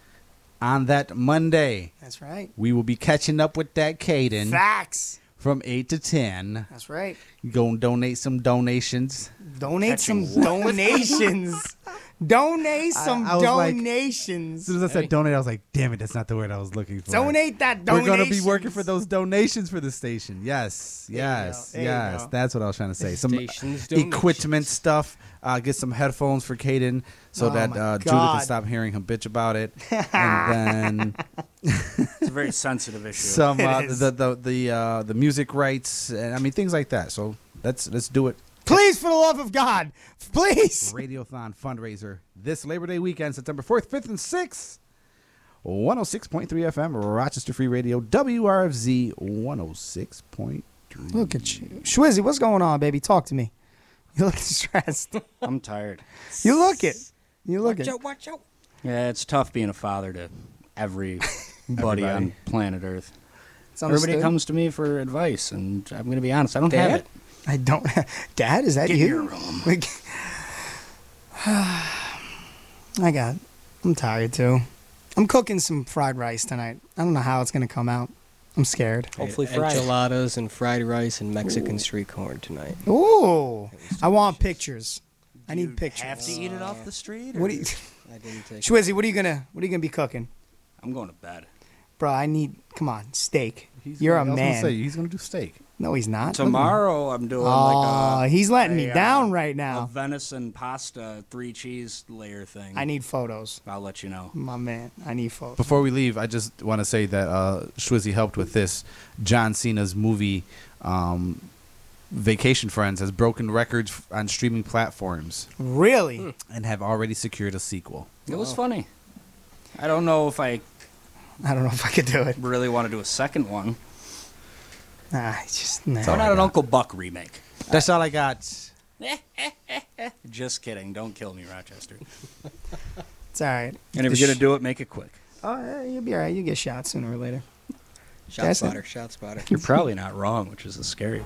C: on that Monday.
B: That's right.
C: We will be catching up with that Caden.
B: Facts.
C: From 8 to 10.
B: That's right.
C: Go and donate some donations.
B: Donate
C: Catching
B: some
C: what?
B: donations. Donate
C: I-
B: some
C: I was like-
B: donations.
C: As soon as I said donate, I was like, damn it, that's not the word I was looking for.
B: Donate that
C: We're going to be working for those donations for the station. Yes, yes,
B: There you go. There you
C: yes.
B: go.
C: That's what I was trying to say. Some
D: Stations donations.
C: equipment stuff. Uh, get some headphones for Caden so
D: Oh
C: that
D: my
C: uh, Judah
D: God.
C: can stop hearing him bitch about it. and then
E: It's a very sensitive issue.
C: some uh, the the the uh, the music rights and I mean things like that. So let's let's do it.
B: Please, for the love of God, please.
C: Radiothon fundraiser this Labor Day weekend, September fourth, fifth, and sixth. 106.3 FM, Rochester Free Radio, WRFZ 106.3.
B: Look at you. Schwizzy, what's going on, baby? Talk to me. You look stressed.
E: I'm tired.
B: You look it. You look
E: Watch
B: it.
E: out, Yeah, it's tough being a father to everybody on
B: Everybody.
E: planet Earth.
B: It's
E: Everybody
B: understood.
E: comes to me for advice, and I'm going to be honest, I don't have
B: Dad?
E: it.
B: I don't. Dad, is that
E: Get in
B: you?
E: your room.
B: Like- I got. I'm tired too. I'm cooking some fried rice tonight. I don't know how it's gonna come out. I'm scared.
D: Enchiladas and fried rice and Mexican street corn tonight.
B: Ooh, I want pictures. I need pictures.
E: Have to eat it off the street?
B: What do you,
D: I didn't take
B: Schwizzy? What are you gonna? What are you gonna be cooking,
E: I'm going to bed.
B: bro? I need. Come on, steak. You're a man.
C: he's going to do steak.
B: no, he's not. Look at him.
E: Tomorrow I'm doing
B: Aw,
E: like a.
B: he's letting me
E: a, uh,
B: down right
E: A
B: now.
E: venison pasta three cheese layer thing.
B: I need photos.
E: I'll let you know.
B: My man, I need photos.
C: Before we leave, I just want to say that uh, Schwizzy helped with this. John Cena's movie um, Vacation Friends has broken records f- on streaming platforms
B: Really?
C: and have already secured a sequel.
E: It was funny. I don't know if I
B: Oh. I don't know if I could do it.
E: really want to do a second one.
B: Nah, it's just nah.
E: Why not an Uncle Buck remake?
C: That's all I got.
E: Just kidding. Don't kill me, Rochester.
B: It's all right.
E: And if
B: The
E: you're going
B: sh-
E: to do it, make it quick.
B: oh, yeah, you'll be all right. You get shot sooner or later.
D: Shot
B: That's it.
D: spotter, shot spotter.
E: You're probably not wrong, which is a scary